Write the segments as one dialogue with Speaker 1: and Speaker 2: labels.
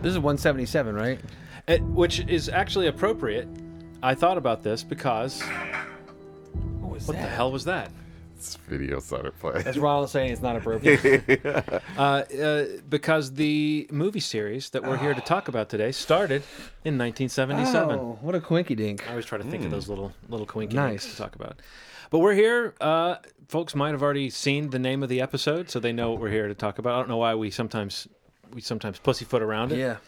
Speaker 1: This is 177, right?
Speaker 2: Eh, which is actually appropriate. I thought about this because
Speaker 1: What was
Speaker 2: what the hell was that?
Speaker 3: It's video started playing.
Speaker 1: That's Ronald saying it's not appropriate.
Speaker 2: Uh, uh, because the movie series that we're here to talk about today started in 1977.
Speaker 1: oh, what a quinky dink.
Speaker 2: I always try to think of those little little coinky nice.
Speaker 1: Hmm. Nice.
Speaker 2: to talk about. But we're here. Uh, folks might have already seen the name of the episode, so they know what we're here to talk about. I don't know why we sometimes we sometimes pussyfoot around it.
Speaker 1: Yeah.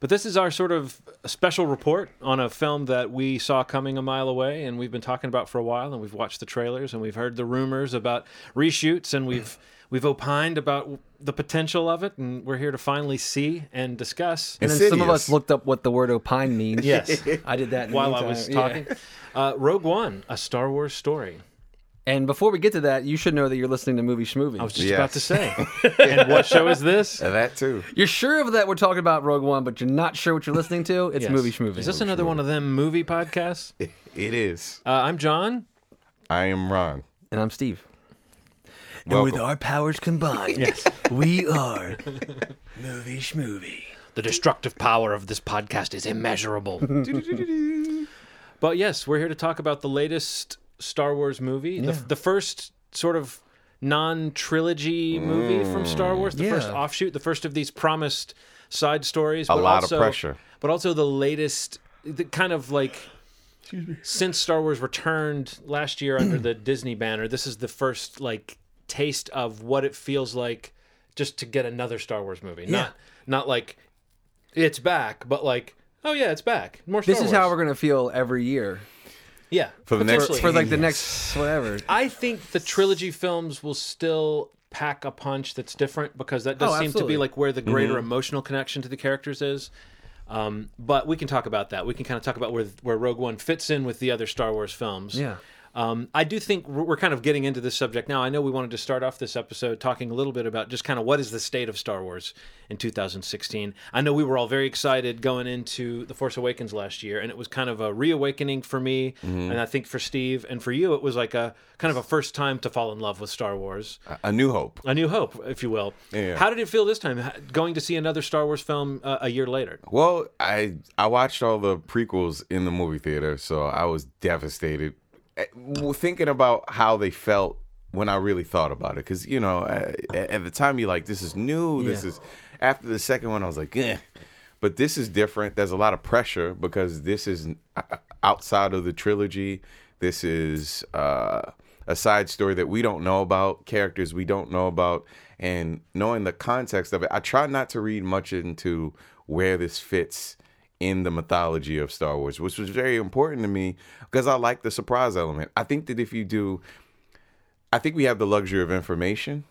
Speaker 2: But this is our sort of special report on a film that we saw coming a mile away and we've been talking about for a while and we've watched the trailers and we've heard the rumors about reshoots and we've we've opined about the potential of it and we're here to finally see and discuss.
Speaker 1: And then some of us
Speaker 3: Insidious.
Speaker 1: looked up what the word opine means.
Speaker 2: Yes.
Speaker 1: I did that in the
Speaker 2: While I
Speaker 1: meantime.
Speaker 2: was
Speaker 1: Yeah.
Speaker 2: talking, uh, Rogue One, a Star Wars story.
Speaker 1: And before we get to that, you should know that you're listening to Movie Schmovie.
Speaker 2: I was just
Speaker 3: Yes.
Speaker 2: about to say. and what show is this?
Speaker 3: And that too.
Speaker 1: You're sure of that we're talking about Rogue One, but you're not sure what you're listening to? It's
Speaker 2: Yes.
Speaker 1: Movie Schmovie.
Speaker 2: Is this another one of them movie podcasts? Uh,
Speaker 3: It is.
Speaker 2: I'm John.
Speaker 3: Uh, I am Ron.
Speaker 1: and I'm Steve.
Speaker 3: Welcome. with
Speaker 1: our powers combined,
Speaker 2: Yes.
Speaker 1: we are Movie Schmovie.
Speaker 2: The destructive power of this podcast is immeasurable. but yes, we're here to talk about the latest Star Wars movie, the, the first sort of non trilogy movie
Speaker 3: Mm.
Speaker 2: from Star Wars, the first
Speaker 1: Yeah.
Speaker 2: offshoot, the first of these promised side stories.
Speaker 3: A
Speaker 2: but
Speaker 3: lot of
Speaker 2: also-
Speaker 3: pressure.
Speaker 2: But also the latest, the kind of like. Since Star Wars returned last year under the Disney banner, this is the first like taste of what it feels like just to get another Star Wars movie. Not not like it's back, but like, oh yeah, it's back. More Star
Speaker 1: This is
Speaker 2: Wars.
Speaker 1: how we're going to feel every year
Speaker 2: yeah
Speaker 3: For the next-
Speaker 1: for,
Speaker 2: potentially.
Speaker 1: for like the
Speaker 3: Yes.
Speaker 1: next whatever.
Speaker 2: I think the trilogy films will still pack a punch that's different because that does
Speaker 1: Oh,
Speaker 2: seem to be
Speaker 1: absolutely. Mm-hmm.
Speaker 2: like where the greater emotional connection to the characters is. Um, but we can talk about that. We can kind of talk about where where Rogue One fits in with the other Star Wars films.
Speaker 1: Yeah.
Speaker 2: Um, I do think we're we're kind of getting into this subject now. I know we wanted to start off this episode talking a little bit about just kind of what is the state of Star Wars in 2016. I know we were all very excited going into The Force Awakens last year, and it was kind of a reawakening for me, and I think for Steve and for you, it was like a kind of a first time to fall in love with Star Wars,
Speaker 3: A- A New Hope.
Speaker 2: a new hope, if you will.
Speaker 3: Uh, Yeah.
Speaker 2: How did it feel this time, h- going to see another Star Wars film uh, a year later?
Speaker 3: Well, I I watched all the prequels in the movie theater, so I was devastated. Eh, well, Thinking about how they felt when I really thought about it, because you know, I, at the time you're like, "This is new. This
Speaker 2: Yeah.
Speaker 3: is." After the second one, I was like, "Eh," but this is different. There's a lot of pressure because this is uh, outside of the trilogy. This is uh, a side story that we don't know about, characters we don't know about, and knowing the context of it. I try not to read much into where this fits in the mythology of Star Wars, which was very important to me because I like the surprise element. I think that if you do, I think we have the luxury of information.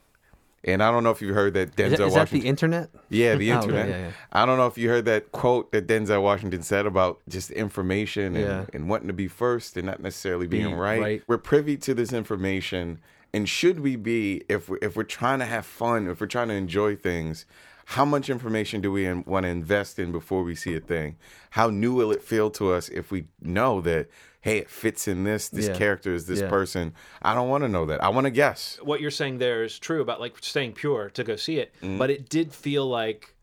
Speaker 3: And I don't know if you've heard that
Speaker 1: Is that,
Speaker 3: Denzel
Speaker 1: is that
Speaker 3: Washington.
Speaker 1: the internet?
Speaker 3: Yeah, the
Speaker 1: Oh,
Speaker 3: internet.
Speaker 1: yeah, yeah.
Speaker 3: I don't know if you heard that quote that Denzel Washington said about just information and,
Speaker 1: Yeah.
Speaker 3: and wanting to be first and not necessarily being right.
Speaker 1: right.
Speaker 3: We're privy to this information, and should we be if we, if we're trying to have fun, if we're trying to enjoy things? How much information do we in, want to invest in before we see a thing? How new will it feel to us if we know that? Hey, it fits in this. This
Speaker 1: Yeah.
Speaker 3: character is this
Speaker 1: Yeah.
Speaker 3: person. I don't want to know that. I want to guess.
Speaker 2: what you're saying there is true about like staying pure to go see it, but it did feel like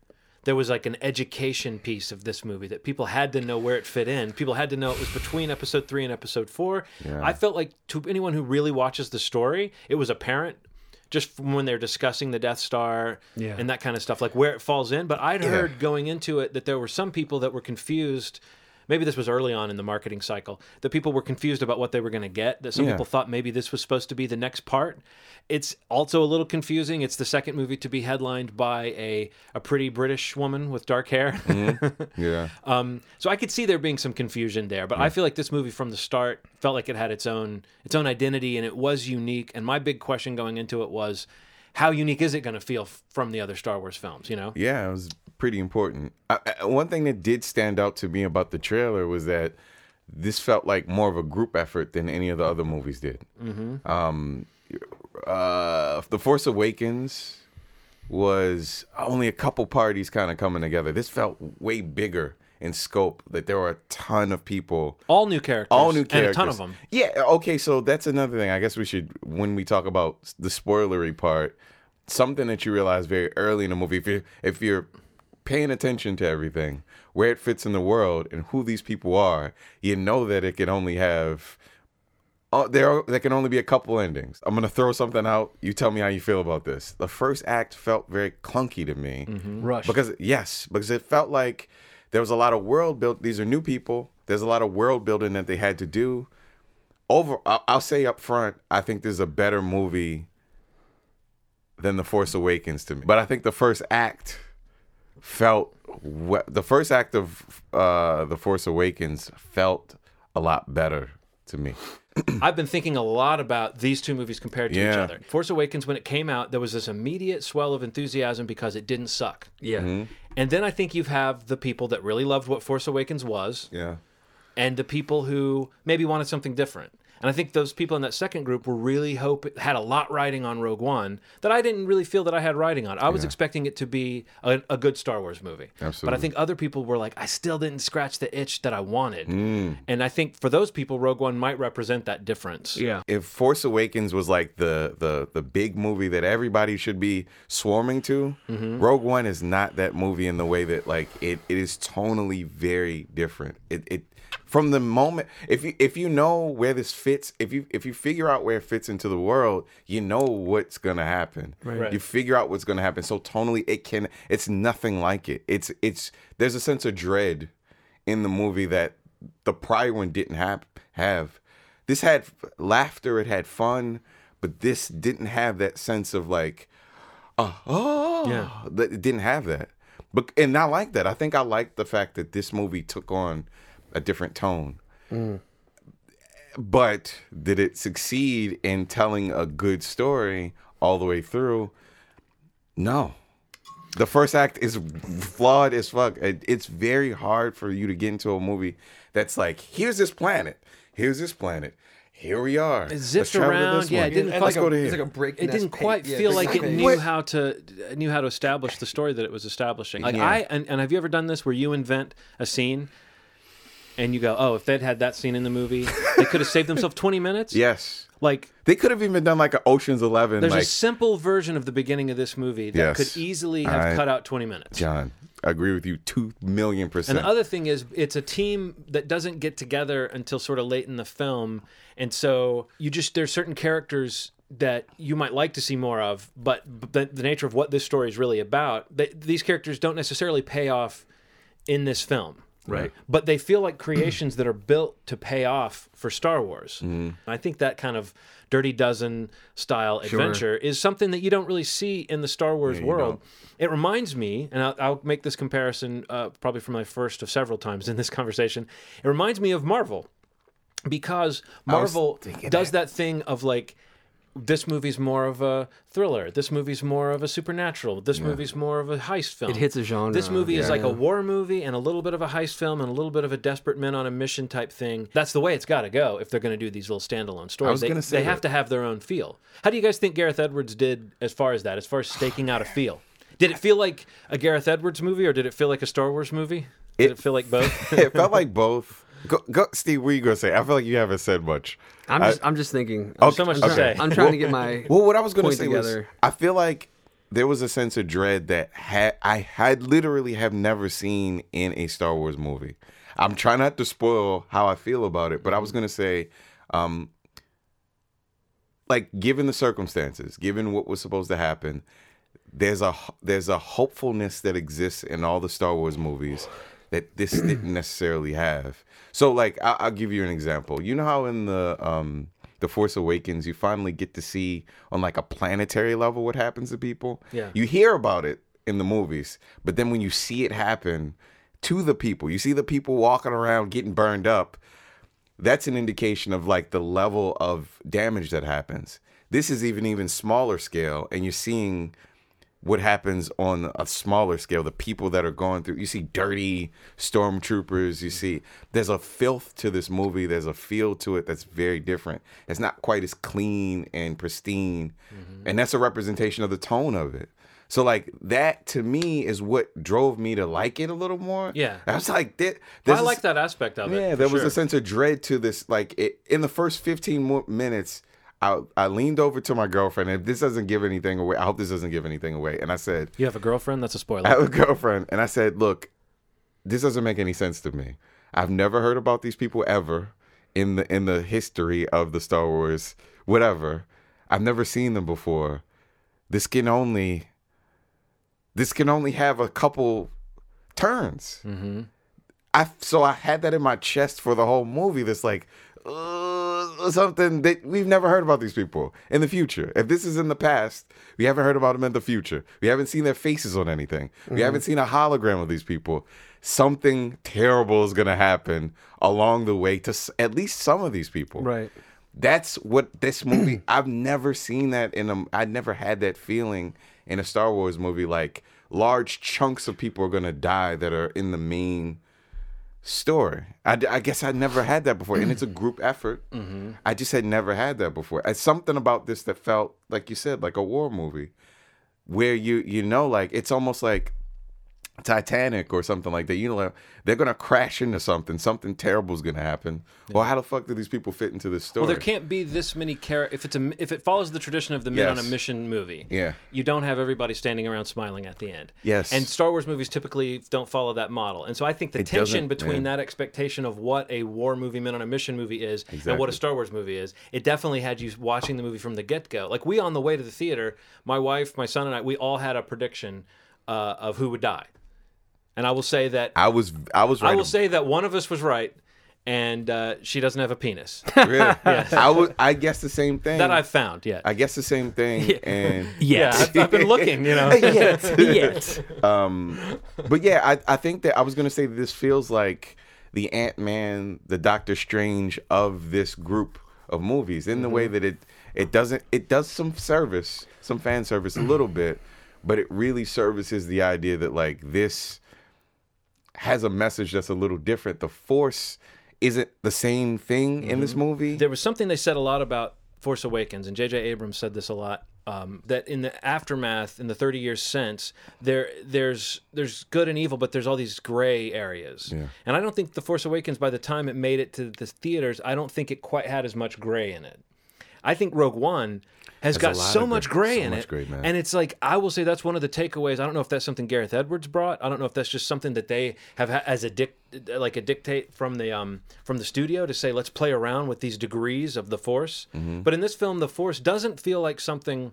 Speaker 2: there was like an education piece of this movie that people had to know where it fit in. People had to know it was between episode three and episode four. I felt like to anyone who really watches the story, it was apparent just from when they're discussing the Death Star
Speaker 1: Yeah.
Speaker 2: and that kind of stuff, like where it falls in. But I'd heard going into it that there were some people that were confused. Maybe this was early on in the marketing cycle that people were confused about what they were going to get. That some
Speaker 3: Yeah.
Speaker 2: people thought maybe this was supposed to be the next part. It's also a little confusing. It's the second movie to be headlined by a, a pretty British woman with dark hair.
Speaker 3: Yeah.
Speaker 2: um, so I could see there being some confusion there, but I feel like this movie from the start felt like it had its own its own identity and it was unique. And my big question going into it was, how unique is it going to feel f- from the other Star Wars films? You know,
Speaker 3: Yeah, it was pretty important. I, I, one thing that did stand out to me about the trailer was that this felt like more of a group effort than any of the other movies did. Mm-hmm. Um, uh, the Force Awakens was only a couple parties kind of coming together. This felt way bigger in scope. That there were a ton of people
Speaker 2: all new characters,
Speaker 3: all new characters.
Speaker 2: and a ton of them.
Speaker 3: Yeah. Okay. So that's another thing. I guess we should, when we talk about s- the spoilery part, something that you realize very early in the movie. If you're if you're paying attention to everything, where it fits in the world, and who these people are, you know that it can only have. Oh, there, there can only be a couple endings. I'm gonna throw something out. You tell me how you feel about this. The first act felt very clunky to me.
Speaker 2: Mm-hmm.
Speaker 1: Rush.
Speaker 3: Because yes, because it felt like there was a lot of world built. These are new people. There's a lot of world building that they had to do. Over, I'll, I'll say up front, I think this is a better movie than The Force Awakens to me. But I think the first act felt we- the first act of uh, The Force Awakens felt a lot better to me.
Speaker 2: I've been thinking a lot about these two movies compared to each
Speaker 3: Yeah.
Speaker 2: other. Force Awakens, when it came out, there was this immediate swell of enthusiasm because it didn't suck.
Speaker 1: yeah.
Speaker 2: And then I think you have the people that really loved what Force Awakens was,
Speaker 3: Yeah.
Speaker 2: and the people who maybe wanted something different. And I think those people in that second group were really hope had a lot riding on Rogue One that I didn't really feel that I had riding on. I was expecting it to be a, a good Star Wars movie, but I
Speaker 3: Absolutely.
Speaker 2: think other people were like, I still didn't scratch the itch that I wanted. And I think for those people, Rogue One might represent that difference.
Speaker 1: Yeah.
Speaker 3: If Force Awakens was like the the the big movie that everybody should be swarming to, Rogue One is not that movie in the way that like it, it is tonally very different. It it from the moment if you if you know where this fits, if you if you figure out where it fits into the world, you know what's gonna happen.
Speaker 2: Right.
Speaker 3: You figure out what's gonna happen. So tonally it can it's nothing like it. It's it's there's a sense of dread in the movie that the prior one didn't have have. This had f- laughter, it had fun, but this didn't have that sense of like, uh, oh,
Speaker 2: Yeah.
Speaker 3: That- It didn't have that. But and I like that. I think I like the fact that this movie took on a different tone.
Speaker 2: Mm.
Speaker 3: But did it succeed in telling a good story all the way through? No. The first act is flawed as fuck. It- It's very hard for you to get into a movie that's like, here's this planet, here's this planet, here we are. It
Speaker 2: zips around, yeah, it didn't
Speaker 3: Let's
Speaker 2: fucking-
Speaker 3: go to
Speaker 1: It's
Speaker 3: here.
Speaker 1: like a break.
Speaker 2: it didn't quite feel like it knew how to knew how to establish the story that it was establishing. Like I and, and have you ever done this where you invent a scene and you go, oh, if they'd had that scene in the movie, they could have saved themselves twenty minutes.
Speaker 3: yes.
Speaker 2: like
Speaker 3: They could have even done like an Ocean's Eleven,
Speaker 2: there's
Speaker 3: like
Speaker 2: a simple version of the beginning of this movie that
Speaker 3: Yes.
Speaker 2: could easily have
Speaker 3: I-
Speaker 2: cut out twenty minutes.
Speaker 3: John. I agree with you two million percent.
Speaker 2: And the other thing is, it's a team that doesn't get together until sort of late in the film, and so you just there's certain characters that you might like to see more of, but but the, the nature of what this story is really about, th these characters don't necessarily pay off in this film.
Speaker 1: Right.
Speaker 2: But they feel like creations that are built to pay off for Star Wars.
Speaker 1: Mm-hmm.
Speaker 2: And I think that kind of Dirty Dozen style adventure is something that you don't really see in the Star Wars world. It reminds me, and I'll, I'll make this comparison uh, probably for my first of several times in this conversation. It reminds me of Marvel because Marvel does that. thing of like this movie's more of a thriller. This movie's more of a supernatural. This movie's more of a heist film. It
Speaker 1: hits a genre.
Speaker 2: This movie is
Speaker 1: Yeah.
Speaker 2: like a war movie and a little bit of a heist film and a little bit of a desperate men on a mission type thing. That's the way it's got to go if they're going to do these little standalone stories.
Speaker 3: was
Speaker 2: they
Speaker 3: gonna say
Speaker 2: they have
Speaker 3: that.
Speaker 2: to have their own feel. How do you guys think Gareth Edwards did as far as that? As far as staking out a feel. Did it feel like a Gareth Edwards movie or did it feel like a Star Wars movie? Did it,
Speaker 3: It-
Speaker 2: feel like both?
Speaker 3: it felt like both. Go, go, Steve. What are you gonna say? I feel like you haven't said much.
Speaker 1: I'm
Speaker 3: I-
Speaker 1: just, I'm just thinking. I'm
Speaker 2: so much
Speaker 1: I'm
Speaker 2: to
Speaker 1: trying-
Speaker 2: say.
Speaker 1: I'm trying to get my.
Speaker 3: Well, what I was going to
Speaker 1: point
Speaker 3: say was,
Speaker 1: together.
Speaker 3: I feel like there was a sense of dread that had I had literally have never seen in a Star Wars movie. I'm trying not to spoil how I feel about it, but I was going to say, um, like, given the circumstances, given what was supposed to happen, there's a there's a hopefulness that exists in all the Star Wars movies that this didn't necessarily have. So like I, I'll give you an example. You know how in the um the Force Awakens you finally get to see on like a planetary level what happens to people.
Speaker 2: Yeah.
Speaker 3: You hear about it in the movies, but then when you see it happen to the people, you see the people walking around getting burned up that's an indication of like the level of damage that happens. This is even even smaller scale, and you're seeing what happens on a smaller scale. The people that are going through, you see dirty stormtroopers. You see, there's a filth to this movie. There's a feel to it that's very different. It's not quite as clean and pristine,
Speaker 2: Mm-hmm.
Speaker 3: and that's a representation of the tone of it. So like that to me is what drove me to like it a little more.
Speaker 2: Yeah.
Speaker 3: I was like, that,
Speaker 2: I like that aspect of it.
Speaker 3: yeah,
Speaker 2: for
Speaker 3: there was
Speaker 2: sure.
Speaker 3: a sense of dread to this. Like it, in the first 15 mo- minutes, I, I leaned over to my girlfriend, and if this doesn't give anything away, I hope this doesn't give anything away. And I said,
Speaker 2: You have a girlfriend? That's a spoiler.
Speaker 3: I have a girlfriend, and I said, "Look, this doesn't make any sense to me. I've never heard about these people ever in the in the history of the Star Wars whatever. I've never seen them before. This can only this can only have a couple turns. I so I had that in my chest for the whole movie. That's like uh, something that we've never heard about these people in the future. If this is in the past, we haven't heard about them in the future. We haven't seen their faces on anything. We haven't seen a hologram of these people. Something terrible is gonna happen along the way to s- at least some of these people.
Speaker 1: Right.
Speaker 3: That's what this movie. I've never seen that in a. I never had that feeling in a Star Wars movie. Like large chunks of people are gonna die that are in the main story. I, d- I guess I never had that before, and it's a group effort. I just had never had that before. It's something about this that felt like you said, like a war movie, where you you know, like it's almost like Titanic or something like that. You know, like, they're gonna crash into something. Something terrible is gonna happen. Well, how the fuck do these people fit into this story?
Speaker 2: Well, there can't be this many characters. If it's a, if it follows the tradition of the men
Speaker 3: Yes.
Speaker 2: on a mission movie,
Speaker 3: Yeah.
Speaker 2: you don't have everybody standing around smiling at the end.
Speaker 3: Yes.
Speaker 2: and Star Wars movies typically don't follow that model, and so I think the
Speaker 3: It
Speaker 2: tension
Speaker 3: doesn't,
Speaker 2: between
Speaker 3: yeah.
Speaker 2: that expectation of what a war movie, men on a mission movie is, and what
Speaker 3: Exactly.
Speaker 2: a Star Wars movie is, it definitely had you watching the movie from the get go. Like we on the way to the theater, my wife, my son, and I, we all had a prediction uh, of who would die, and I will say that
Speaker 3: I was I was right.
Speaker 2: I will say that one of us was right, and uh, she doesn't have a penis.
Speaker 3: really. I was I guess the same thing.
Speaker 2: that I've found yet.
Speaker 3: I guess the same thing. And
Speaker 2: yeah, I've, I've been looking, you know.
Speaker 3: Yes.
Speaker 4: Yet.
Speaker 3: um, but yeah, I, I think that I was gonna say that this feels like the Ant Man, the Doctor Strange of this group of movies in the way
Speaker 2: Mm-hmm.
Speaker 3: that it it doesn't it does some service, some fan service a little bit, but it really services the idea that like this has a message that's a little different. The Force isn't the same thing in
Speaker 2: Mm-hmm.
Speaker 3: this movie.
Speaker 2: There was something they said a lot about Force Awakens, and J.J. Abrams said this a lot. Um, that in the aftermath, in the 30 years since, there there's there's good and evil, but there's all these gray areas. And I don't think The Force Awakens, by the time it made it to the theaters, I don't think it quite had as much gray in it. I think Rogue One has got
Speaker 3: lot
Speaker 2: so
Speaker 3: of
Speaker 2: much
Speaker 3: gray-
Speaker 2: gray
Speaker 3: so
Speaker 2: in
Speaker 3: much
Speaker 2: it,
Speaker 3: gray, man.
Speaker 2: and it's like I will say that's one of the takeaways. I don't know if that's something Gareth Edwards brought. I don't know if that's just something that they have ha- as a dic- like a dictate from the um from the studio to say let's play around with these degrees of the Force.
Speaker 3: Mm-hmm.
Speaker 2: But in this film, the Force doesn't feel like something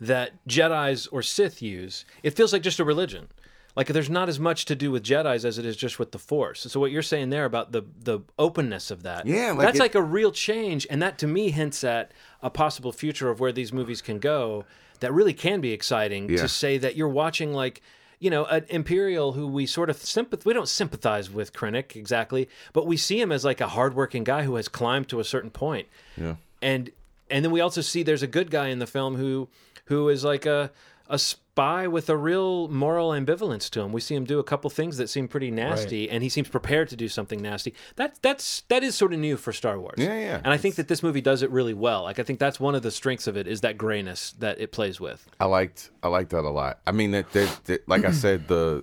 Speaker 2: that Jedi's or Sith use. It feels like just a religion. Like there's not as much to do with Jedi's as it is just with the Force. So what you're saying there about the the openness of that,
Speaker 3: Yeah, like
Speaker 2: that's
Speaker 3: it-
Speaker 2: like a real change, and that to me hints at a possible future of where these movies can go. That really can be exciting
Speaker 3: Yeah.
Speaker 2: to say that you're watching like. You know, an imperial who we sort of sympath we don't sympathize with Krennic exactly, but we see him as like a hardworking guy who has climbed to a certain point
Speaker 3: Yeah.
Speaker 2: and and then we also see there's a good guy in the film who who is like a a spy with a real moral ambivalence to him. We see him do a couple things that seem pretty nasty, and he seems prepared to do something nasty. That that's that is sort of new for Star Wars.
Speaker 3: Yeah, yeah.
Speaker 2: And I think that this movie does it really well. Like I think that's one of the strengths of it is that grayness that it plays with.
Speaker 3: I liked I liked that a lot. I mean that, that, that like I said the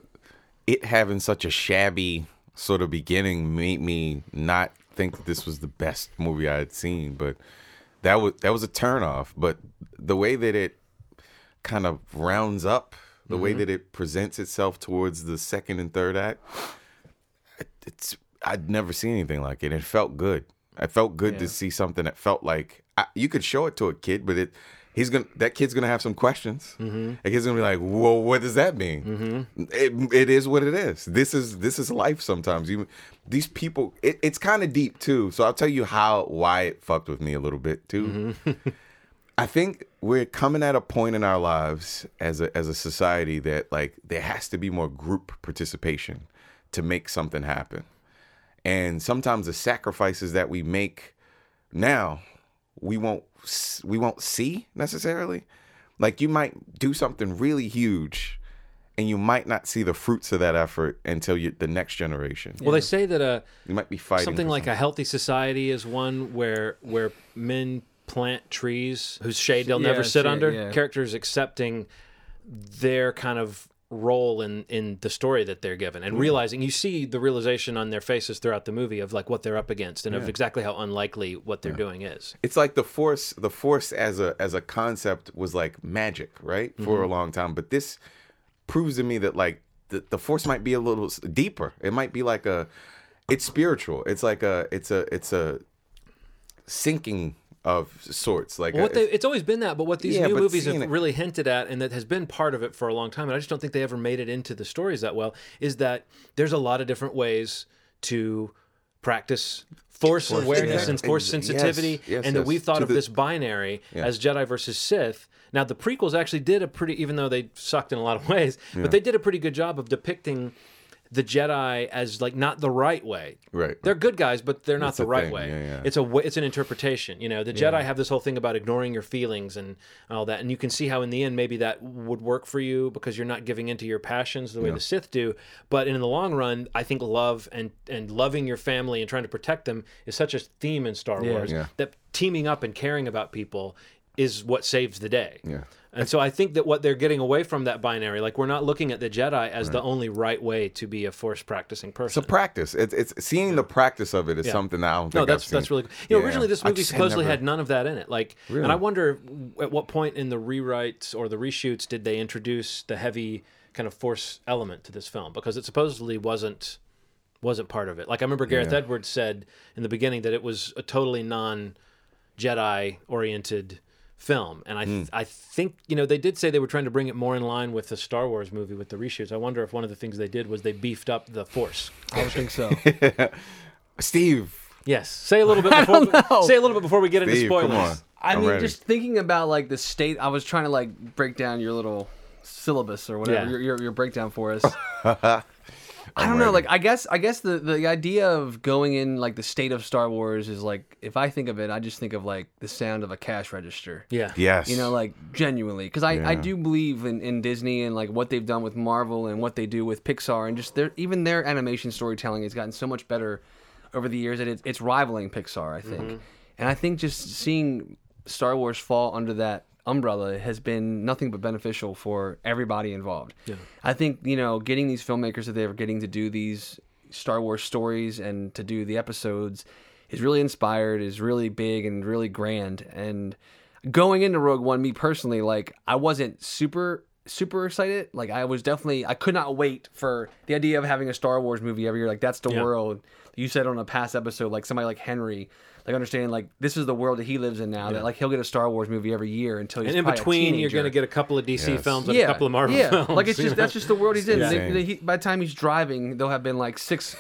Speaker 3: it having such a shabby sort of beginning made me not think that this was the best movie I had seen, but that was that was a turnoff. But the way that it kind of rounds up, the way that it presents itself towards the second and third act, it's I'd never seen anything like it. It felt good. It felt good to see something that felt like I, you could show it to a kid, but it he's gonna that kid's gonna have some questions. Mm-hmm. That kid's gonna be like, "Whoa, what does that mean?" It, it is what it is. This is this is life. Sometimes you these people. It, it's kind of deep too. So I'll tell you how why it fucked with me a little bit too. I think we're coming at a point in our lives as a as a society that like there has to be more group participation to make something happen. And sometimes the sacrifices that we make now we won't s- we won't see necessarily. Like you might do something really huge and you might not see the fruits of that effort until you the next generation.
Speaker 2: Well, they say that uh,
Speaker 3: You might be fighting
Speaker 2: something
Speaker 3: for
Speaker 2: like a healthy society is one where where men plant trees whose shade they'll
Speaker 1: Yeah,
Speaker 2: never sit
Speaker 1: shade,
Speaker 2: under
Speaker 1: yeah.
Speaker 2: characters accepting their kind of role in in the story that they're given and realizing you see the realization on their faces throughout the movie of like what they're up against and of exactly how unlikely what they're doing is
Speaker 3: it's like the force the force as a as a concept was like magic right for
Speaker 2: Mm-hmm.
Speaker 3: a long time but this proves to me that like the, the force might be a little s- deeper it might be like a it's spiritual it's like a it's a it's a sinking of sorts like a-
Speaker 2: what they, it's always been that, but what these
Speaker 3: Yeah,
Speaker 2: new
Speaker 3: but
Speaker 2: movies have
Speaker 3: seeing it-
Speaker 2: really hinted at, and that has been part of it for a long time, and I just don't think they ever made it into the stories that well, is that there's a lot of different ways to practice force awareness
Speaker 3: yeah.
Speaker 2: and force
Speaker 3: Ex- yes,
Speaker 2: sensitivity,
Speaker 3: yes,
Speaker 2: and that
Speaker 3: yes.
Speaker 2: we've thought
Speaker 3: To
Speaker 2: of
Speaker 3: the-
Speaker 2: this binary as Jedi versus Sith. Now the prequels actually did a pretty, even though they sucked in a lot of ways, but they did a pretty good job of depicting the Jedi as like not the right way.
Speaker 3: Right.
Speaker 2: They're good guys, but they're not the,
Speaker 3: the
Speaker 2: right
Speaker 3: thing.
Speaker 2: way.
Speaker 3: Yeah, yeah.
Speaker 2: It's a wa- it's an interpretation. You know, the Jedi have this whole thing about ignoring your feelings and all that, and you can see how in the end maybe that would work for you because you're not giving into your passions the way the Sith do. But in the long run, I think love and and loving your family and trying to protect them is such a theme in Star Wars
Speaker 3: Yeah.
Speaker 2: that teaming up and caring about people is what saves the day.
Speaker 3: Yeah.
Speaker 2: And so I think that what they're getting away from that binary, like we're not looking at the Jedi as the only right way to be a force practicing person.
Speaker 3: it's a practice it's, it's seeing the practice of it is something that i don't
Speaker 2: No,
Speaker 3: think
Speaker 2: that's
Speaker 3: I've seen.
Speaker 2: that's really cool. You know,
Speaker 3: Yeah.
Speaker 2: originally this
Speaker 3: I
Speaker 2: movie
Speaker 3: just had
Speaker 2: supposedly
Speaker 3: never-
Speaker 2: had none of that in it. Like, and I wonder w- at what point in the rewrites or the reshoots did they introduce the heavy kind of force element to this film because it supposedly wasn't wasn't part of it. Like I remember Gareth Edwards said in the beginning that it was a totally non Jedi oriented film, and I
Speaker 3: Hmm.
Speaker 2: th- I think you know they did say they were trying to bring it more in line with the Star Wars movie with the reshoots. I wonder if one of the things they did was they beefed up the force.
Speaker 1: I would think so.
Speaker 3: steve
Speaker 2: Yes. Say a little bit before.
Speaker 1: know.
Speaker 2: Say a little bit before we get into
Speaker 3: Steve,
Speaker 2: spoilers.
Speaker 3: come on.
Speaker 1: I
Speaker 3: I'm
Speaker 1: mean,
Speaker 3: ready.
Speaker 1: just thinking about like the state. I was trying to like break down your little syllabus or whatever
Speaker 2: Yeah.
Speaker 1: your, your your breakdown for us. I don't know.
Speaker 3: ready.
Speaker 1: Like, I guess I guess the the idea of going in like the state of Star Wars is like if I think of it, I just think of like the sound of a cash register.
Speaker 2: Yeah.
Speaker 3: yes
Speaker 1: You know, like genuinely, because I, I do believe in, in Disney and like what they've done with Marvel and what they do with Pixar and just their even their animation storytelling has gotten so much better over the years that it's it's rivaling Pixar, I think. And I think just seeing Star Wars fall under that umbrella has been nothing but beneficial for everybody involved. I think you know getting these filmmakers that they were getting to do these Star Wars stories and to do the episodes is really inspired, is really big and really grand. And going into Rogue One, me personally, like I wasn't super super excited. Like I was definitely I could not wait for the idea of having a Star Wars movie every year. Like that's the world you said on a past episode. Like somebody like Henry. Like understanding, like this is the world that he lives in now. That like he'll get a Star Wars movie every year until he's
Speaker 2: And in
Speaker 1: probably a
Speaker 2: between, you're
Speaker 1: teenager
Speaker 2: going to get a couple of DC
Speaker 3: Yes.
Speaker 2: films and a couple of Marvel
Speaker 1: yeah.
Speaker 2: films.
Speaker 1: Like it's
Speaker 2: you
Speaker 1: just
Speaker 2: know?
Speaker 1: that's just the world he's in. They-
Speaker 3: insane.
Speaker 1: they- he- by the time he's driving, there'll have been like six,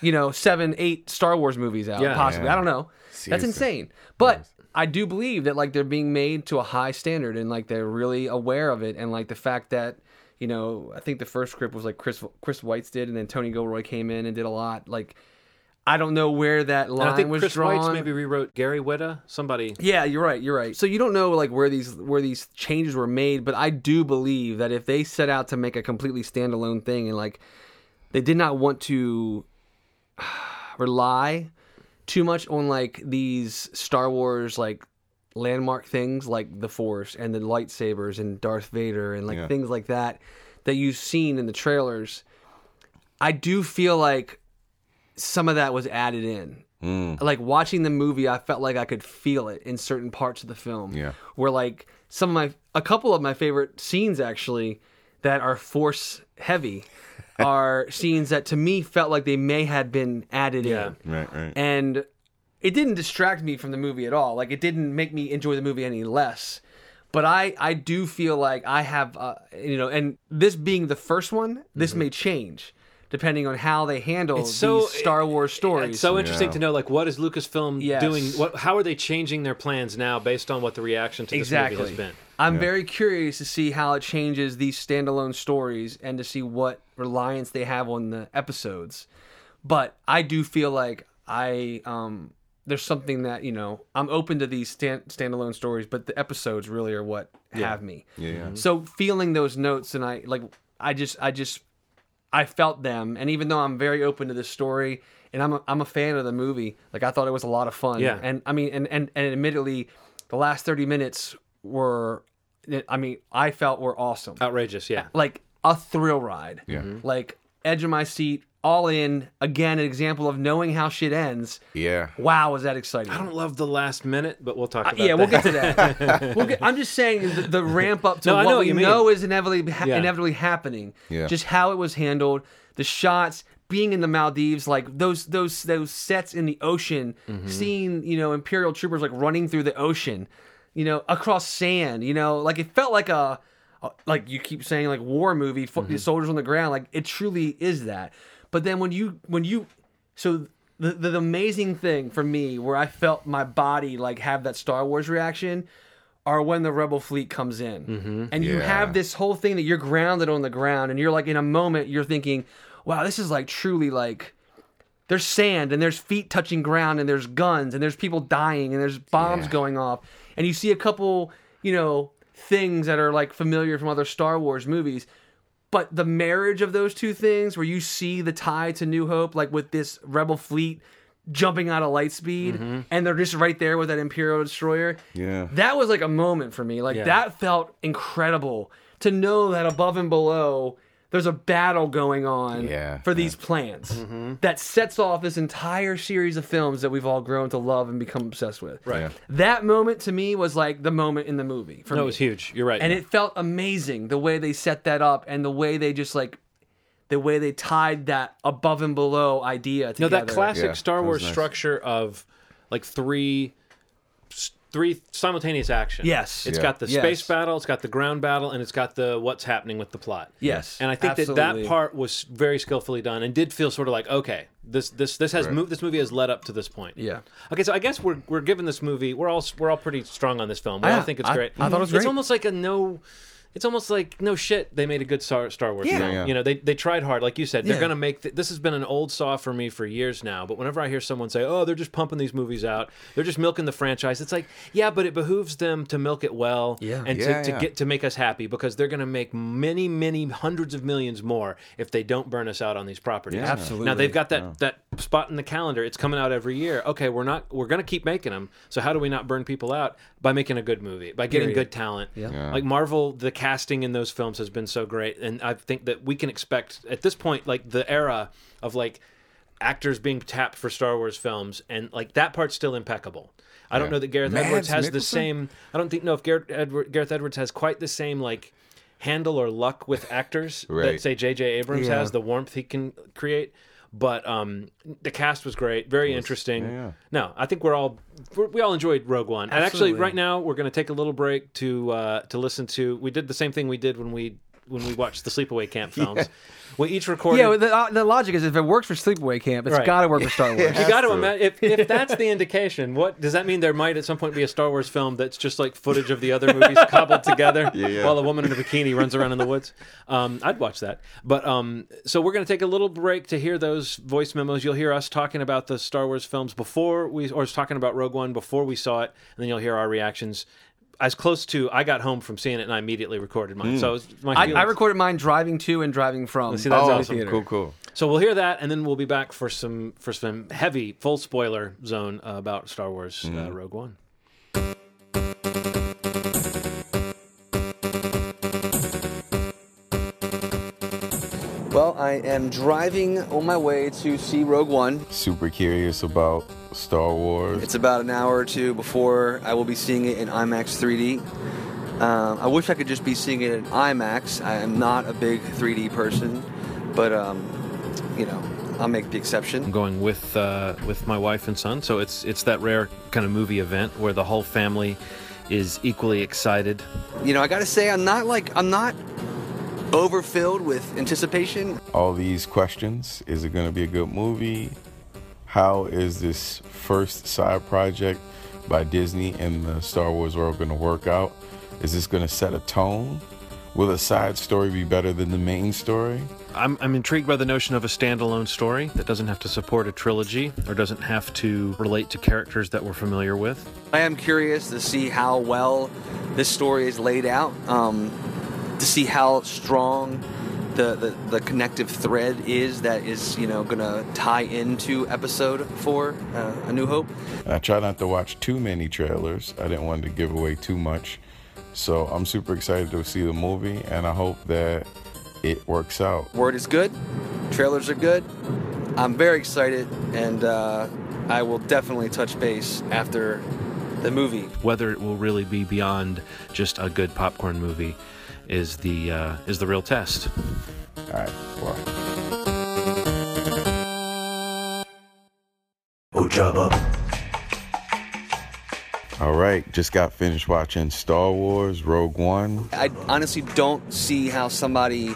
Speaker 1: you know, seven, eight Star Wars movies out.
Speaker 2: Yeah.
Speaker 1: Possibly,
Speaker 3: Yeah.
Speaker 1: I don't know. That's
Speaker 3: Seriously.
Speaker 1: insane. But I do believe that like they're being made to a high standard and like they're really aware of it and like the fact that. You know, I think the first script was like Chris Chris White's did, and then Tony Gilroy came in and did a lot. Like, I don't know where that line
Speaker 2: And I think
Speaker 1: was
Speaker 2: Chris
Speaker 1: drawn.
Speaker 2: White's maybe rewrote Gary Whitta. Somebody.
Speaker 1: Yeah, you're right. You're right. So you don't know like where these where these changes were made, but I do believe that if they set out to make a completely standalone thing and like they did not want to rely too much on like these Star Wars like landmark things like the Force and the lightsabers and Darth Vader and like
Speaker 3: Yeah.
Speaker 1: things like that that you've seen in the trailers. I do feel like some of that was added in.
Speaker 3: Hmm.
Speaker 1: Like watching the movie, I felt like I could feel it in certain parts of the film.
Speaker 3: Yeah.
Speaker 1: Where like some of my a couple of my favorite scenes actually that are force heavy are scenes that to me felt like they may have been added
Speaker 2: Yeah.
Speaker 1: in.
Speaker 3: right right
Speaker 1: And it didn't distract me from the movie at all. Like it didn't make me enjoy the movie any less. But I, I do feel like I have, uh, you know, and this being the first one, this may change depending on how they handle
Speaker 2: Mm-hmm. so-
Speaker 1: these Star Wars stories.
Speaker 2: It's so interesting to know, like, what is Lucasfilm
Speaker 1: Yes.
Speaker 2: doing? What, how are they changing their plans now based on what the reaction to this movie has been?
Speaker 1: I'm very curious to see how it changes these standalone stories and to see what reliance they have on the episodes. But I do feel like I um there's something that, you know, I'm open to these stand- standalone stories, but the episodes really are what have me.
Speaker 3: yeah,
Speaker 2: Mm-hmm.
Speaker 3: yeah.
Speaker 1: So feeling those notes and I like I just I just I felt them and even though I'm very open to this story and I'm a, I'm a fan of the movie, like I thought it was a lot of fun.
Speaker 2: Yeah.
Speaker 1: And I mean and and, and admittedly the last 30 minutes were I mean I felt were awesome.
Speaker 2: Outrageous. Yeah.
Speaker 1: Like a thrill ride.
Speaker 3: Yeah. Mhm.
Speaker 1: Like edge of my seat, all in. Again, an example of knowing how shit ends.
Speaker 3: Yeah.
Speaker 1: Wow, was that exciting?
Speaker 2: I don't love the last minute, but we'll talk about
Speaker 1: Uh, yeah,
Speaker 2: that.
Speaker 1: we'll get to that. we'll get, I'm just saying the, the ramp up to
Speaker 2: No, I
Speaker 1: what
Speaker 2: know what
Speaker 1: we
Speaker 2: you mean.
Speaker 1: know is inevitably ha-
Speaker 2: Yeah.
Speaker 1: inevitably happening.
Speaker 3: Yeah.
Speaker 1: Just how it was handled, the shots, being in the Maldives, like those those those sets in the ocean,
Speaker 2: Mm-hmm.
Speaker 1: seeing you know Imperial troopers like running through the ocean, you know across sand, you know like it felt like a a- like you keep saying like war movie, fo-
Speaker 2: Mm-hmm.
Speaker 1: soldiers on the ground, like it truly is that. But then when you when you so the, the amazing thing for me where I felt my body like have that Star Wars reaction are when the Rebel fleet comes in. And you
Speaker 3: Mm-hmm. Yeah.
Speaker 1: have this whole thing that you're grounded on the ground and you're like in a moment you're thinking, wow, this is like truly like there's sand and there's feet touching ground and there's guns and there's people dying and there's bombs
Speaker 3: Yeah.
Speaker 1: going off and you see a couple, you know, things that are like familiar from other Star Wars movies but the marriage of those two things where you see the tie to new hope like with this rebel fleet jumping out of lightspeed and they're just right there with that imperial destroyer
Speaker 3: Mm-hmm. Yeah.
Speaker 1: that was like a moment for me like that felt incredible to know that above and below there's a battle going on
Speaker 3: Yeah, Mm-hmm.
Speaker 1: for these plans that sets off this entire series of films that we've all grown to love and become obsessed with
Speaker 2: Right.
Speaker 3: Yeah.
Speaker 1: that moment to me was like the moment in the movie for
Speaker 2: No, it
Speaker 1: me
Speaker 2: was huge. You're right.
Speaker 1: and it felt amazing the way they set that up and the way they just like the way they tied that above and below idea
Speaker 2: no,
Speaker 1: together.
Speaker 2: that classic
Speaker 3: Yeah,
Speaker 2: Star
Speaker 3: that was
Speaker 2: Wars
Speaker 3: nice.
Speaker 2: structure of like three s- three simultaneous action.
Speaker 1: Yes.
Speaker 2: it's
Speaker 3: Yeah.
Speaker 2: got the
Speaker 1: Yes.
Speaker 2: space battle, it's got the ground battle, and it's got the what's happening with the plot.
Speaker 1: Yes,
Speaker 2: And I think that that
Speaker 1: absolutely.
Speaker 2: part was very skillfully done and did feel sort of like okay, this this this has moved this movie has led up to this point.
Speaker 1: Yeah.
Speaker 2: Okay, so I guess we're we're giving this movie we're all we're all pretty strong on this film. We
Speaker 1: Yeah,
Speaker 2: all think it's
Speaker 1: I-
Speaker 2: great.
Speaker 1: I thought it was
Speaker 2: It's
Speaker 1: great.
Speaker 2: almost like a no. It's almost like no shit. They made a good Star, Star Wars
Speaker 1: Yeah.
Speaker 2: film.
Speaker 1: Yeah,
Speaker 3: yeah.
Speaker 2: You know, they they tried hard. Like you said, they're
Speaker 1: Yeah.
Speaker 2: gonna make th- this has been an old saw for me for years now. But whenever I hear someone say, "Oh, they're just pumping these movies out. They're just milking the franchise," it's like, yeah, but it behooves them to milk it well.
Speaker 1: Yeah.
Speaker 2: And
Speaker 3: Yeah,
Speaker 2: to, to
Speaker 3: yeah.
Speaker 2: get to make us happy because they're gonna make many, many hundreds of millions more if they don't burn us out on these properties.
Speaker 3: Yeah.
Speaker 1: Absolutely.
Speaker 2: Now they've got that that spot in the calendar. It's coming out every year. Okay, we're not we're gonna keep making them. So how do we not burn people out by making a good movie by getting
Speaker 1: Period.
Speaker 2: good talent?
Speaker 3: Yeah.
Speaker 2: Like Marvel, the casting in those films has been so great, and I think that we can expect at this point like the era of like actors being tapped for Star Wars films, and like that part's still impeccable. I don't know that Gareth
Speaker 3: Mads
Speaker 2: Edwards has the
Speaker 3: Mikkelsen?
Speaker 2: same. I don't think no if Gareth, Edward, Gareth Edwards has quite the same like handle or luck with actors that
Speaker 3: Right.
Speaker 2: say J.J. Abrams has the warmth he can create. But um, the cast was great, very interesting.
Speaker 3: yeah.
Speaker 2: No, I think we're all we're, we all enjoyed Rogue One, and actually,
Speaker 1: Absolutely.
Speaker 2: right now we're going to take a little break to uh, to listen to. We did the same thing we did when we when we watched the Sleepaway Camp films. We each recorded.
Speaker 1: yeah, well, the, uh, the logic is if it works for Sleepaway Camp, it's
Speaker 2: Right.
Speaker 1: got to work for Star Wars.
Speaker 2: you got to
Speaker 3: to.
Speaker 2: imagine if, if that's the indication. What does that mean? There might at some point be a Star Wars film that's just like footage of the other movies cobbled together
Speaker 3: yeah.
Speaker 2: while a woman in a bikini runs around in the woods. Um, I'd watch that. But um, so we're going to take a little break to hear those voice memos. You'll hear us talking about the Star Wars films before we, or talking about Rogue One before we saw it, and then you'll hear our reactions. As close to I got home from seeing it and I immediately recorded
Speaker 3: Hmm.
Speaker 2: mine. So it was my
Speaker 1: I, I
Speaker 2: feelings.
Speaker 1: recorded mine driving to and driving from.
Speaker 2: see, that's
Speaker 1: the
Speaker 2: awesome.
Speaker 1: theater.
Speaker 3: Oh, Cool, cool.
Speaker 2: So we'll hear that, and then we'll be back for some for some heavy full spoiler zone uh, about Star Wars uh, Rogue One.
Speaker 1: Well, I am driving on my way to see Rogue One.
Speaker 3: Super curious about Star Wars.
Speaker 1: It's about an hour or two before I will be seeing it in IMAX 3D. Um, I wish I could just be seeing it in IMAX. I am not a big 3D person, but um, you know, I'll make the
Speaker 2: I'm
Speaker 1: exception.
Speaker 2: going with uh, with my wife and son, so it's it's that rare kind of movie event where the whole family is equally excited.
Speaker 1: You know, I gotta say, I'm not like I'm not overfilled with anticipation.
Speaker 3: All these questions. Is it going to be a good movie? How is this first side project by Disney and the Star Wars world going to work out? Is this going to set a tone? Will a side story be better than the main story?
Speaker 2: I'm I'm intrigued by the notion of a standalone story that doesn't have to support a trilogy or doesn't have to relate to characters that we're familiar with.
Speaker 1: I am curious to see how well this story is laid out, um, to see how strong the, the, the connective thread is that is, you know, going to tie into episode four, uh, A New Hope.
Speaker 3: I try not to watch too many trailers. I didn't want to give away too much. So I'm super excited to see the movie, and I hope that it works out.
Speaker 1: Word is good, trailers are good. I'm very excited, and uh, I will definitely touch base after the movie.
Speaker 2: Whether it will really be beyond just a good popcorn movie is the uh, is the real test.
Speaker 3: All right. Well. All right, just got finished watching Star Wars Rogue One.
Speaker 1: I honestly don't see how somebody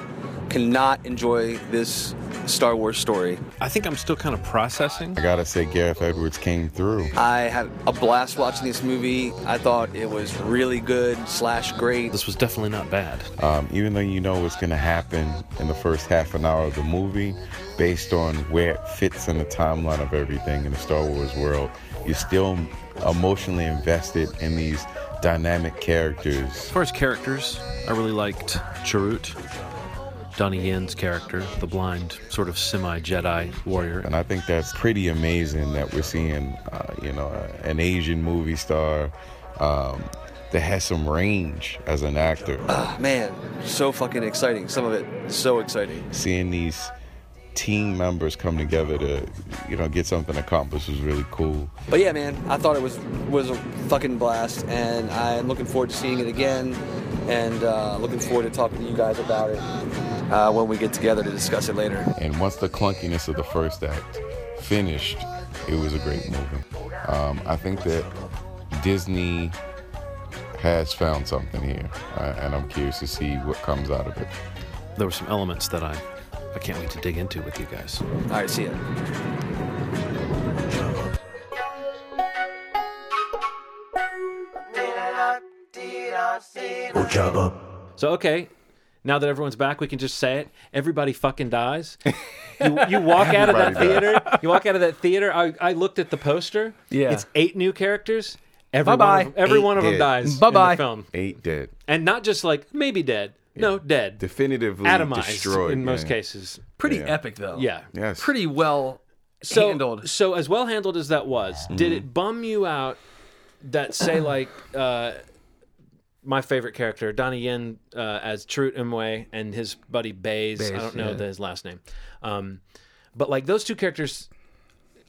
Speaker 1: cannot enjoy this Star Wars story.
Speaker 2: I think I'm still kind of processing.
Speaker 3: I gotta say, Gareth Edwards came through.
Speaker 1: I had a blast watching this movie. I thought it was really good slash great.
Speaker 2: This was definitely not bad.
Speaker 3: Um, even though you know what's gonna happen in the first half an hour of the movie, based on where it fits in the timeline of everything in the Star Wars world, you're still emotionally invested in these dynamic characters.
Speaker 2: As far as characters, I really liked Chirrut, Donnie Yen's character, the blind, sort of semi Jedi warrior.
Speaker 3: And I think that's pretty amazing that we're seeing, uh, you know, an Asian movie star um, that has some range as an actor.
Speaker 1: Ah, man, so fucking exciting. Some of it is so exciting.
Speaker 3: Seeing these team members come together to, you know, get something accomplished was really cool.
Speaker 1: But yeah, man, I thought it was was a fucking blast, and I'm looking forward to seeing it again, and uh, looking forward to talking to you guys about it uh, when we get together to discuss it later.
Speaker 3: And once the clunkiness of the first act finished, it was a great movie. Um, I think that Disney has found something here, uh, and I'm curious to see what comes out of it.
Speaker 2: There were some elements that I, I can't wait to dig into with you guys.
Speaker 1: All right, see ya.
Speaker 2: So okay, now that everyone's back, we can just say it. Everybody fucking dies. You, you walk out of that
Speaker 3: Everybody
Speaker 2: theater. You walk out of that theater. I, I looked at the poster.
Speaker 5: Yeah.
Speaker 2: it's eight new characters. Every
Speaker 5: Bye-bye.
Speaker 2: one of, every
Speaker 3: Eight
Speaker 2: one of them
Speaker 3: dead.
Speaker 2: dies. in the
Speaker 5: Bye-bye.
Speaker 2: film,
Speaker 3: Eight dead.
Speaker 2: and not just like maybe dead. No, dead.
Speaker 3: Definitively
Speaker 2: Atomized
Speaker 3: destroyed.
Speaker 2: in most
Speaker 3: yeah.
Speaker 2: cases.
Speaker 5: Pretty
Speaker 3: Yeah.
Speaker 5: epic though.
Speaker 2: Yeah.
Speaker 3: Yes.
Speaker 5: Pretty well
Speaker 2: so,
Speaker 5: handled.
Speaker 2: So as well handled as that was, did it bum you out that say like uh, my favorite character Donnie Yen uh, as Truett Imwe and his buddy Bays, I
Speaker 5: Baze,
Speaker 2: don't know
Speaker 5: yeah.
Speaker 2: his last name, um, but like those two characters.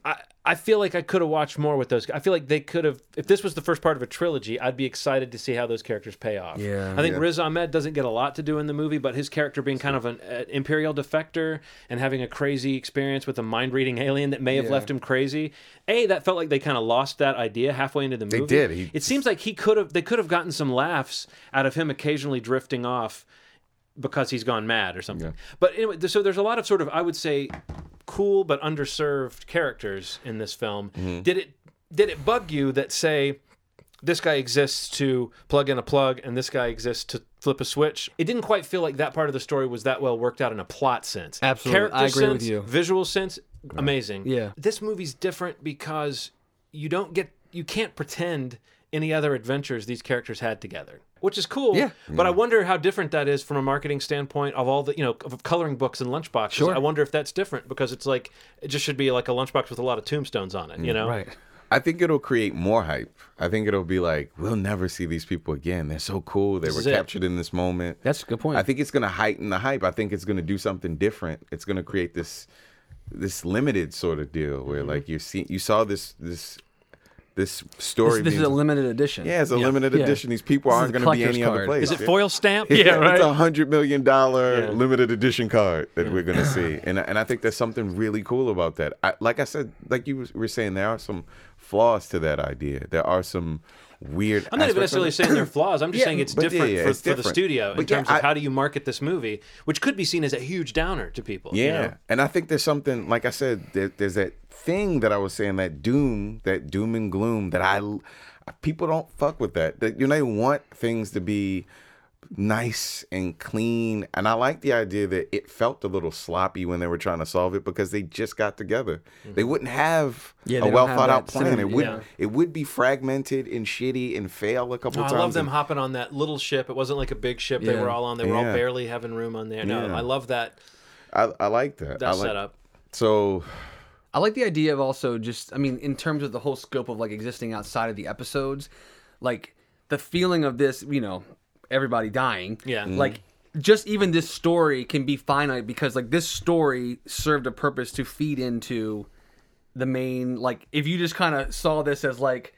Speaker 2: I, I feel like I could have watched more with those. I feel like they could have. If this was the first part of a trilogy, I'd be excited to see how those characters pay off.
Speaker 5: Yeah.
Speaker 2: I think Riz Ahmed doesn't get a lot to do in the movie, but his character being kind of an uh, imperial defector and having a crazy experience with a mind-reading alien that may have left him crazy. A, that felt like they kind of lost that idea halfway into the movie.
Speaker 3: did. He-
Speaker 2: It seems like he could have. They could have gotten some laughs out of him occasionally drifting off because he's gone mad or something. But anyway, th- so there's a lot of sort of I would say cool but underserved characters in this film. Did it did it bug you that say this guy exists to plug in a plug and this guy exists to flip a switch? It didn't quite feel like that part of the story was that well worked out in a plot sense.
Speaker 5: Absolutely.
Speaker 2: Character
Speaker 5: I agree with
Speaker 2: sense,
Speaker 5: you.
Speaker 2: Visual sense, amazing.
Speaker 5: Yeah.
Speaker 2: This movie's different because you don't get you can't pretend any other adventures these characters had together, which is cool.
Speaker 5: Yeah.
Speaker 2: But I wonder how different that is from a marketing standpoint of all the you know of coloring books and lunchboxes.
Speaker 5: Sure.
Speaker 2: I wonder if that's different because it's like it just should be like a lunchbox with a lot of tombstones on it. You know.
Speaker 5: Mm, Right.
Speaker 3: I think it'll create more hype. I think it'll be like, we'll never see these people again. They're so cool. They were
Speaker 2: is it.
Speaker 3: captured in this moment.
Speaker 5: That's a good point.
Speaker 3: I think it's gonna heighten the hype. I think it's gonna do something different. It's gonna create this this limited sort of deal where like you see you saw this this this
Speaker 5: Mm-hmm. This,
Speaker 3: story.
Speaker 5: this is a
Speaker 3: being-
Speaker 5: limited edition.
Speaker 3: yeah, it's a limited
Speaker 5: Yeah.
Speaker 3: edition. These people
Speaker 5: This is
Speaker 3: aren't
Speaker 5: a
Speaker 3: gonna be
Speaker 5: collector's
Speaker 3: any other
Speaker 5: card.
Speaker 3: place.
Speaker 2: Is it foil stamp?
Speaker 3: It's a hundred million dollar
Speaker 2: Yeah.
Speaker 3: limited edition card that we're gonna see, and and I think there's something really cool about that. I, like I said, like you were saying, there are some flaws to that idea. There are some weird.
Speaker 2: I'm not even
Speaker 3: aspects of
Speaker 2: necessarily
Speaker 3: it.
Speaker 2: saying they're flaws. I'm just
Speaker 3: Yeah,
Speaker 2: saying it's
Speaker 3: but yeah,
Speaker 2: different,
Speaker 3: yeah,
Speaker 2: for,
Speaker 3: it's
Speaker 2: for the
Speaker 3: different.
Speaker 2: studio in
Speaker 3: But yeah,
Speaker 2: terms
Speaker 3: I-
Speaker 2: of how do you market this movie, which could be seen as a huge downer to people. you
Speaker 3: Yeah,
Speaker 2: know?
Speaker 3: and I think there's something like I said. There, there's that thing that I was saying that doom, that doom and gloom that I people don't fuck with that. That you know they want things to be nice and clean, and I like the idea that it felt a little sloppy when they were trying to solve it because they just got together. They wouldn't have
Speaker 5: Yeah,
Speaker 3: a
Speaker 5: they don't
Speaker 3: well
Speaker 5: have
Speaker 3: thought out
Speaker 5: that
Speaker 3: plan. It
Speaker 5: synergy,
Speaker 3: would
Speaker 2: yeah.
Speaker 3: it would be fragmented and shitty and fail a couple
Speaker 2: Oh, I
Speaker 3: times.
Speaker 2: love them
Speaker 3: and-
Speaker 2: hopping on that little ship. It wasn't like a big ship they
Speaker 5: Yeah.
Speaker 2: were all on. They were all
Speaker 3: Yeah.
Speaker 2: barely having room on there. No,
Speaker 3: Yeah.
Speaker 2: I love that
Speaker 3: I, I like that. I
Speaker 2: that
Speaker 3: like,
Speaker 2: setup.
Speaker 3: So
Speaker 5: I like the idea of also just, I mean, in terms of the whole scope of like existing outside of the episodes, like the feeling of this, you know, everybody dying.
Speaker 2: Yeah.
Speaker 5: Like
Speaker 1: just even this story can be finite because like this story served a purpose to feed into the main like if you just kind of saw this as like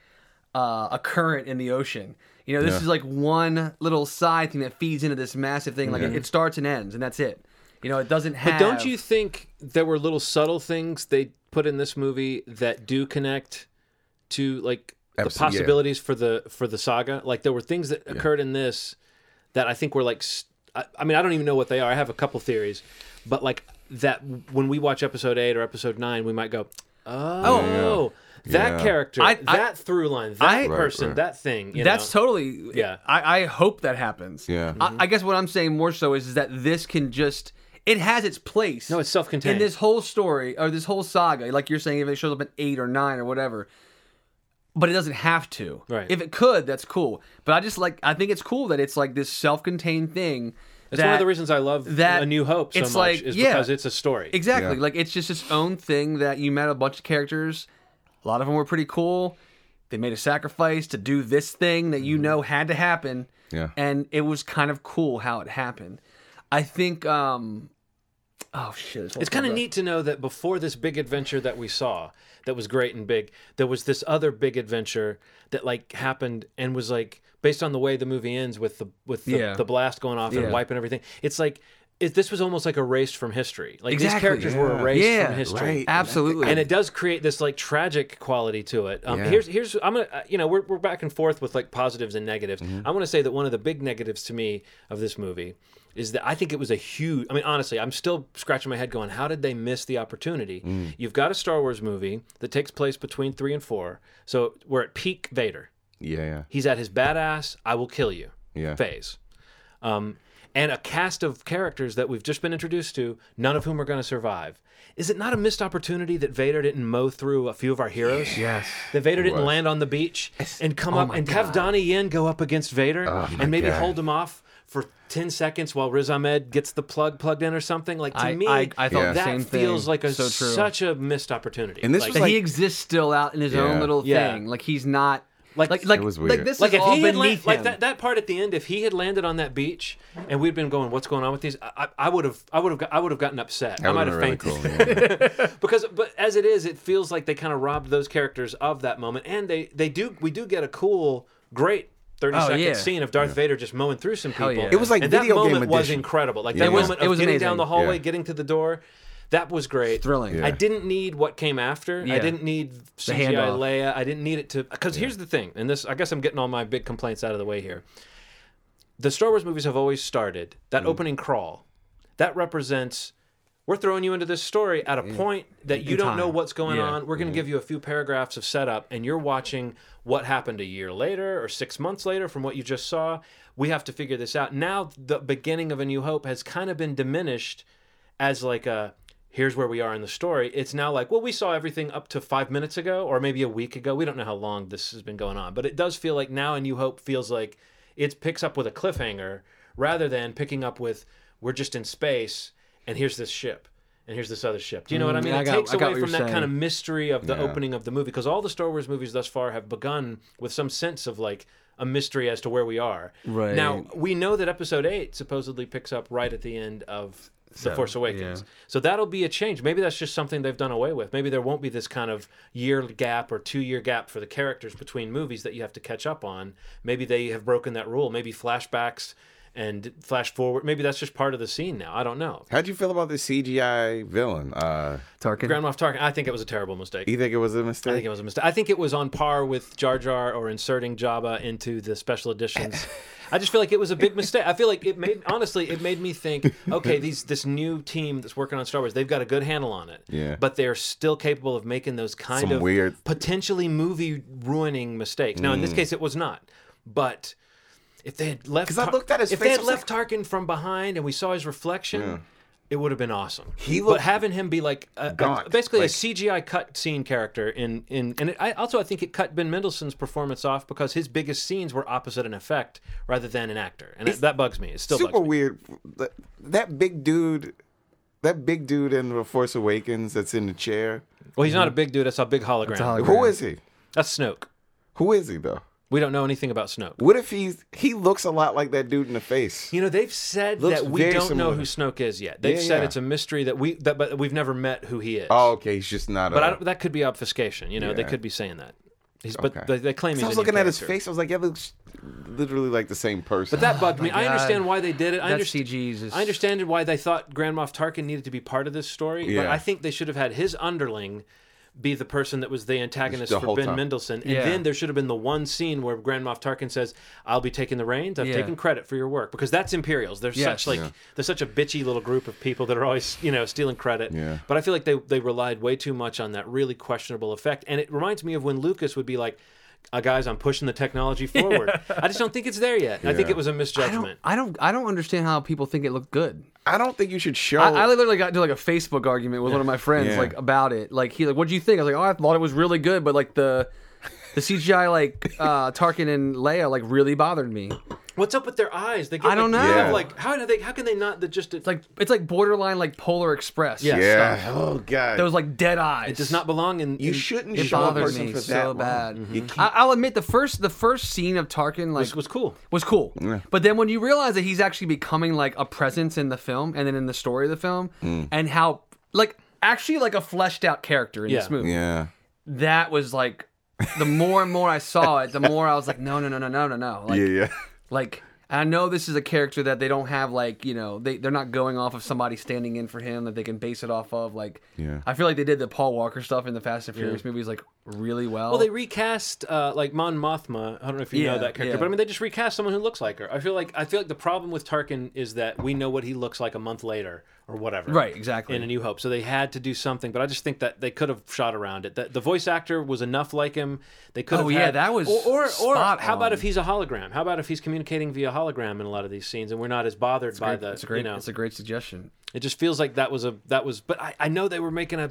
Speaker 1: uh, a current in the ocean you know this
Speaker 3: Yeah.
Speaker 1: is like one little side thing that feeds into this massive thing like it, it starts and ends and that's it you know it doesn't have
Speaker 5: But don't you think there were little subtle things they put in this movie that do connect to like
Speaker 3: Abs-
Speaker 5: the
Speaker 3: yeah.
Speaker 5: possibilities for the for the saga? Like there were things that occurred in this that I think were like s- I, I mean I don't even know what they are. I have a couple theories, but like that when we watch episode 8 or episode 9 we might go, "Oh, that
Speaker 3: Yeah.
Speaker 5: character,
Speaker 1: I- I-
Speaker 5: that through line, that
Speaker 1: I- Right,
Speaker 5: person,
Speaker 3: right.
Speaker 5: that thing." you
Speaker 1: that's
Speaker 5: know?
Speaker 1: totally
Speaker 5: Yeah. Mm-hmm.
Speaker 1: I, I hope that happens
Speaker 3: Yeah.
Speaker 1: I, I guess what i'm saying more so is, is that this can just it has its place
Speaker 5: No, it's self-contained.
Speaker 1: in this whole story or this whole saga like you're saying if it shows up at eight or nine or whatever but it doesn't have to
Speaker 5: Right.
Speaker 1: if it could that's cool but i just like i think it's cool that it's like this self-contained thing
Speaker 5: it's one of the reasons I love
Speaker 1: that-
Speaker 5: A New Hope so
Speaker 1: it's
Speaker 5: much
Speaker 1: like-
Speaker 5: is
Speaker 1: yeah.
Speaker 5: because it's a story.
Speaker 1: Exactly.
Speaker 3: Yeah.
Speaker 1: Like it's just its own thing that you met a bunch of characters. A lot of them were pretty cool. They made a sacrifice to do this thing that you know had to happen.
Speaker 3: Mm-hmm. Yeah.
Speaker 1: And it was kind of cool how it happened. I think um oh shit. this whole
Speaker 5: It's kind of
Speaker 1: thing-
Speaker 5: neat to know that before this big adventure that we saw, that was great and big, there was this other big adventure that like happened and was like based on the way the movie ends with the with the,
Speaker 1: Yeah.
Speaker 5: the blast going off
Speaker 1: Yeah.
Speaker 5: and wiping everything. It's like it, this was almost like erased from history. Like these
Speaker 1: Exactly.
Speaker 5: characters were
Speaker 3: Yeah.
Speaker 5: erased
Speaker 1: Yeah.
Speaker 5: from history.
Speaker 3: Right.
Speaker 1: Absolutely.
Speaker 5: And it does create this like tragic quality to it. Um,
Speaker 3: Yeah.
Speaker 5: Here's here's I'm gonna uh, you know we're we're back and forth with like positives and negatives. I want to say that one of the big negatives to me of this movie is that I think it was a huge. I mean, honestly, I'm still scratching my head going, how did they miss the opportunity? You've got a Star Wars movie that takes place between three and four, so we're at peak Vader.
Speaker 3: Yeah, yeah.
Speaker 5: He's at his badass, I will kill you
Speaker 3: Yeah.
Speaker 5: phase. Um, and a cast of characters that we've just been introduced to, none of whom are going to survive. Is it not a missed opportunity that Vader didn't mow through a few of our heroes?
Speaker 3: Yes.
Speaker 5: That Vader didn't
Speaker 3: was. Oh
Speaker 5: land on the beach and come up and have Donnie Yen go up against Vader
Speaker 3: my
Speaker 5: and maybe
Speaker 3: God.
Speaker 5: hold him off for 10 seconds while Riz Ahmed gets the plug plugged in or something. Like, to
Speaker 1: I-
Speaker 5: me,
Speaker 1: I- I thought
Speaker 3: the
Speaker 5: that
Speaker 1: same thing.
Speaker 5: feels like a,
Speaker 1: So true.
Speaker 5: such a missed opportunity.
Speaker 3: And this
Speaker 5: like,
Speaker 3: was
Speaker 1: that
Speaker 3: like-
Speaker 1: he exists still out in his own
Speaker 3: Yeah.
Speaker 1: little
Speaker 5: Yeah.
Speaker 1: thing. Like he's not
Speaker 5: Like-
Speaker 1: like like
Speaker 5: It
Speaker 1: like,
Speaker 3: was
Speaker 1: like
Speaker 3: weird.
Speaker 1: this
Speaker 5: like
Speaker 1: is
Speaker 5: if
Speaker 1: all
Speaker 5: he had
Speaker 1: beneath
Speaker 5: la-
Speaker 1: him.
Speaker 5: like that, that part at the end if he had landed on that beach and we'd been going what's going on with these i, I would have i would have i would have gotten upset i
Speaker 3: That
Speaker 5: might
Speaker 3: would
Speaker 5: have
Speaker 3: have been really
Speaker 5: fainted
Speaker 3: cool. yeah.
Speaker 5: because but as it is it feels like they kind of robbed those characters of that moment and they they do we do get a cool great thirty
Speaker 1: Oh,
Speaker 5: second
Speaker 1: yeah.
Speaker 5: scene of Darth Vader just mowing through some people.
Speaker 1: yeah. It
Speaker 3: was like
Speaker 5: and that
Speaker 3: video game
Speaker 5: moment was
Speaker 3: edition.
Speaker 5: incredible. Like
Speaker 3: It
Speaker 5: that
Speaker 3: was-
Speaker 5: moment
Speaker 1: it
Speaker 5: of
Speaker 1: was
Speaker 5: getting
Speaker 1: amazing.
Speaker 5: down the hallway,
Speaker 3: Yeah.
Speaker 5: getting to the door, that was great.
Speaker 1: Thrilling.
Speaker 5: I
Speaker 3: Yeah.
Speaker 5: didn't need what came after. I
Speaker 1: Yeah.
Speaker 5: didn't need CGI
Speaker 1: handoff.
Speaker 5: Leia. I didn't need it to because here's the thing, and this I guess I'm getting all my big complaints out of the way here. The Star Wars movies have always started that
Speaker 1: Mm.
Speaker 5: opening crawl. That represents we're throwing you into this story at a point that you don't know
Speaker 1: Mm. time.
Speaker 5: what's going
Speaker 1: Yeah. Mm.
Speaker 5: on. We're going to give you a few paragraphs of setup, and you're watching what happened a year later or six months later from what you just saw. We have to figure this out. Now, the beginning of A New Hope has kind of been diminished as like a here's where we are in the story. It's now like, well, we saw everything up to five minutes ago or maybe a week ago. We don't know how long this has been going on, but it does feel like now A New Hope feels like it picks up with a cliffhanger rather than picking up with we're just in space and here's this ship and here's this other ship. Do you know what I
Speaker 1: Mm,
Speaker 5: mean?
Speaker 1: I
Speaker 5: it
Speaker 1: got-
Speaker 5: takes
Speaker 1: I got
Speaker 5: away
Speaker 1: what
Speaker 5: from that
Speaker 1: you're
Speaker 5: kind of
Speaker 1: saying.
Speaker 5: mystery of the
Speaker 3: Yeah.
Speaker 5: opening of the movie because all the Star Wars movies thus far have begun with some sense of like a mystery as to where we are.
Speaker 1: Right.
Speaker 5: Now, we know that episode 8 supposedly picks up right at the end of The Force Awakens.
Speaker 1: yeah.
Speaker 5: So that'll be a change. Maybe that's just something they've done away with. Maybe there won't be this kind of year gap or two year gap for the characters between movies that you have to catch up on. Maybe they have broken that rule. Maybe flashbacks and flash forward. Maybe that's just part of the scene now. I don't know.
Speaker 3: How'd you feel about the CGI villain? Uh,
Speaker 1: Tarkin.
Speaker 5: Grand Moff Tarkin, I think it was a terrible mistake.
Speaker 3: you think it was a
Speaker 5: I think
Speaker 3: mistake?
Speaker 5: it was a mistake. I think it was on par with Jar Jar or inserting Jabba into the special editions. I just feel like it was a big mistake. I feel like it made honestly, it made me think, okay, these this new team that's working on Star Wars, they've got a good handle on it.
Speaker 3: Yeah.
Speaker 5: But they're still capable of making those kind
Speaker 3: Some
Speaker 5: of
Speaker 3: weird- Mm.
Speaker 5: potentially movie ruining mistakes. Now in this case it was not. But if they had left
Speaker 3: 'Cause I looked at his
Speaker 5: if
Speaker 3: face,
Speaker 5: they
Speaker 3: I
Speaker 5: had
Speaker 3: was
Speaker 5: left Tarkin from behind and we saw his reflection, it would have been awesome.
Speaker 3: He
Speaker 5: but
Speaker 3: looked
Speaker 5: having him be like a, a-
Speaker 3: gaunt,
Speaker 5: basically a
Speaker 3: like-
Speaker 5: CGI cut scene character in in and it, I also I think it cut Ben Mendelsohn's performance off because his biggest scenes were opposite an effect rather than an actor, and that, that bugs me. It still
Speaker 3: Super
Speaker 5: bugs me.
Speaker 3: weird. That- That big dude, that big dude in The Force Awakens that's in the chair.
Speaker 5: Well, he's not a big dude. That's a big hologram. That's,
Speaker 1: hologram.
Speaker 3: Who is he?
Speaker 5: Snoke.
Speaker 3: Who is he though?
Speaker 5: We don't know anything about Snoke.
Speaker 3: What if he's he looks a lot like that dude in the face?
Speaker 5: You know, they've said
Speaker 3: Looks
Speaker 5: that we
Speaker 3: very
Speaker 5: don't know
Speaker 3: similar.
Speaker 5: who Snoke is yet. They've
Speaker 3: Yeah,
Speaker 5: said
Speaker 3: yeah.
Speaker 5: it's a mystery that we that but we've never met who he is.
Speaker 3: Oh, okay, he's just not.
Speaker 5: but
Speaker 3: a,
Speaker 5: I don't, that could be obfuscation. You know, they
Speaker 3: Yeah.
Speaker 5: could be saying that. He's
Speaker 3: Okay.
Speaker 5: but they, they claim he's.
Speaker 3: So I was
Speaker 5: a new
Speaker 3: looking at his
Speaker 5: character.
Speaker 3: face. I was like, yeah, looks literally like the same person.
Speaker 5: But that bugged me. I
Speaker 1: God.
Speaker 5: understand why they did it. I
Speaker 1: That
Speaker 5: understand.
Speaker 1: CG's is-
Speaker 5: I understand why they thought Grand Moff Tarkin needed to be part of this story. But
Speaker 3: Yeah.
Speaker 5: I think they should have had his underling be the person that was the antagonist
Speaker 3: The
Speaker 5: for
Speaker 3: whole
Speaker 5: Ben
Speaker 3: time.
Speaker 5: Mendelsohn. And
Speaker 1: Yeah.
Speaker 5: then there should have been the one scene where Grand Moff Tarkin says, "I'll be taking the reins. I've
Speaker 1: Yeah.
Speaker 5: taken credit for your work because that's Imperials. They're
Speaker 1: Yes.
Speaker 5: such like they're such a bitchy little group of people that are always you know stealing credit.
Speaker 3: Yeah.
Speaker 5: But I feel like they they relied way too much on that really questionable effect. And it reminds me of when Lucas would be like. Uh, guys, I'm pushing the technology forward. I just don't think it's there yet. I think
Speaker 3: Yeah.
Speaker 5: it was
Speaker 1: I
Speaker 5: a
Speaker 1: don't,
Speaker 5: misjudgment.
Speaker 1: I don't, I don't understand how people think it looked good.
Speaker 3: I don't think you should show.
Speaker 1: I, I literally got into like a Facebook argument with one of my friends
Speaker 3: Oh. Yeah.
Speaker 1: like about it. Like he like, what do you think? I was like, oh, I thought it was really good, but like the the CGI like uh Tarkin and Leia like really bothered me. It's
Speaker 5: What's up with their eyes? They get
Speaker 1: I don't
Speaker 5: like,
Speaker 1: know.
Speaker 5: kind of
Speaker 3: Yeah.
Speaker 5: Like how do they? How can they not? The, just it's
Speaker 1: like it's like borderline like Polar Express.
Speaker 5: Yeah.
Speaker 3: yeah. Oh God.
Speaker 1: those like dead eyes.
Speaker 5: it does not belong in.
Speaker 3: you
Speaker 5: in-
Speaker 3: shouldn't
Speaker 1: It
Speaker 3: show a
Speaker 1: bothered
Speaker 3: person
Speaker 1: me
Speaker 3: for
Speaker 1: so
Speaker 3: that long.
Speaker 1: bad. Mm-hmm.
Speaker 3: You can't-
Speaker 1: I, I'll admit the first the first scene of Tarkin like
Speaker 5: It was cool.
Speaker 1: was cool. But then when you realize that he's actually becoming like a presence in the film and then in the story of the film
Speaker 3: Mm.
Speaker 1: and how like actually like a fleshed out character in this
Speaker 5: Yeah.
Speaker 1: movie.
Speaker 3: yeah.
Speaker 1: That was like the more and more I saw it, the more I was like, no, no, no, no, no, no, no. Like,
Speaker 3: yeah. Yeah.
Speaker 1: like I know this is a character that they don't have like, you know, they, they're not going off of somebody standing in for him that they can base it off of. Like
Speaker 3: Yeah.
Speaker 1: I feel like they did the Paul Walker stuff in the Fast and Furious movies like really well.
Speaker 5: Well, they recast uh, like Mon Mothma. I don't know if you know
Speaker 1: Yeah,
Speaker 5: that character,
Speaker 1: yeah.
Speaker 5: but I mean, they just recast someone who looks like her. I feel like I feel like the problem with Tarkin is that we know what he looks like a month later or whatever.
Speaker 1: Right, exactly.
Speaker 5: In A New Hope, so they had to do something. But I just think that they could have shot around it. That the voice actor was enough like him. They could.
Speaker 1: Oh,
Speaker 5: have
Speaker 1: yeah,
Speaker 5: had-
Speaker 1: that was
Speaker 5: Or or, or
Speaker 1: spot
Speaker 5: how about
Speaker 1: on.
Speaker 5: if he's a hologram? How about if he's communicating via hologram in a lot of these scenes, and we're not as bothered by
Speaker 1: Great-
Speaker 5: the
Speaker 1: it's a great
Speaker 5: you know
Speaker 1: it's a great suggestion.
Speaker 5: It just feels like that was a that was. But I, I know they were making a.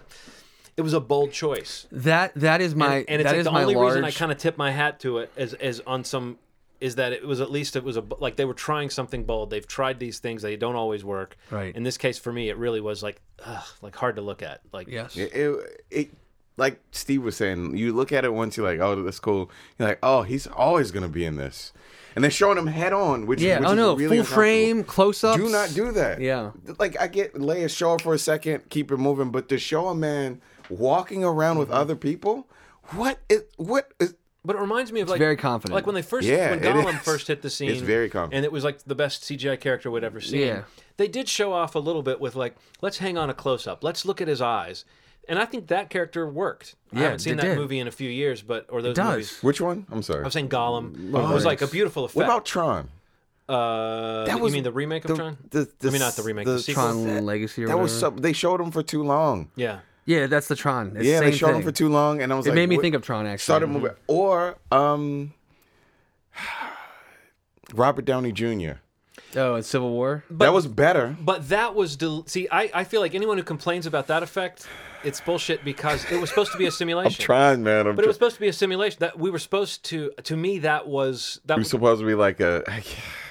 Speaker 5: It was a bold choice,
Speaker 1: That that is my
Speaker 5: and it's
Speaker 1: that
Speaker 5: like
Speaker 1: is
Speaker 5: the
Speaker 1: my
Speaker 5: only
Speaker 1: large
Speaker 5: reason I kind of tip my hat to it as as on some is that it was at least it was a like they were trying something bold. They've tried these things; they don't always work.
Speaker 1: Right.
Speaker 5: In this case, for me, it really was like ugh, like hard to look at. Like
Speaker 1: yes.
Speaker 3: It, it, it like Steve was saying, you look at it once, you're like, oh, that's cool. You're like, oh, he's always gonna be in this, and they're showing him head on, which
Speaker 1: Yeah.
Speaker 3: Which
Speaker 1: oh
Speaker 3: is
Speaker 1: no.
Speaker 3: really
Speaker 1: full
Speaker 3: uncomfortable.
Speaker 1: frame close ups.
Speaker 3: Do not do that.
Speaker 1: Yeah.
Speaker 3: Like I get Leia Shaw for a second, keep it moving, but to show a man walking around with
Speaker 1: Mm-hmm.
Speaker 3: other people, what is what is
Speaker 5: But it reminds me of like
Speaker 1: very confident.
Speaker 5: Like when they first
Speaker 3: Yeah,
Speaker 5: when
Speaker 3: it
Speaker 5: Gollum
Speaker 3: is.
Speaker 5: first hit the scene.
Speaker 3: It's very confident.
Speaker 5: And it was like the best CGI character we'd ever seen.
Speaker 1: Yeah.
Speaker 5: They did show off a little bit with like, let's hang on a close up. Let's look at his eyes. And I think that character worked. I
Speaker 1: Yeah,
Speaker 5: haven't seen
Speaker 1: it
Speaker 5: that
Speaker 1: did.
Speaker 5: movie in a few years, but or those
Speaker 1: does.
Speaker 5: movies.
Speaker 3: which one? I'm sorry.
Speaker 5: I was saying Gollum. it was like a beautiful effect.
Speaker 3: Oh, what about Tron?
Speaker 5: uh,
Speaker 3: That
Speaker 5: you
Speaker 3: was
Speaker 5: mean the remake of Tron?
Speaker 3: The, the,
Speaker 5: I mean, not the remake, the sequel.
Speaker 1: Tron Legacy or
Speaker 3: That was
Speaker 1: whatever.
Speaker 3: some, they showed him for too long.
Speaker 5: yeah.
Speaker 1: Yeah, that's the Tron. It's
Speaker 3: yeah,
Speaker 1: the same
Speaker 3: they showed
Speaker 1: thing.
Speaker 3: him for too long, and I was
Speaker 1: It
Speaker 3: like,
Speaker 1: made me
Speaker 3: what-
Speaker 1: think of Tron actually.
Speaker 3: started moving. Or um, Robert Downey Jr.
Speaker 1: Oh, and Civil War.
Speaker 3: that was better.
Speaker 5: But that was del- see, I, I feel like anyone who complains about that effect, it's bullshit because it was supposed to be a
Speaker 3: I'm
Speaker 5: simulation.
Speaker 3: trying, man. I'm
Speaker 5: But it was
Speaker 3: try-
Speaker 5: supposed to be a simulation. That we were supposed to. To me, that was that
Speaker 3: it was
Speaker 5: was
Speaker 3: supposed to be like a.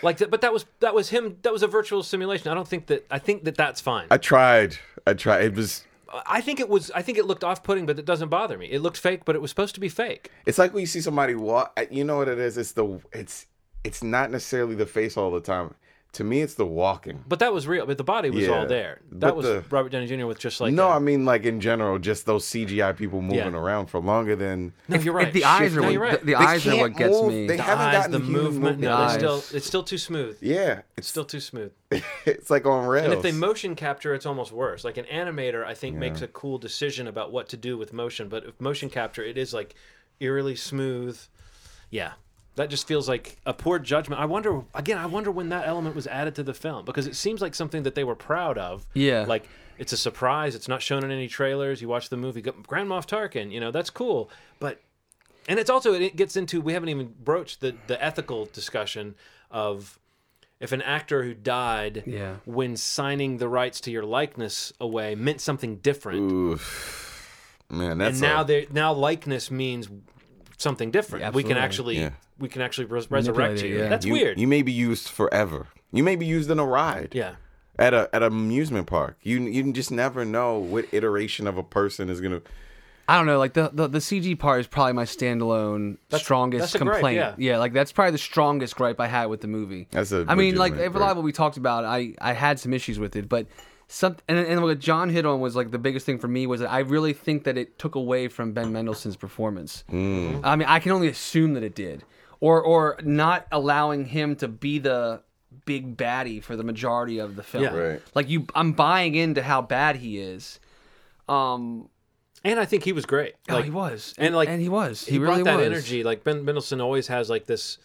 Speaker 5: like. But that was that was him. That was a virtual simulation. I don't think that. I think that that's fine.
Speaker 3: I tried. I tried. It was.
Speaker 5: I think it was. I think it looked off-putting, but it doesn't bother me. It looked fake, but it was supposed to be fake.
Speaker 3: It's like when you see somebody walk. You know what it is? It's the. It's. It's not necessarily the face all the time. To me, it's the walking.
Speaker 5: But that was real. But the body was
Speaker 3: Yeah.
Speaker 5: all there. That
Speaker 3: But
Speaker 5: was
Speaker 3: the-
Speaker 5: Robert Downey Jr. with just like
Speaker 3: no,
Speaker 5: a-
Speaker 3: I mean like in general, just those CGI people moving
Speaker 5: Yeah.
Speaker 3: around for longer than.
Speaker 5: no, you're right.
Speaker 1: If the eyes
Speaker 5: Shit.
Speaker 1: are
Speaker 5: no,
Speaker 1: what,
Speaker 5: you're right.
Speaker 1: the, the
Speaker 3: They
Speaker 1: eyes are
Speaker 3: can't
Speaker 1: what gets
Speaker 3: move.
Speaker 1: me.
Speaker 3: They
Speaker 5: The
Speaker 3: haven't
Speaker 5: eyes,
Speaker 3: gotten
Speaker 5: the
Speaker 3: the human
Speaker 5: movement.
Speaker 3: movement.
Speaker 5: No, it's
Speaker 1: The
Speaker 5: still
Speaker 1: eyes.
Speaker 5: it's still too smooth.
Speaker 3: Yeah, it's
Speaker 5: Still too smooth.
Speaker 3: it's like on rails.
Speaker 5: And if they motion capture, it's almost worse. Like an animator, I think makes a cool decision about what to do with motion, but if motion capture, it is like eerily smooth. Yeah, that just feels like a poor judgment. I wonder again. I wonder when that element was added to the film because it seems like something that they were proud of.
Speaker 1: Yeah.
Speaker 5: like it's a surprise. It's not shown in any trailers. You watch the movie, go, Grand Moff Tarkin. You know that's cool, but and it's also it gets into we haven't even broached the the ethical discussion of if an actor who died
Speaker 1: Yeah.
Speaker 5: when signing the rights to your likeness away meant something different
Speaker 3: Man, that's
Speaker 5: and now
Speaker 3: a-
Speaker 5: they now likeness means something different
Speaker 1: Yeah,
Speaker 5: we can
Speaker 1: absolutely.
Speaker 5: actually
Speaker 3: Yeah.
Speaker 5: we can actually res- resurrect
Speaker 1: it,
Speaker 5: you
Speaker 1: yeah.
Speaker 5: that's
Speaker 3: you,
Speaker 5: weird
Speaker 3: You may be used forever. You may be used in a ride.
Speaker 5: yeah
Speaker 3: at a at an amusement park. You you just never know what iteration of a person is gonna.
Speaker 1: I don't know. Like the, the the CG part is probably my standalone strongest
Speaker 5: that's a gripe,
Speaker 1: complaint.
Speaker 5: yeah.
Speaker 1: like that's probably the strongest gripe I had with the movie.
Speaker 3: That's
Speaker 1: I
Speaker 3: a
Speaker 1: mean, like
Speaker 3: legitimate
Speaker 1: if a lot
Speaker 3: gripe.
Speaker 1: of what we talked about, I I had some issues with it, but some and, and what John hit on was like the biggest thing for me was that I really think that it took away from Ben Mendelsohn's performance.
Speaker 3: Mm.
Speaker 1: I mean, I can only assume that it did, or or not allowing him to be the big baddie for the majority of the film.
Speaker 5: Yeah.
Speaker 3: Right.
Speaker 1: Like you, I'm buying into how bad he is. Um,
Speaker 5: And I think he was great.
Speaker 1: Oh,
Speaker 5: Like,
Speaker 1: he was.
Speaker 5: and like
Speaker 1: And he was.
Speaker 5: He,
Speaker 1: He
Speaker 5: brought
Speaker 1: really
Speaker 5: that
Speaker 1: was.
Speaker 5: energy. Like Ben Mendelsohn always has like this.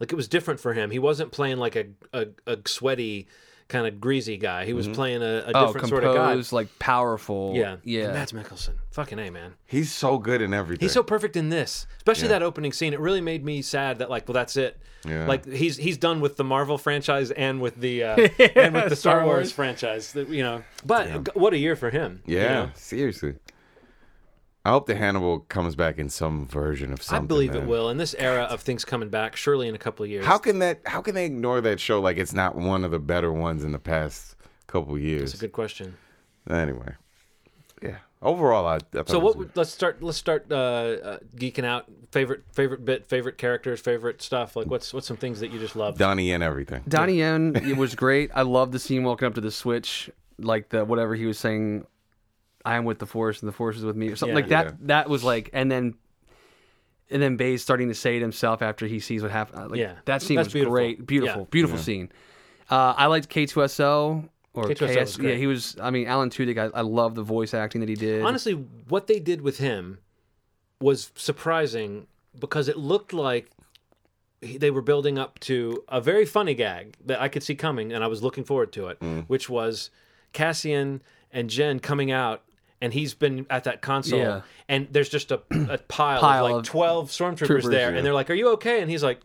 Speaker 5: Like it was different for him. He wasn't playing like a a, a sweaty kind of greasy guy. He was
Speaker 3: Mm-hmm.
Speaker 5: playing a, a
Speaker 1: oh,
Speaker 5: different
Speaker 1: composed,
Speaker 5: sort of guy.
Speaker 1: like powerful.
Speaker 5: Yeah,
Speaker 1: yeah.
Speaker 5: Mads Mikkelsen, fucking a man.
Speaker 3: He's so good in everything.
Speaker 5: He's so perfect in this, especially that opening scene. It really made me sad that like, well, that's it.
Speaker 3: Yeah.
Speaker 5: Like he's he's done with the Marvel franchise and with the uh, and with the Star
Speaker 1: Star
Speaker 5: Wars
Speaker 1: Wars.
Speaker 5: franchise. that, You know, but g- what a year for him. you
Speaker 3: yeah,
Speaker 5: know?
Speaker 3: seriously. I hope the Hannibal comes back in some version of
Speaker 5: I
Speaker 3: something.
Speaker 5: believe it
Speaker 3: man.
Speaker 5: will. In this era of things coming back, surely in a couple of years.
Speaker 3: How can that? How can they ignore that show like it's not one of the better ones in the past couple
Speaker 5: That's
Speaker 3: years?
Speaker 5: a good question.
Speaker 3: anyway, yeah. Overall, I, I thought
Speaker 5: So
Speaker 3: it
Speaker 5: what?
Speaker 3: was-
Speaker 5: would- Let's start. Let's start uh, uh, geeking out. Favorite favorite bit. Favorite characters. Favorite stuff. Like what's what's some things that you just love.
Speaker 3: Donnie and everything.
Speaker 1: Donnie Yen, it was great. I love the scene walking up to the switch, like the whatever he was saying, I am with the force and the force is with me, or something
Speaker 5: Yeah.
Speaker 1: like that.
Speaker 3: Yeah.
Speaker 1: That was like, and then, and then Bay's starting to say it himself after he sees what happened. Like,
Speaker 5: Yeah.
Speaker 1: that scene
Speaker 5: That's
Speaker 1: was
Speaker 5: beautiful.
Speaker 1: great, beautiful,
Speaker 5: Yeah.
Speaker 1: beautiful scene. Uh, I liked K2SL or
Speaker 5: K2SL was
Speaker 1: KS. Yeah,
Speaker 5: great.
Speaker 1: he was. I mean, Alan Tudyk. I, I love the voice acting that he did.
Speaker 5: honestly what they did with him was surprising because it looked like he- they were building up to a very funny gag that I could see coming and I was looking forward to it
Speaker 1: Mm.
Speaker 5: which was Cassian and Jen coming out and he's been at that console
Speaker 1: Yeah.
Speaker 5: and there's just a, a pile,
Speaker 1: Pile
Speaker 5: of like
Speaker 1: of
Speaker 5: 12 stormtroopers
Speaker 1: troopers,
Speaker 5: there
Speaker 1: yeah.
Speaker 5: and they're like are you okay and he's like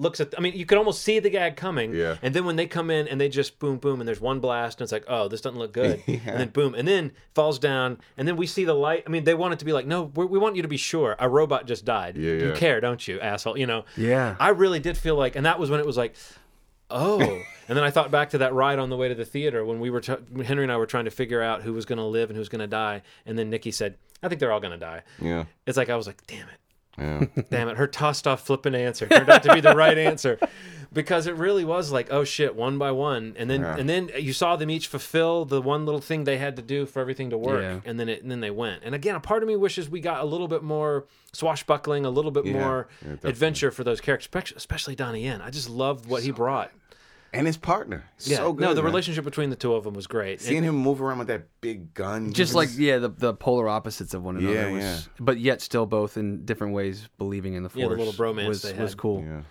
Speaker 5: looks at I mean you could almost see the gag coming
Speaker 3: Yeah.
Speaker 5: and then when they come in and they just boom boom and there's one blast and it's like oh this doesn't look good and then boom and then falls down and then we see the light I mean they want it to be like no we we want you to be sure a robot just died
Speaker 3: Yeah,
Speaker 5: you
Speaker 3: yeah.
Speaker 5: care don't you asshole you know
Speaker 1: Yeah.
Speaker 5: I really did feel like and that was when it was like oh and then I thought back to that ride on the way to the theater when we were t- Henry and I were trying to figure out who was going to live and who was going to die and then Nikki said I think they're all going to die
Speaker 3: Yeah.
Speaker 5: it's like I was like damn it
Speaker 3: Yeah.
Speaker 5: Damn it, her tossed off flippant answer turned out to be the right answer. Because it really was like, oh shit, one by one. And then
Speaker 3: Yeah.
Speaker 5: and then you saw them each fulfill the one little thing they had to do for everything to work.
Speaker 1: Yeah.
Speaker 5: And then it and then they went. And again, a part of me wishes we got a little bit more swashbuckling, a little bit more
Speaker 3: Yeah, definitely.
Speaker 5: adventure for those characters, espec- especially Donnie Yen. I just loved what he brought.
Speaker 3: and his partner.
Speaker 5: Yeah.
Speaker 3: So good.
Speaker 5: no, the
Speaker 3: man.
Speaker 5: relationship between the two of them was great.
Speaker 3: Seeing him move around with that big gun.
Speaker 1: just
Speaker 3: was-
Speaker 1: like yeah, the, the polar opposites of one another.
Speaker 3: Yeah,
Speaker 1: was,
Speaker 3: yeah.
Speaker 1: But yet still both in different ways believing in the force.
Speaker 5: Yeah, the little bromance
Speaker 1: was
Speaker 5: they
Speaker 1: was
Speaker 5: had.
Speaker 1: cool.
Speaker 3: Yeah.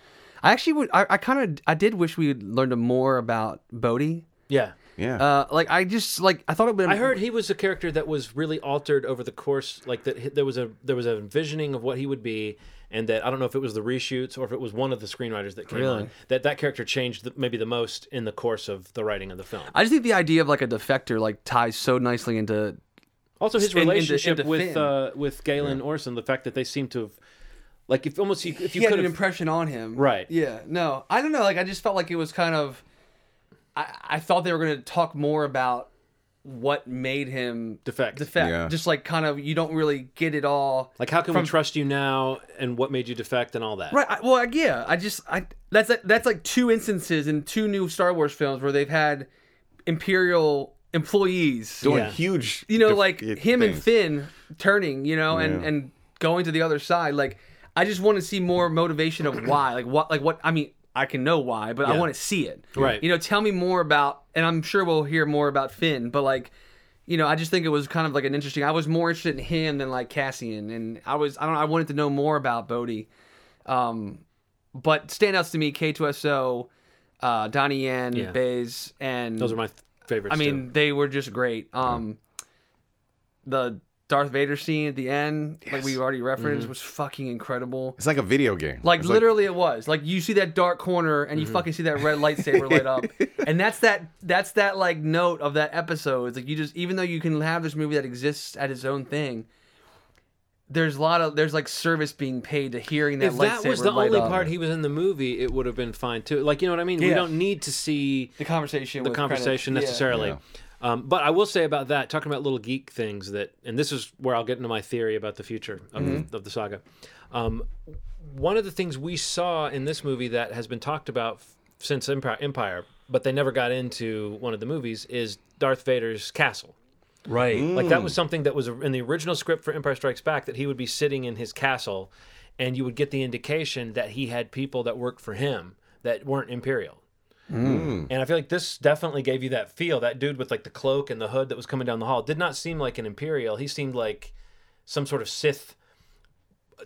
Speaker 1: I actually would. I, I kind of I did wish we had learned more about Bodhi.
Speaker 5: yeah.
Speaker 3: Yeah.
Speaker 1: Uh, like I just like I thought it would.
Speaker 5: I heard he was a character that was really altered over the course. Like that, he- there was a there was an envisioning of what he would be, and that I don't know if it was the reshoots or if it was one of the screenwriters that came
Speaker 1: Really?
Speaker 5: on that that character changed the, maybe the most in the course of the writing of the film.
Speaker 1: I just think the idea of like a defector like ties so nicely into.
Speaker 5: Also, his
Speaker 1: In- into-
Speaker 5: relationship
Speaker 1: into
Speaker 5: with
Speaker 1: Finn.
Speaker 5: uh, with Galen Orson, the fact that they seem to have like if almost you, if
Speaker 1: He
Speaker 5: you
Speaker 1: had
Speaker 5: could
Speaker 1: an
Speaker 5: have
Speaker 1: impression on him.
Speaker 5: Right.
Speaker 1: Yeah. No, I don't know. Like I just felt like it was kind of. I I thought they were going to talk more about what made him
Speaker 5: Defect.
Speaker 1: Defect.
Speaker 3: Yeah.
Speaker 1: Just like kind of you don't really get it all.
Speaker 5: like how can
Speaker 1: from-
Speaker 5: we trust you now and what made you defect and all that.
Speaker 1: Right. I, well, I- yeah. I just I that's that's like two instances in two new Star Wars films where they've had Imperial employees
Speaker 3: Doing
Speaker 5: yeah.
Speaker 3: huge.
Speaker 1: you know,
Speaker 3: def-
Speaker 1: like
Speaker 3: it-
Speaker 1: him and
Speaker 3: things.
Speaker 1: Finn turning, you know, and
Speaker 3: Yeah.
Speaker 1: and going to the other side. Like, I just want to see more motivation of why, like what, like what. I mean, I can know why, but I
Speaker 5: Yeah.
Speaker 1: want to see it.
Speaker 5: Right.
Speaker 1: You know, tell me more about, and I'm sure we'll hear more about Finn, but like. You know, I just think it was kind of like an interesting. I was more interested in him than like Cassian, and I was I don't know, I wanted to know more about Bodhi. Um, but standouts to me: K2SO, uh, Donnie Yen,
Speaker 5: Yeah.
Speaker 1: Baze, and
Speaker 5: Those are my th- favorites.
Speaker 1: I mean, they were just great. Um, the Darth Vader scene at the end, like we already referenced,
Speaker 5: Mm-hmm.
Speaker 1: was fucking incredible.
Speaker 3: It's like a video game.
Speaker 1: Like
Speaker 3: It's
Speaker 1: literally, it was like you see that dark corner and you
Speaker 5: Mm-hmm.
Speaker 1: fucking see that red lightsaber light up, and that's that. That's that like note of that episode. It's like you just even though you can have this movie that exists at its own thing. There's a lot of there's like service being paid to hearing that
Speaker 5: if
Speaker 1: lightsaber
Speaker 5: that was the
Speaker 1: light
Speaker 5: only
Speaker 1: up.
Speaker 5: part he was in the movie, it would have been fine too. Like you know what I mean? We
Speaker 1: Yeah.
Speaker 5: don't need to see
Speaker 1: the conversation,
Speaker 5: the
Speaker 1: with
Speaker 5: conversation
Speaker 1: credits. Yeah.
Speaker 5: necessarily. Um, but I will say about that, talking about little geek things that, and this is where I'll get into my theory about the future of,
Speaker 1: Mm-hmm.
Speaker 5: of the saga. Um, one of the things we saw in this movie that has been talked about f- since Empire, Empire, but they never got into one of the movies, is Darth Vader's castle.
Speaker 1: Right.
Speaker 5: Like that was something that was in the original script for Empire Strikes Back that he would be sitting in his castle, and you would get the indication that he had people that worked for him that weren't Imperial.
Speaker 1: Mm.
Speaker 5: And I feel like this definitely gave you that feel. That dude with like the cloak and the hood that was coming down the hall did not seem like an Imperial. He seemed like some sort of Sith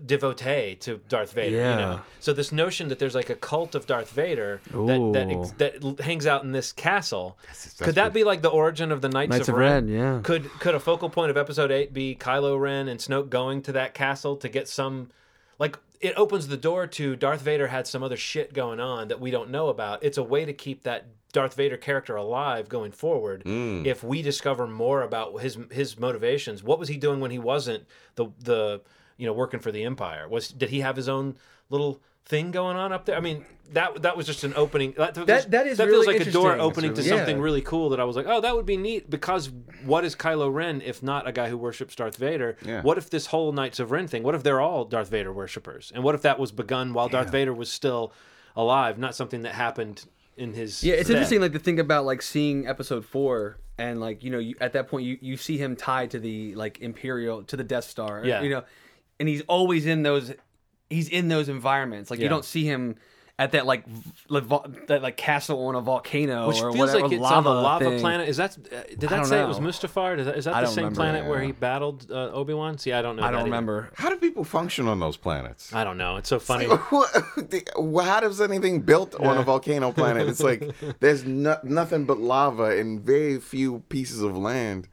Speaker 5: devotee to Darth Vader. You
Speaker 1: Yeah.
Speaker 5: know? So this notion that there's like a cult of Darth Vader that that, ex-
Speaker 1: Ooh.
Speaker 5: that l- hangs out in this castle.
Speaker 3: that's
Speaker 5: could that
Speaker 3: what-
Speaker 5: be like the origin of the Knights,
Speaker 1: Knights
Speaker 5: of,
Speaker 1: of
Speaker 5: Ren?
Speaker 1: Ren, yeah.
Speaker 5: Could could a focal point of Episode Eight be Kylo Ren and Snoke going to that castle to get some like it opens the door to Darth Vader had some other shit going on that we don't know about. It's a way to keep that Darth Vader character alive going forward.
Speaker 1: Mm.
Speaker 5: If we discover more about his his motivations, what was he doing when he wasn't the the you know working for the Empire? Was did he have his own little thing going on up there? I mean, that that was just an opening. That
Speaker 1: That- that is
Speaker 5: feels
Speaker 1: really
Speaker 5: like a door
Speaker 1: interesting.
Speaker 5: opening to
Speaker 1: That's really-
Speaker 5: something
Speaker 1: yeah.
Speaker 5: really cool that I was like, oh, that would be neat because what is Kylo Ren if not a guy who worships Darth Vader?
Speaker 3: Yeah.
Speaker 5: What if this whole Knights of Ren thing? What if they're all Darth Vader worshippers? And what if that was begun while Darth Vader was still alive, not something that happened in his
Speaker 1: Yeah, it's
Speaker 5: death?
Speaker 1: interesting, like to think about like seeing episode four, and like you know, you, at that point, you you see him tied to the like Imperial to the Death Star.
Speaker 5: Yeah.
Speaker 1: you know, and he's always in those, he's in those environments. Like
Speaker 5: Yeah.
Speaker 1: you don't see him at that like v- like, vo- that like castle on a volcano
Speaker 5: Which
Speaker 1: or
Speaker 5: feels
Speaker 1: whatever
Speaker 5: like it's
Speaker 1: lava
Speaker 5: on a lava
Speaker 1: thing.
Speaker 5: planet. Is that uh, did that
Speaker 1: don't
Speaker 5: say it was
Speaker 1: know.
Speaker 5: Mustafar? Is that, is that
Speaker 1: I
Speaker 5: the
Speaker 1: don't
Speaker 5: same
Speaker 1: remember.
Speaker 5: planet where
Speaker 3: Yeah.
Speaker 5: he battled uh, Obi Wan? See, I don't know.
Speaker 1: I
Speaker 5: that
Speaker 1: don't
Speaker 5: either.
Speaker 1: remember.
Speaker 3: How do people function on those planets?
Speaker 5: I don't know. It's so funny.
Speaker 3: What- the- How does anything built on a volcano planet? It's like there's no, nothing but lava and very few pieces of land.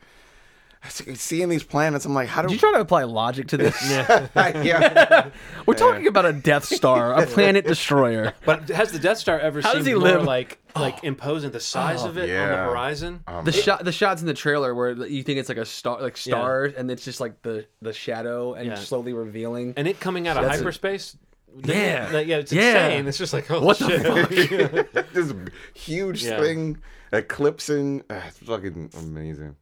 Speaker 3: I see- Seeing these planets, I'm like, how do
Speaker 1: Did you try to apply logic to this?
Speaker 3: yeah.
Speaker 1: We're talking about a Death Star, a planet destroyer.
Speaker 5: But has the Death Star ever
Speaker 1: How
Speaker 5: seemed
Speaker 1: does he
Speaker 5: more
Speaker 1: live? Oh.
Speaker 5: like like imposing the size of it on the
Speaker 3: yeah. Oh.
Speaker 5: horizon?
Speaker 1: The shot, the shots in the trailer where you think it's like a star, like stars, and it's just like the the shadow and
Speaker 5: Yeah.
Speaker 1: slowly revealing.
Speaker 5: and it coming out of
Speaker 1: That's a-
Speaker 5: hyperspace.
Speaker 1: Yeah.
Speaker 5: Like, yeah, it's
Speaker 1: Yeah.
Speaker 5: insane. It's just like, oh
Speaker 1: What the
Speaker 5: shit.
Speaker 3: this huge
Speaker 5: Yeah.
Speaker 3: thing eclipsing. Ah, It's fucking amazing.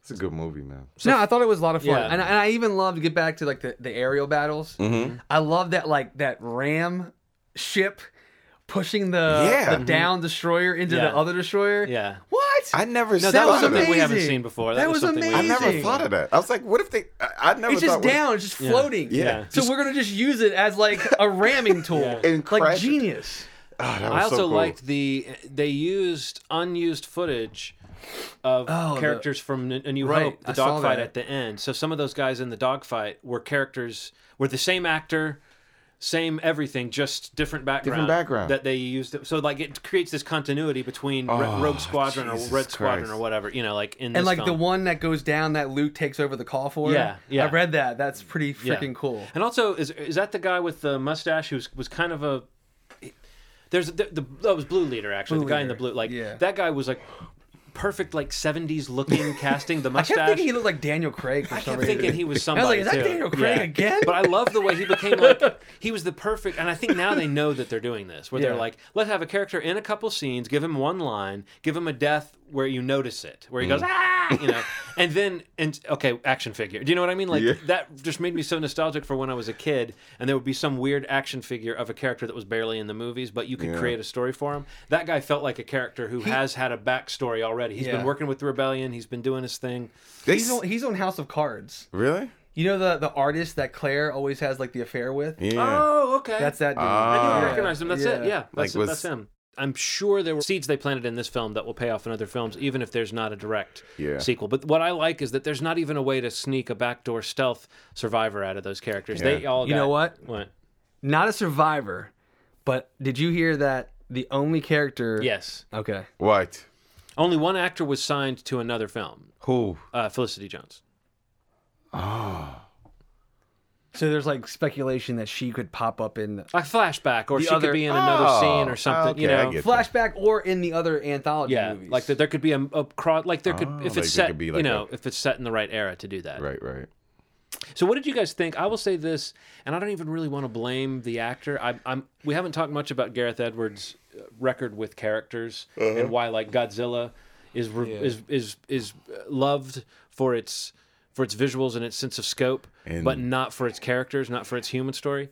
Speaker 3: It's a good movie, man.
Speaker 1: no, I thought it was a lot of fun,
Speaker 5: Yeah.
Speaker 1: and, and I even loved to get back to like the, the aerial battles.
Speaker 5: Mm-hmm.
Speaker 1: I love that like that ram ship pushing the,
Speaker 3: Yeah.
Speaker 1: the down destroyer into
Speaker 5: Mm-hmm. Yeah.
Speaker 1: the other destroyer.
Speaker 5: Yeah.
Speaker 1: what?
Speaker 3: I never.
Speaker 5: No,
Speaker 3: saw
Speaker 5: that was
Speaker 1: That was
Speaker 5: something we
Speaker 1: amazing.
Speaker 5: haven't seen before. That,
Speaker 1: That
Speaker 5: was
Speaker 1: was
Speaker 5: something
Speaker 3: I
Speaker 5: We
Speaker 1: amazing.
Speaker 3: never thought of that. I was like, what if they? I, I never.
Speaker 1: it's just
Speaker 3: thought, what if-
Speaker 1: down. It's just floating.
Speaker 3: Yeah.
Speaker 5: Yeah.
Speaker 1: So we're gonna just use it as like a ramming tool.
Speaker 3: And
Speaker 1: Like
Speaker 3: crash it.
Speaker 1: genius.
Speaker 3: Ah, that was
Speaker 5: I
Speaker 3: so
Speaker 5: also
Speaker 3: cool.
Speaker 5: liked the they used unused footage of
Speaker 1: Oh, the-
Speaker 5: characters from N- A New
Speaker 1: Right,
Speaker 5: Hope, the
Speaker 1: I saw
Speaker 5: dogfight
Speaker 1: that.
Speaker 5: at the end. So some of those guys in the dogfight were characters were the same actor, same everything, just different background.
Speaker 3: background.
Speaker 5: that they used. So like it creates this continuity between Re-
Speaker 3: Oh,
Speaker 5: Rogue Squadron
Speaker 3: Jesus
Speaker 5: or Red Squadron
Speaker 3: Christ.
Speaker 5: or whatever. You know, like in
Speaker 1: And
Speaker 5: this
Speaker 1: like the
Speaker 5: film.
Speaker 1: one that goes down that Luke takes over the call for.
Speaker 5: Yeah, yeah.
Speaker 1: I read that. That's pretty
Speaker 5: Yeah.
Speaker 1: freaking cool.
Speaker 5: And also, is is that the guy with the mustache who's was kind of a there's the, the that was blue leader actually
Speaker 1: Blue
Speaker 5: the guy in the
Speaker 1: Leader,
Speaker 5: blue like
Speaker 1: yeah.
Speaker 5: that guy was like perfect like 70s looking casting the
Speaker 1: I kept
Speaker 5: mustache.
Speaker 1: thinking he looked like Daniel Craig for
Speaker 5: I
Speaker 1: some
Speaker 5: kept
Speaker 1: reason.
Speaker 5: thinking he was
Speaker 1: I was like,
Speaker 5: somebody.
Speaker 1: is that
Speaker 5: too.
Speaker 1: Daniel Craig
Speaker 5: Yeah.
Speaker 1: again?
Speaker 5: But I love the way he became like he was the perfect. And I think now they know that they're doing this, where they're
Speaker 1: Yeah.
Speaker 5: like, let's have a character in a couple scenes, give him one line, give him a death where you notice it, where he
Speaker 1: Mm.
Speaker 5: goes ah, you know, and then and okay, action figure. Do you know what I mean? Like
Speaker 3: Yeah.
Speaker 5: that just made me so nostalgic for when I was a kid, and there would be some weird action figure of a character that was barely in the movies, but you could
Speaker 3: Yeah.
Speaker 5: create a story for him. That guy felt like a character who has had a backstory already. He's been
Speaker 1: Yeah.
Speaker 5: working with the rebellion. He's been doing his thing.
Speaker 3: They
Speaker 1: he's
Speaker 3: s-
Speaker 1: on, he's on House of Cards.
Speaker 3: really.
Speaker 1: You know the the artist that Claire always has like the affair with.
Speaker 3: Yeah.
Speaker 5: Oh, okay.
Speaker 1: That's that dude.
Speaker 3: Ah.
Speaker 5: I
Speaker 3: Yeah.
Speaker 5: didn't recognize him. That's it. Yeah,
Speaker 3: Like,
Speaker 5: that's,
Speaker 3: was-
Speaker 5: that's him. I'm sure there were seeds they planted in this film that will pay off in other films, even if there's not a direct
Speaker 3: Yeah.
Speaker 5: sequel. But what I like is that there's not even a way to sneak a backdoor stealth survivor out of those characters. They all
Speaker 1: You
Speaker 5: got-
Speaker 1: know what?
Speaker 5: What?
Speaker 1: Not a survivor, but did you hear that the only character?
Speaker 5: Yes.
Speaker 1: Okay.
Speaker 3: What?
Speaker 5: Only one actor was signed to another film.
Speaker 3: Who?
Speaker 5: Uh, Felicity Jones.
Speaker 1: So there's like speculation that she could pop up in
Speaker 5: A flashback, or
Speaker 1: The
Speaker 5: she could
Speaker 1: other-
Speaker 5: be in another
Speaker 3: Oh,
Speaker 5: scene or something. you
Speaker 3: okay, I
Speaker 5: know.
Speaker 3: get-
Speaker 1: flashback or in the other anthology
Speaker 5: yeah,
Speaker 1: movies.
Speaker 5: like that. There could be a, a cross. Like there could,
Speaker 3: Oh,
Speaker 5: if
Speaker 3: like
Speaker 5: it's
Speaker 3: there
Speaker 5: set,
Speaker 3: could be
Speaker 5: you
Speaker 3: like
Speaker 5: know,
Speaker 3: a-
Speaker 5: if it's set in the right era to do that.
Speaker 3: Right. Right.
Speaker 5: So what did you guys think? I will say this, and I don't even really want to blame the actor. I, I'm we haven't talked much about Gareth Edwards' uh, record with characters and why like Godzilla is re- is is is loved for its for its visuals and its sense of scope,
Speaker 3: And-
Speaker 5: but not for its characters, not for its human story.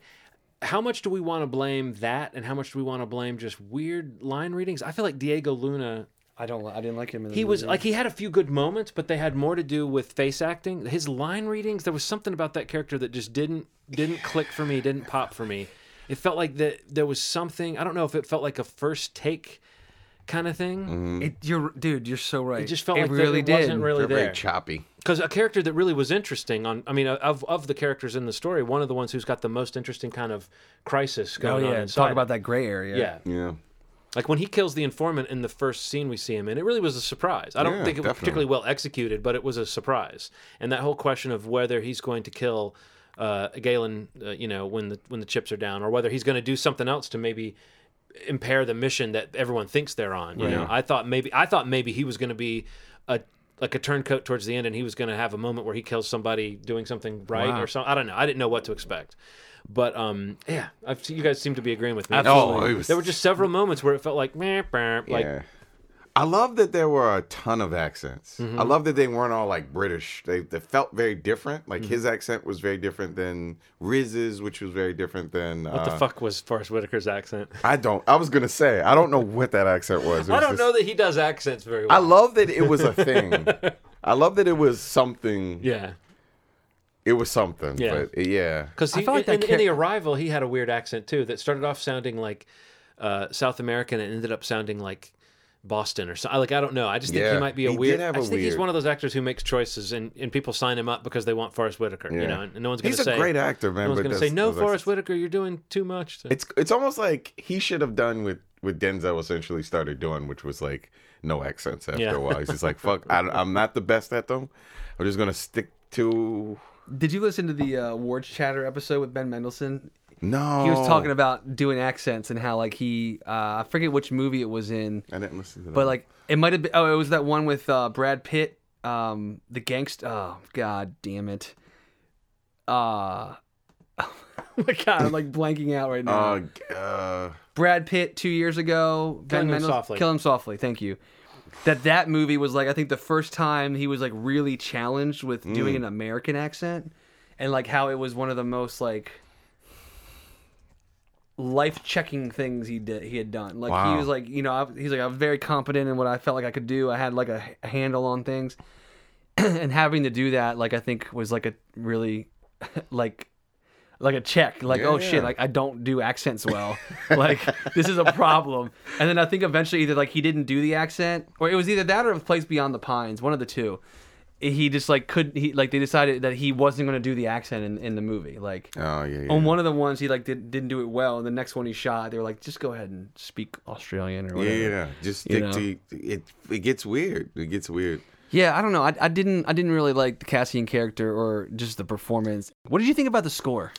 Speaker 5: How much do we want to blame that, and how much do we want to blame just weird line readings? I feel like Diego Luna.
Speaker 1: I don't. li- I didn't like him. In the
Speaker 5: He was
Speaker 1: movie.
Speaker 5: like he had a few good moments, but they had more to do with face acting. His line readings, there was something about that character that just didn't didn't click for me, didn't pop for me. It felt like that there was something. I don't know if it felt like a first take kind of thing.
Speaker 3: Mm-hmm.
Speaker 1: It, you're, dude, you're so right.
Speaker 5: It just felt
Speaker 1: Mm-hmm. it
Speaker 5: like that
Speaker 1: really
Speaker 5: it
Speaker 1: did.
Speaker 5: wasn't really
Speaker 3: They're
Speaker 5: there.
Speaker 3: very choppy.
Speaker 5: Because a character that really was interesting on, I mean, of of the characters in the story, one of the ones who's got the most interesting kind of crisis
Speaker 1: oh
Speaker 5: going on.
Speaker 1: yeah,
Speaker 5: Inside.
Speaker 1: talk about that gray area.
Speaker 5: Yeah,
Speaker 3: Yeah.
Speaker 5: like when he kills the informant in the first scene we see him in, it really was a surprise. I don't
Speaker 3: Yeah,
Speaker 5: think it was
Speaker 3: definitely.
Speaker 5: particularly well executed, but it was a surprise. And that whole question of whether he's going to kill uh, Galen, uh, you know, when the when the chips are down, or whether he's going to do something else to maybe impair the mission that everyone thinks they're on. You know, I thought maybe I thought maybe he was going to be a like a turncoat towards the end, and he was going to have a moment where he kills somebody doing something right or something. I don't know. I didn't know what to expect. But um, yeah, I've, you guys seem to be agreeing with me.
Speaker 3: Absolutely. Oh, it was-
Speaker 5: there were just several moments where it felt like, meh, meh, like
Speaker 3: yeah. I love that there were a ton of accents.
Speaker 5: Mm-hmm.
Speaker 3: I love that they weren't all like British. They, they felt very different. Like
Speaker 5: Mm-hmm.
Speaker 3: his accent was very different than Riz's, which was very different than.
Speaker 5: what
Speaker 3: uh,
Speaker 5: the fuck was Forrest Whitaker's accent?
Speaker 3: I don't. I was gonna say I don't know what that accent was. It
Speaker 5: I
Speaker 3: was
Speaker 5: don't
Speaker 3: just-
Speaker 5: know that he does accents very
Speaker 3: I
Speaker 5: well.
Speaker 3: love that it was a thing. I love that it was something.
Speaker 5: yeah,
Speaker 3: It was something.
Speaker 5: Yeah.
Speaker 3: But uh, yeah.
Speaker 5: because
Speaker 1: I
Speaker 5: he
Speaker 1: felt like
Speaker 5: in,
Speaker 1: that
Speaker 5: in the
Speaker 1: char-
Speaker 5: arrival he had a weird accent too that started off sounding like uh, South American and ended up sounding like Boston or something. Like I don't know. I just think he
Speaker 3: Yeah.
Speaker 5: might be a
Speaker 3: He did
Speaker 5: weird.
Speaker 3: have
Speaker 5: I
Speaker 3: a
Speaker 5: just think he's
Speaker 3: weird-
Speaker 5: one of those actors who makes choices and, and people sign him up because they want Forrest Whitaker. You
Speaker 3: Yeah.
Speaker 5: know, and, and no one's going
Speaker 3: He's
Speaker 5: to
Speaker 3: a
Speaker 5: say
Speaker 3: great actor, man.
Speaker 5: No one's
Speaker 3: but
Speaker 5: going to
Speaker 3: that's-
Speaker 5: say no,
Speaker 3: that's-
Speaker 5: Forrest Whitaker, you're doing too much.
Speaker 3: It's it's almost like he should have done with with Denzel essentially started doing, which was like no accents after
Speaker 5: Yeah.
Speaker 3: a while. He's just like, fuck, I, I'm not the best at them. I'm just gonna stick to
Speaker 1: Did you listen to the uh, awards chatter episode with Ben Mendelsohn?
Speaker 3: no.
Speaker 1: He was talking about doing accents and how like he, uh, I forget which movie it was in,
Speaker 3: I didn't listen to that.
Speaker 1: but like it might have been. Oh, it was that one with uh, Brad Pitt, um, the gangster. Oh god damn it. Uh, oh my god, I'm like blanking out right now.
Speaker 3: uh, g- uh,
Speaker 1: Brad Pitt two years ago.
Speaker 5: Killing Him
Speaker 1: Mendelsohn-
Speaker 5: Softly.
Speaker 1: Kill him softly. Thank you. That that movie was like I think the first time he was like really challenged with
Speaker 5: Mm.
Speaker 1: doing an American accent, and like how it was one of the most like life checking things he did he had done. Like he
Speaker 3: Wow.
Speaker 1: was like you know I, he's like I'm very competent in what I felt like I could do. I had like a, h- a handle on things, and having to do that like I think was like a really like like a check like oh
Speaker 3: Yeah.
Speaker 1: shit like i don't do accents well like this is a problem and then i think eventually either like he didn't do the accent or it was either that or a place beyond the pines one of the two he just like couldn't he like they decided that he wasn't going to do the accent in, in the movie like
Speaker 3: oh yeah. yeah.
Speaker 1: on one of the ones he like did, didn't do it well and the next one he shot they were like just go ahead and speak australian or whatever
Speaker 3: yeah, just
Speaker 1: You
Speaker 3: stick to it. It gets weird. It gets weird.
Speaker 1: Yeah, I don't know. I, I didn't I didn't really like the Cassian character or just the performance. What did you think about the score?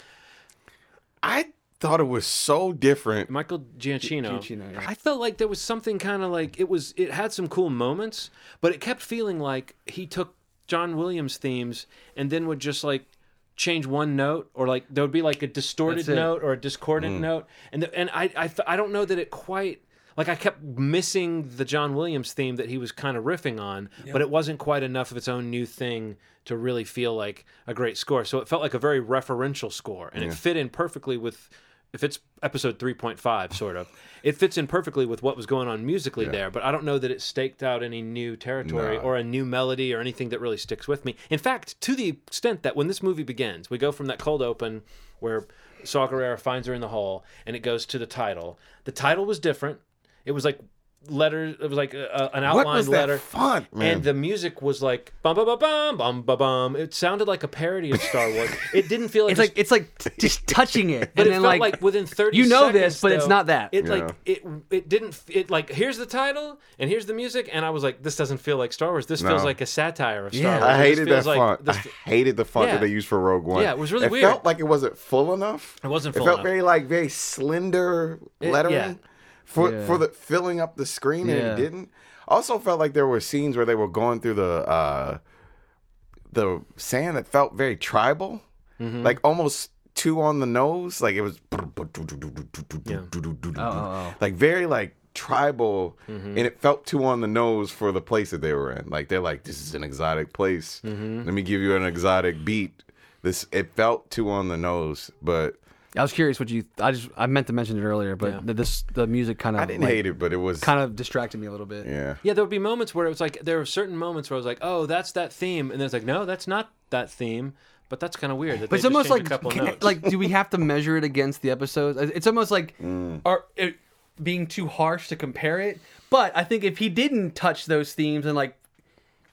Speaker 3: I thought it was so different.
Speaker 5: Michael Giacchino.
Speaker 1: Giacchino, yeah.
Speaker 5: I felt like there was something kind of like it was. It had some cool moments, but it kept feeling like he took John Williams themes and then would just like change one note or like there would be like a distorted
Speaker 1: That's it.
Speaker 5: note or a discordant note, and the, and I I, th- I don't know that it quite. Like I kept missing the John Williams theme that he was kind of riffing on, but it wasn't quite enough of its own new thing to really feel like a great score. So it felt like a very referential score, and it fit in perfectly with if it's episode 3.5 sort of it fits in perfectly with what was going on musically there but i don't know that it staked out any new territory or a new melody or anything that really sticks with me in fact to the extent that when this movie begins we go from that cold open where saw gerrera finds her in the hall and it goes to the title the title was different it was like letters it was like a, a- an outline
Speaker 3: What was
Speaker 5: letter
Speaker 3: that font, man?
Speaker 5: and the music was like bum bum bum bum bum bum bum it sounded like a parody of star wars it didn't feel like
Speaker 1: It's
Speaker 5: a
Speaker 1: like it's like t- just touching it,
Speaker 5: but
Speaker 1: and
Speaker 5: it
Speaker 1: then
Speaker 5: felt
Speaker 1: like,
Speaker 5: like, within 30
Speaker 1: you know this,
Speaker 5: seconds,
Speaker 1: but it's
Speaker 5: though,
Speaker 1: not that.
Speaker 5: It
Speaker 3: Yeah.
Speaker 5: like it it didn't f- it like here's the title and here's the music and I was like this doesn't feel like Star Wars. This feels
Speaker 3: No.
Speaker 5: like a satire of Star
Speaker 1: Yeah.
Speaker 5: Wars.
Speaker 3: I
Speaker 5: This
Speaker 3: hated that
Speaker 5: feels like
Speaker 3: font.
Speaker 5: this-
Speaker 3: I hated the font
Speaker 5: Yeah.
Speaker 3: that they used for Rogue One.
Speaker 5: Yeah, it was really
Speaker 3: it
Speaker 5: weird.
Speaker 3: felt like it wasn't full enough.
Speaker 5: It wasn't
Speaker 3: It
Speaker 5: full
Speaker 3: felt
Speaker 5: enough.
Speaker 3: very like very slender
Speaker 5: yeah.
Speaker 3: lettering for
Speaker 1: Yeah.
Speaker 3: for the filling up the screen, and
Speaker 1: Yeah.
Speaker 3: it didn't. Also, felt like there were scenes where they were going through the uh, the sand that felt very tribal,
Speaker 5: Mm-hmm.
Speaker 3: like almost too on the nose. Like it was like very like tribal
Speaker 5: Mm-hmm.
Speaker 3: and it felt too on the nose for the place that they were in like they're like this is an exotic place
Speaker 5: Mm-hmm.
Speaker 3: let me give you an exotic beat this it felt too on the nose but
Speaker 1: I was curious what you. I just I meant to mention it earlier, but the, this the music kind of
Speaker 3: i didn't hate it but it was
Speaker 1: kind of distracted me a little bit.
Speaker 3: yeah
Speaker 5: Yeah, there would be moments where it was like there were certain moments where I was like, "Oh, that's that theme," and then it's like, "No, that's not that theme." But that's kind of weird. That
Speaker 1: But
Speaker 5: they
Speaker 1: it's
Speaker 5: just
Speaker 1: almost like
Speaker 5: changed a couple
Speaker 1: can-
Speaker 5: notes.
Speaker 1: like do we have to measure it against the episodes? It's almost like
Speaker 3: Mm.
Speaker 1: are it being too harsh to compare it. But I think if he didn't touch those themes and like,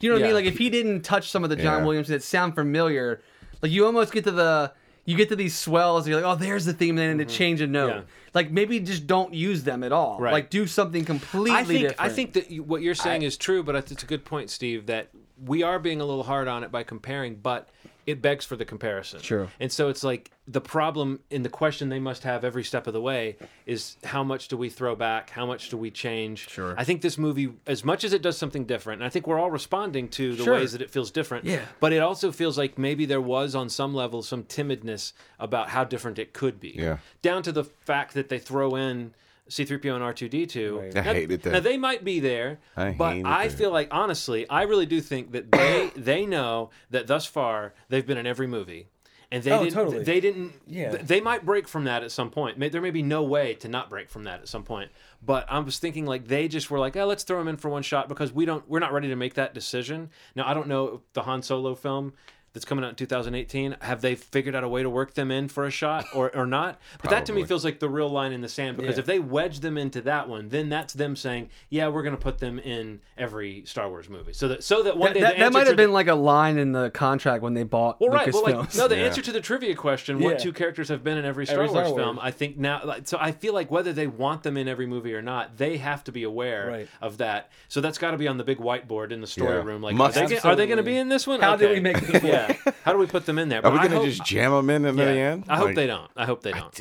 Speaker 1: do you know what I
Speaker 5: Yeah.
Speaker 1: mean? Like if he didn't touch some of the John
Speaker 3: Yeah.
Speaker 1: Williams that sound familiar, like you almost get to the you get to these swells. And you're like, oh, there's the theme, and then it change a note.
Speaker 5: Mm-hmm. Yeah.
Speaker 1: Like maybe just don't use them at all.
Speaker 5: Right.
Speaker 1: Like do something completely
Speaker 5: I think
Speaker 1: different.
Speaker 5: I think that you, what you're saying is true, but I th- it's a good point, Steve. That we are being a little hard on it by comparing, but it begs for the comparison.
Speaker 1: Sure.
Speaker 5: And so it's like the problem in the question they must have every step of the way is how much do we throw back? How much do we change?
Speaker 1: Sure.
Speaker 5: I think this movie, as much as it does something different, and I think we're all responding to the
Speaker 1: Sure.
Speaker 5: ways that it feels different.
Speaker 1: Yeah.
Speaker 5: But it also feels like maybe there was on some level some timidness about how different it could be.
Speaker 3: Yeah.
Speaker 5: Down to the fact that they throw in C3PO and R2D2.
Speaker 3: I
Speaker 5: Now-
Speaker 3: hated that.
Speaker 5: Now they might be there,
Speaker 3: I
Speaker 5: but
Speaker 3: hated
Speaker 5: I
Speaker 3: that.
Speaker 5: feel like honestly, I really do think that they they know that thus far they've been in every movie, and they
Speaker 2: Oh,
Speaker 5: didn't.
Speaker 2: totally.
Speaker 5: They didn't.
Speaker 2: Yeah.
Speaker 5: th- They might break from that at some point. May, there may be no way to not break from that at some point. But I was thinking like they just were like, oh, let's throw him in for one shot because we don't. We're not ready to make that decision now. I don't know if the Han Solo film. That's coming out in 2018. Have they figured out a way to work them in for a shot or, or not? But that to me
Speaker 3: Probably.
Speaker 5: feels like the real line in the sand because
Speaker 2: Yeah.
Speaker 5: if they wedge them into that one, then that's them saying, "Yeah, we're going to put them in every Star Wars movie." So that so that one
Speaker 1: that,
Speaker 5: day
Speaker 1: that-
Speaker 5: the
Speaker 1: that
Speaker 5: answer
Speaker 1: might
Speaker 5: to
Speaker 1: have
Speaker 5: the-
Speaker 1: been like a line in the contract when they bought
Speaker 5: well, right.
Speaker 1: Lucasfilms.
Speaker 5: Well, like no, the
Speaker 3: Yeah.
Speaker 5: answer to the trivia question: What
Speaker 2: Yeah.
Speaker 5: two characters have been in every Star,
Speaker 2: Every Star
Speaker 5: Wars,
Speaker 2: Wars.
Speaker 5: film? I think now. like, So I feel like whether they want them in every movie or not, they have to be aware
Speaker 2: Right.
Speaker 5: of that. So that's got to be on the big whiteboard in the story
Speaker 3: Yeah.
Speaker 5: room. Like,
Speaker 3: Must-
Speaker 5: are they, gonna- are they going to be in this one?
Speaker 2: How
Speaker 5: okay.
Speaker 2: did we make this
Speaker 5: yeah. How do we put them in there?
Speaker 3: are
Speaker 5: But
Speaker 3: we
Speaker 5: I
Speaker 3: gonna
Speaker 5: hope-
Speaker 3: just jam them in in the end
Speaker 5: I hope
Speaker 3: Like, uh,
Speaker 5: they don't. I hope they don't.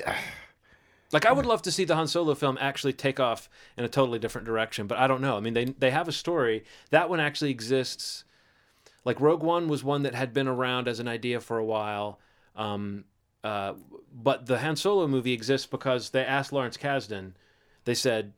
Speaker 5: like I would love to see the Han Solo film actually take off in a totally different direction, but I don't know. I mean, they they have a story. That one actually exists. Like Rogue One was one that had been around as an idea for a while. Um, uh, but the Han Solo movie exists because they asked Lawrence Kasdan. They said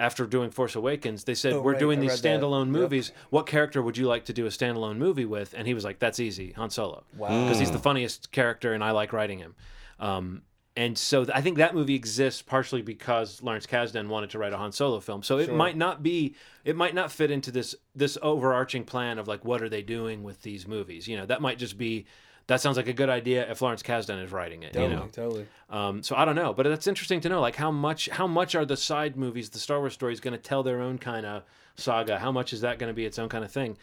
Speaker 5: after doing Force Awakens, they said
Speaker 2: Oh,
Speaker 5: we're
Speaker 2: right,
Speaker 5: doing
Speaker 2: I
Speaker 5: these
Speaker 2: read that.
Speaker 5: standalone
Speaker 2: Yep.
Speaker 5: movies. What character would you like to do a standalone movie with? And he was like, "That's easy, Han Solo."
Speaker 2: Wow.
Speaker 5: because he's the funniest character and I like writing him. Um, and so th- I think that movie exists partially because Lawrence Kasdan wanted to write a Han Solo film. So it might not be, it might not fit into this this overarching plan of like what are they doing with these movies? You know, that might just be that sounds like a good idea if Lawrence Kasdan is writing it.
Speaker 2: Totally,
Speaker 5: You know,
Speaker 2: totally.
Speaker 5: um, so I don't know, but that's interesting to know. Like how much how much are the side movies, the Star Wars stories, going to tell their own kind of saga? How much is that going to be its own kind of thing?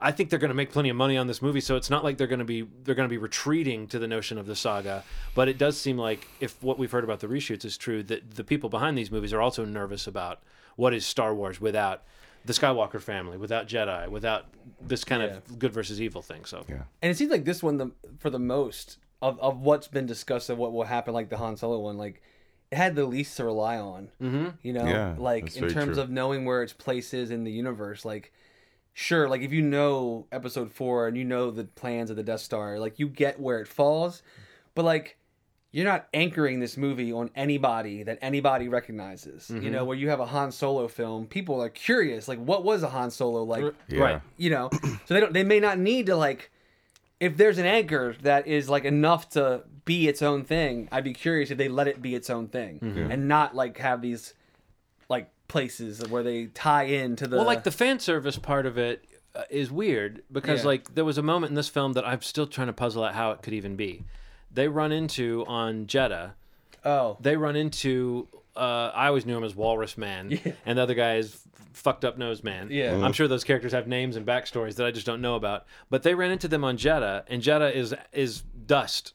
Speaker 5: I think they're going to make plenty of money on this movie, so it's not like they're going to be they're going to be retreating to the notion of the saga. But it does seem like if what we've heard about the reshoots is true, that the people behind these movies are also nervous about what is Star Wars without the Skywalker family, without Jedi, without this kind of good versus evil thing. So
Speaker 3: yeah
Speaker 1: And it seems like this one, the for the most of, of what's been discussed of what will happen, like the Han Solo one, like it had the least to rely on. Mm-hmm. You know,
Speaker 3: Yeah,
Speaker 1: like
Speaker 3: that's
Speaker 1: in
Speaker 3: very
Speaker 1: terms
Speaker 3: true.
Speaker 1: of knowing where its place is in the universe, like sure, like if you know Episode Four and you know the plans of the Death Star, like you get where it falls, but like. You're not anchoring this movie on anybody that anybody recognizes. You know, where you have a Han Solo film, people are curious, like, what was a Han Solo like?
Speaker 3: yeah
Speaker 5: right.
Speaker 1: you know so they don't they may not need to like if there's an anchor that is like enough to be its own thing i'd be curious if they let it be its own thing
Speaker 5: Mhm.
Speaker 1: and not like have these like places where they tie into the
Speaker 5: well like the fan service part of it uh, is weird because
Speaker 1: Yeah.
Speaker 5: like there was a moment in this film that i'm still trying to puzzle out how it could even be they run into on jeddah
Speaker 1: oh
Speaker 5: they run into uh, I always knew him as Walrus Man, and the other guy is fucked up nose man.
Speaker 1: Yeah.
Speaker 5: I'm sure those characters have names and backstories that I just don't know about. But they ran into them on Jeddah, and Jeddah is is dust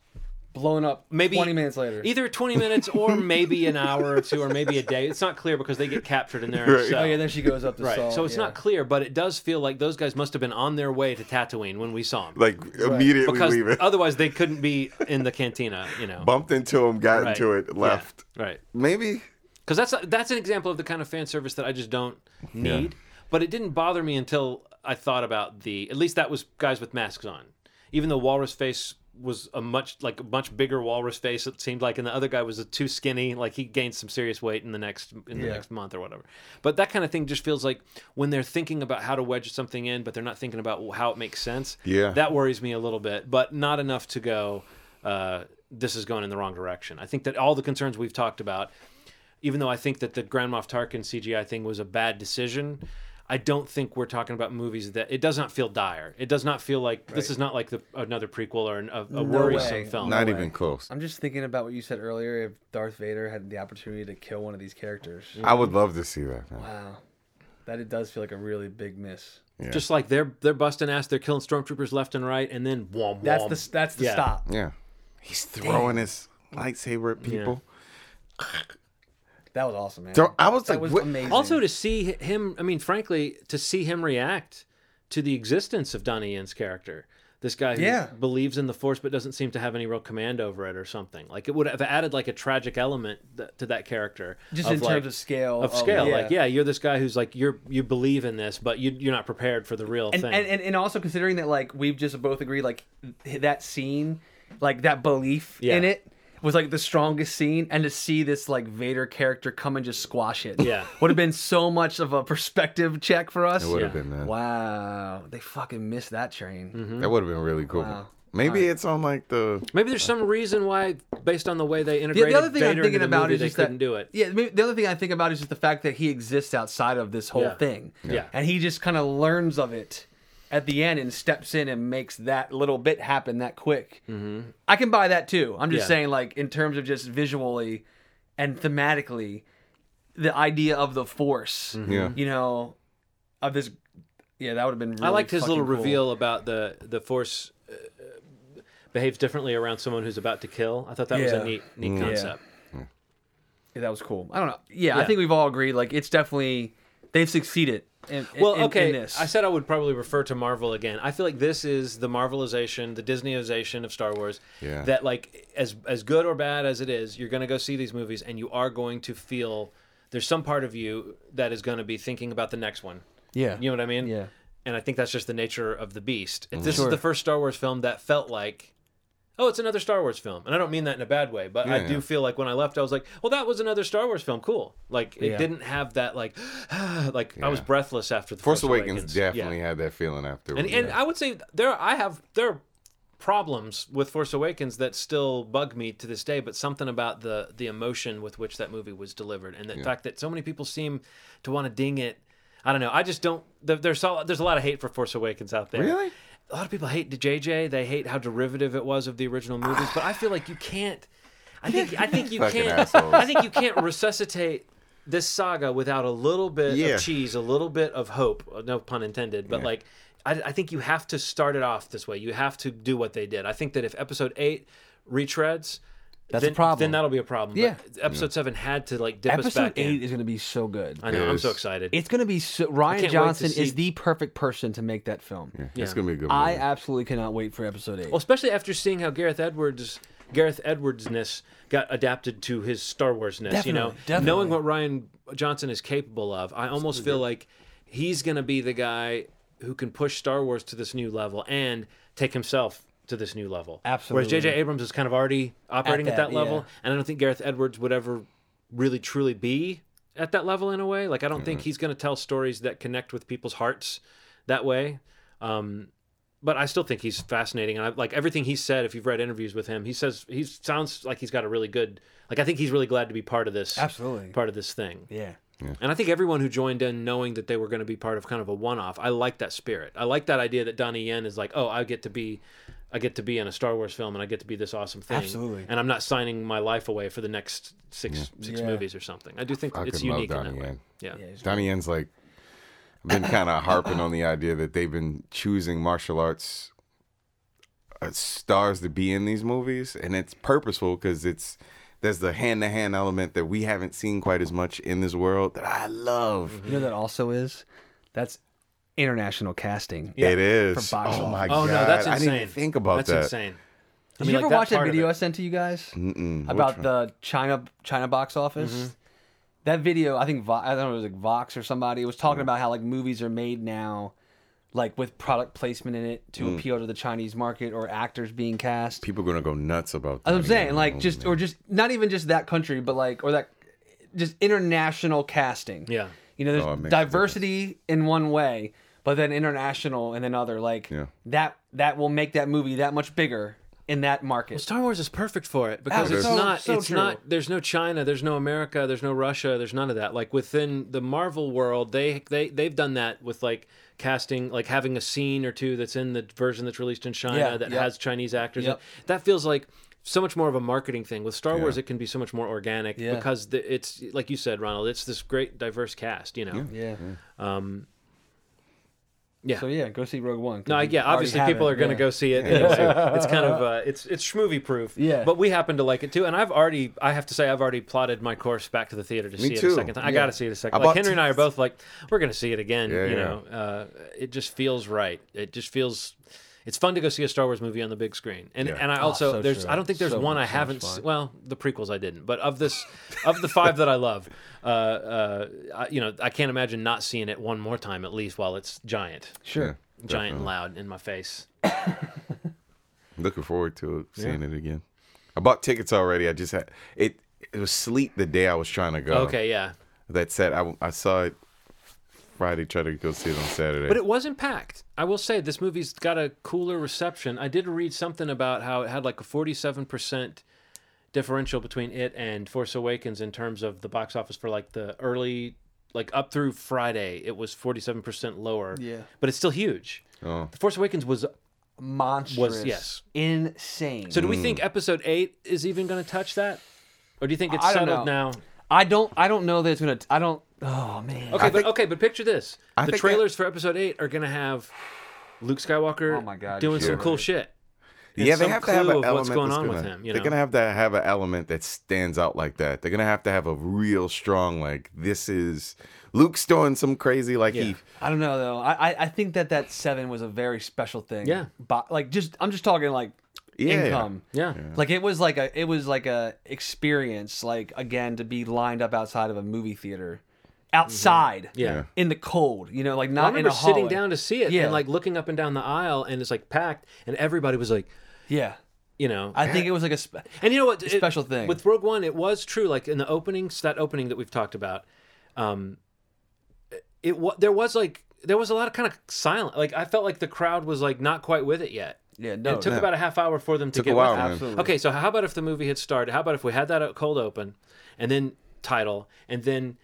Speaker 1: blown up
Speaker 5: maybe
Speaker 1: 20 minutes later
Speaker 5: Either 20 minutes or maybe an hour or two or maybe a day. It's not clear because they get captured in there.
Speaker 3: Right.
Speaker 1: oh yeah then she goes up to
Speaker 5: Right.
Speaker 1: Saul,
Speaker 5: So it's
Speaker 1: yeah.
Speaker 5: not clear, but it does feel like those guys must have been on their way to Tatooine when we saw them.
Speaker 3: like immediately
Speaker 5: because
Speaker 3: leaving
Speaker 5: otherwise they couldn't be in the cantina, you know.
Speaker 3: bumped into him got
Speaker 5: Right.
Speaker 3: into it
Speaker 5: Yeah.
Speaker 3: left
Speaker 5: Right.
Speaker 3: maybe
Speaker 5: Cuz that's that's an example of the kind of fan service that I just don't need, but it didn't bother me until I thought about the at least that was guys with masks on. Even the walrus face was a much like a much bigger walrus face. It seemed like, and the other guy was a too skinny. Like he gained some serious weight in the next in the
Speaker 1: Yeah.
Speaker 5: next month or whatever. But that kind of thing just feels like when they're thinking about how to wedge something in, but they're not thinking about how it makes sense.
Speaker 3: Yeah.
Speaker 5: that worries me a little bit, but not enough to go. Uh, this is going in the wrong direction. I think that all the concerns we've talked about, even though I think that the Grand Moff Tarkin CGI thing was a bad decision, I don't think we're talking about movies that it does not feel dire. It does not feel like this is not like the, another prequel or an, a, a worrisome
Speaker 1: way.
Speaker 5: film.
Speaker 3: Not
Speaker 1: way.
Speaker 3: even close.
Speaker 1: I'm just thinking about what you said earlier. If Darth Vader had the opportunity to kill one of these characters,
Speaker 3: I would love to see that. man.
Speaker 1: wow, that it does feel like a really big miss.
Speaker 5: Just like they're they're busting ass, they're killing stormtroopers left and right, and then womp womp.
Speaker 1: That's the that's the
Speaker 5: Yeah.
Speaker 1: stop.
Speaker 3: Yeah. He's throwing his lightsaber at people.
Speaker 1: That was awesome, man.
Speaker 3: So I was
Speaker 1: that
Speaker 3: like,
Speaker 1: was
Speaker 3: what-
Speaker 1: amazing.
Speaker 5: Also, to see him, I mean, frankly, to see him react to the existence of Donnie Yen's character, this guy who
Speaker 1: Yeah.
Speaker 5: believes in the Force but doesn't seem to have any real command over it or something. Like it would have added like a tragic element th- to that character,
Speaker 1: Just in terms
Speaker 5: like-
Speaker 1: of scale,
Speaker 5: of
Speaker 1: of-
Speaker 5: scale.
Speaker 1: Oh, yeah.
Speaker 5: Like, yeah, you're this guy who's like you're you believe in this, but you you're not prepared for the real
Speaker 1: and,
Speaker 5: thing.
Speaker 1: and, and and also considering that like we've just both agreed like th- that scene, like that belief
Speaker 5: Yeah.
Speaker 1: in it was like the strongest scene, and to see this like Vader character come and just squash it,
Speaker 5: Yeah.
Speaker 1: would have been so much of a perspective check for us.
Speaker 3: That would have
Speaker 5: Yeah.
Speaker 3: been that.
Speaker 1: Wow, they fucking missed that train.
Speaker 3: That would have been really cool.
Speaker 1: Wow.
Speaker 3: Maybe it's on like the
Speaker 5: Maybe there's some reason why, based on the way they
Speaker 1: The,
Speaker 5: integrated
Speaker 1: the other thing
Speaker 5: Vader
Speaker 1: I'm thinking
Speaker 5: into the
Speaker 1: about
Speaker 5: movie,
Speaker 1: is
Speaker 5: they
Speaker 1: just
Speaker 5: couldn't
Speaker 1: that.
Speaker 5: do it.
Speaker 1: Yeah, maybe the other thing I think about is just the fact that he exists outside of this whole
Speaker 5: Yeah.
Speaker 1: thing.
Speaker 5: Yeah.
Speaker 1: And he just kind of learns of it at the end and steps in and makes that little bit happen that quick. Mm-hmm. I can buy that too. I'm just
Speaker 5: Yeah.
Speaker 1: saying, like in terms of just visually and thematically, the idea of the Force.
Speaker 5: Mm-hmm.
Speaker 3: Yeah.
Speaker 1: You know, of this. Yeah, that would have been. Really
Speaker 5: I liked his
Speaker 1: fucking
Speaker 5: little
Speaker 1: cool.
Speaker 5: reveal about the the force uh, behaves differently around someone who's about to kill. I thought that was
Speaker 1: Yeah. Mm.
Speaker 5: a neat neat concept.
Speaker 1: Yeah, that was cool. I don't know. Yeah, I
Speaker 5: Yeah.
Speaker 1: think we've all agreed. Like it's definitely they've succeeded. In, in-
Speaker 5: Well,
Speaker 1: in- in
Speaker 5: okay.
Speaker 1: this.
Speaker 5: I said I would probably refer to Marvel again. I feel like this is the Marvelization, the Disneyization of Star Wars.
Speaker 3: Yeah.
Speaker 5: That like as as good or bad as it is, you're going to go see these movies and you are going to feel there's some part of you that is going to be thinking about the next one.
Speaker 1: Yeah.
Speaker 5: You know what I mean?
Speaker 1: Yeah.
Speaker 5: And I think that's just the nature of the beast.
Speaker 3: Mm.
Speaker 5: If this
Speaker 1: Sure.
Speaker 5: is the first Star Wars film that felt like, oh, it's another Star Wars film, and I don't mean that in a bad way, but I
Speaker 3: Yeah,
Speaker 5: do
Speaker 3: yeah.
Speaker 5: feel like when I left, I was like, well, that was another Star Wars film. Cool. Like it
Speaker 1: Yeah.
Speaker 5: didn't have that like, like I was
Speaker 3: Yeah.
Speaker 5: breathless after the
Speaker 3: Force,
Speaker 5: Force,
Speaker 3: Awakens,
Speaker 5: Yeah.
Speaker 3: definitely had that feeling after.
Speaker 5: And and I would say there I have there are problems with Force Awakens that still bug me to this day, but something about the the emotion with which that movie was delivered and the fact that so many people seem to want to ding it. I don't know. I just don't. there- There's all, there's a lot of hate for Force Awakens out there.
Speaker 3: Really?
Speaker 5: A lot of people hate JJ. They hate how derivative it was of the original movies. But I feel like you can't. I think I think you
Speaker 3: Fucking
Speaker 5: can't.
Speaker 3: assholes.
Speaker 5: I think you can't resuscitate this saga without a little bit
Speaker 3: Yeah.
Speaker 5: of cheese, a little bit of hope. No pun intended. But like, I, I think you have to start it off this way. You have to do what they did. I think that if episode eight retreads,
Speaker 1: That's a
Speaker 5: then,
Speaker 1: problem.
Speaker 5: Then that'll be a problem.
Speaker 1: Yeah.
Speaker 5: But episode seven had to like dip us
Speaker 1: episode
Speaker 5: back
Speaker 1: eight
Speaker 5: in.
Speaker 1: is going to be so good.
Speaker 5: I know. I'm so
Speaker 3: Yes.
Speaker 5: excited.
Speaker 1: It's going to be so,
Speaker 5: I
Speaker 1: Ryan
Speaker 5: can't wait to
Speaker 1: Johnson
Speaker 5: see-
Speaker 1: is the perfect person to make that film.
Speaker 3: it's gonna be a good. Movie.
Speaker 1: I absolutely cannot wait for episode eight.
Speaker 5: Well, especially after seeing how Gareth Edwards Gareth Edwardsness got adapted to his Star Warsness, you know,
Speaker 1: Definitely, definitely.
Speaker 5: knowing what Ryan Johnson is capable of, I almost feel like he's going to be the guy who can push Star Wars to this new level and take himself to this new level.
Speaker 1: Absolutely.
Speaker 5: Whereas J.J. Abrams is kind of already operating at
Speaker 1: that,
Speaker 5: that, level,
Speaker 1: yeah.
Speaker 5: and I don't think Gareth Edwards would ever really truly be at that level in a way. Like I don't think he's going to tell stories that connect with people's hearts that way. Um, but I still think he's fascinating, and I like everything he said. If you've read interviews with him, he says he sounds like he's got a really good. Like I think he's really glad to be part of this.
Speaker 1: Absolutely.
Speaker 5: part of this thing.
Speaker 1: yeah.
Speaker 5: And I think everyone who joined in, knowing that they were going to be part of kind of a one-off, I like that spirit. I like that idea that Donnie Yen is like, oh, I get to be, I get to be in a Star Wars film, and I get to be this awesome thing.
Speaker 1: Absolutely.
Speaker 5: And I'm not signing my life away for the next six six
Speaker 1: Yeah.
Speaker 5: movies or something. I do think
Speaker 3: I
Speaker 5: it's
Speaker 3: could love
Speaker 5: unique in that
Speaker 3: Donnie
Speaker 5: way.
Speaker 3: Yen.
Speaker 5: Yeah.
Speaker 1: Yeah, he's-
Speaker 3: Donnie Yen's like been kind of harping on the idea that they've been choosing martial arts uh, stars to be in these movies, and it's purposeful because it's there's the hand to hand element that we haven't seen quite as much in this world that I love.
Speaker 5: Mm-hmm.
Speaker 1: You know what that also is? That's international casting.
Speaker 3: It is.
Speaker 1: For box
Speaker 3: oh my
Speaker 5: Oh
Speaker 3: god!
Speaker 5: no, that's
Speaker 3: I
Speaker 5: insane.
Speaker 3: didn't even think about
Speaker 5: that's
Speaker 3: that.
Speaker 5: insane. I
Speaker 1: Did
Speaker 5: mean,
Speaker 1: you
Speaker 5: like,
Speaker 1: ever
Speaker 5: that
Speaker 1: watch that
Speaker 5: part of
Speaker 1: video
Speaker 5: it-
Speaker 1: I sent to you guys
Speaker 5: Uh,
Speaker 3: Mm-mm.
Speaker 1: about
Speaker 3: Which one?
Speaker 1: the China China box office?
Speaker 5: Mm-hmm.
Speaker 3: Mm.
Speaker 1: That video, I think Vo- I don't know, it was like Vox or somebody was talking about how like movies are made now like with product placement in it
Speaker 3: Mm.
Speaker 1: to appeal to the Chinese market or actors being cast.
Speaker 3: People are gonna go nuts about that.
Speaker 1: I'm saying like just or just not even just that country, but like or that just international casting.
Speaker 5: Yeah.
Speaker 1: you know, there's
Speaker 3: Oh, it makes a
Speaker 1: diversity in one way, but then international in another. Like
Speaker 3: Yeah.
Speaker 1: that that will make that movie that much bigger in that market.
Speaker 5: Star Wars is perfect for it because
Speaker 1: Oh, it
Speaker 5: it's
Speaker 1: is.
Speaker 5: not.
Speaker 1: So- so
Speaker 5: it's
Speaker 1: true.
Speaker 5: not. There's no China. There's no America. There's no Russia. There's none of that. Like within the Marvel world, they they they've done that with like casting, like having a scene or two that's in the version that's released in China
Speaker 1: Yeah,
Speaker 5: that
Speaker 1: yeah.
Speaker 5: has Chinese actors. in
Speaker 1: Yep.
Speaker 5: it. That feels like so much more of a marketing thing. With Star Wars, it can be so much more organic
Speaker 1: Yeah.
Speaker 5: because the, it's like you said, Ronald. It's this great diverse cast. You know.
Speaker 1: Yeah.
Speaker 5: Um, yeah.
Speaker 1: So yeah, go see Rogue One.
Speaker 5: No, I- yeah, obviously people are going to go see it. and it's- It's kind of uh, it's it's schmovy proof.
Speaker 1: Yeah.
Speaker 5: but we happen to like it too. And I've already, I have to say, I've already plotted my course back to the theater to
Speaker 3: Me
Speaker 5: see it
Speaker 3: too.
Speaker 5: a second time. I
Speaker 3: Yeah.
Speaker 5: got to see it a
Speaker 3: I
Speaker 5: second.
Speaker 3: bought
Speaker 5: Like Henry and I are
Speaker 3: tickets.
Speaker 5: both like, we're going to see it again.
Speaker 3: Yeah,
Speaker 5: you
Speaker 3: yeah.
Speaker 5: know, uh, it just feels right. It just feels. It's fun to go see a Star Wars movie on the big screen, and
Speaker 3: Yeah.
Speaker 5: and I also
Speaker 1: so
Speaker 5: there's
Speaker 1: true.
Speaker 5: I don't think there's
Speaker 1: So
Speaker 5: one I
Speaker 1: much- so much
Speaker 5: haven't.
Speaker 1: fun.
Speaker 5: s- well, the prequels I didn't, but of this, of the five that I love, uh, uh, I, you know, I can't imagine not seeing it one more time at least while it's giant
Speaker 1: Sure.
Speaker 5: giant and loud in my face.
Speaker 3: Looking forward to seeing it again. I bought tickets already. I just had it. It was sleep the day I was trying to go.
Speaker 5: Okay, yeah.
Speaker 3: That said, I, I saw it Friday. Try to go see it on Saturday.
Speaker 5: But it wasn't packed. I will say this movie's got a cooler reception. I did read something about how it had like a 47% differential between it and Force Awakens in terms of the box office for like the early like up through Friday, it was 47% lower.
Speaker 1: Yeah.
Speaker 5: But it's still huge.
Speaker 3: Oh.
Speaker 5: The Force Awakens was
Speaker 1: Monstrous.
Speaker 5: yes.
Speaker 1: Insane.
Speaker 5: So do we think episode 8 is even going to touch that? Or do you think it's
Speaker 1: I don't
Speaker 5: settled
Speaker 1: know.
Speaker 5: now?
Speaker 1: I don't. I don't know that it's gonna. I don't. Oh man.
Speaker 5: Okay, but
Speaker 3: think-
Speaker 5: okay, but picture this:
Speaker 3: I
Speaker 5: the
Speaker 3: think
Speaker 5: trailers for Episode Eight are gonna have Luke Skywalker
Speaker 1: Oh my God,
Speaker 5: doing
Speaker 1: you're
Speaker 5: some cool
Speaker 1: right.
Speaker 5: shit. And
Speaker 3: yeah, they
Speaker 5: some
Speaker 3: have to have
Speaker 5: clue
Speaker 3: an
Speaker 5: of
Speaker 3: element
Speaker 5: what's going
Speaker 3: that's
Speaker 5: on
Speaker 3: gonna,
Speaker 5: with him. You
Speaker 3: they're
Speaker 5: know?
Speaker 3: gonna have to have an element that stands out like that. They're gonna have to have a real strong like this is Luke's doing some crazy like
Speaker 5: Yeah.
Speaker 3: he
Speaker 1: I don't know though. I, I I think that that seven was a very special thing.
Speaker 5: Yeah.
Speaker 1: But like just I'm just talking like
Speaker 3: Yeah.
Speaker 1: income.
Speaker 5: yeah.
Speaker 1: Like it was like a it was like a experience like again to be lined up outside of a movie theater, outside.
Speaker 5: Mm-hmm. Yeah. Yeah.
Speaker 1: In the cold, you know, like
Speaker 5: I
Speaker 1: not in
Speaker 5: remember
Speaker 1: a
Speaker 5: sitting
Speaker 1: hallway.
Speaker 5: down to see it
Speaker 1: Yeah.
Speaker 5: and like looking up and down the aisle, and it's like packed, and everybody was like,
Speaker 1: Yeah.
Speaker 5: you know,
Speaker 1: I think it was like a. Spe-
Speaker 5: And you know what?
Speaker 1: A special thing.
Speaker 5: with Rogue One. It was true. Like in the openings, that opening that we've talked about, um, it wa- there was like there was a lot of kind of silent. Like I felt like the crowd was like not quite with it yet.
Speaker 1: Yeah, no,
Speaker 5: it took
Speaker 1: no.
Speaker 5: about a half hour for them
Speaker 3: Oh,
Speaker 5: to
Speaker 3: Took a
Speaker 5: get
Speaker 3: while,
Speaker 5: with it.
Speaker 3: man.
Speaker 1: Absolutely.
Speaker 5: Okay, so how about if the movie had started? How about if we had that o- cold open, and then title, and then.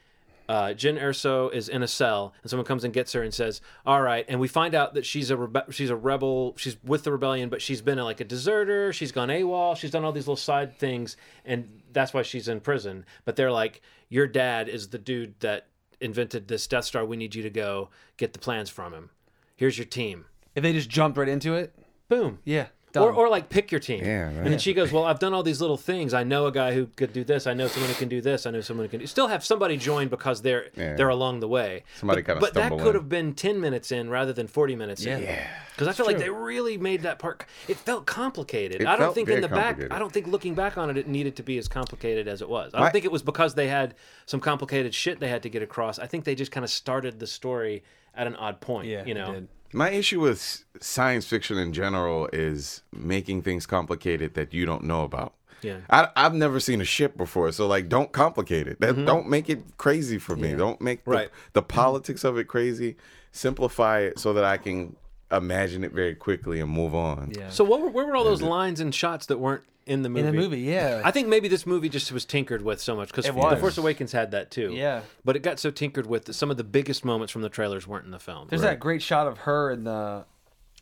Speaker 5: Uh, Jin Erso is in a cell, and someone comes and gets her and says, "All right." And we find out that she's a rebe- she's a rebel. She's with the rebellion, but she's been like a deserter. She's gone AWOL. She's done all these little side things, and that's why she's in prison. But they're like, "Your dad is the dude that invented this Death Star. We need you to go get the plans from him. Here's your team.
Speaker 1: if they just jumped right into it,
Speaker 5: Boom.
Speaker 1: yeah. Done.
Speaker 5: Or, or like pick your team.
Speaker 3: Yeah, right.
Speaker 5: And then she goes, Well, I've done all these little things. I know a guy who could do this. I know someone who can do this. I know someone who can do still have somebody join because they're
Speaker 3: Yeah.
Speaker 5: they're along the way.
Speaker 3: Somebody
Speaker 5: But-
Speaker 3: kinda
Speaker 5: But that
Speaker 3: stumble in.
Speaker 5: could have been ten minutes in rather than forty minutes in.
Speaker 1: Yeah.
Speaker 5: Because I feel like they really made that part it felt complicated.
Speaker 3: It
Speaker 5: I don't
Speaker 3: felt
Speaker 5: think
Speaker 3: very
Speaker 5: in the back
Speaker 3: complicated.
Speaker 5: I don't think looking back on it it needed to be as complicated as it was. I don't
Speaker 3: My-
Speaker 5: think it was because they had some complicated shit they had to get across. I think they just kind of started the story at an odd point.
Speaker 1: yeah,
Speaker 5: you
Speaker 1: it
Speaker 5: know.
Speaker 1: did.
Speaker 3: My issue with s- science fiction in general is making things complicated that you don't know about.
Speaker 5: Yeah.
Speaker 3: I, I've never seen a ship before, so like, don't complicate it. That, Don't make it crazy for me. Don't make the,
Speaker 5: Mm-hmm. Right.
Speaker 3: the politics of it crazy. Simplify it so that I can imagine it very quickly and move on.
Speaker 1: Yeah.
Speaker 5: So what were, where were all those lines and shots that weren't in the movie?
Speaker 1: in the movie, yeah.
Speaker 5: I think maybe this movie just was tinkered with so much because
Speaker 1: It
Speaker 5: The
Speaker 1: was.
Speaker 5: Force Awakens had that too.
Speaker 1: Yeah.
Speaker 5: but it got so tinkered with that some of the biggest moments from the trailers weren't in the film.
Speaker 1: There's that great shot of her in the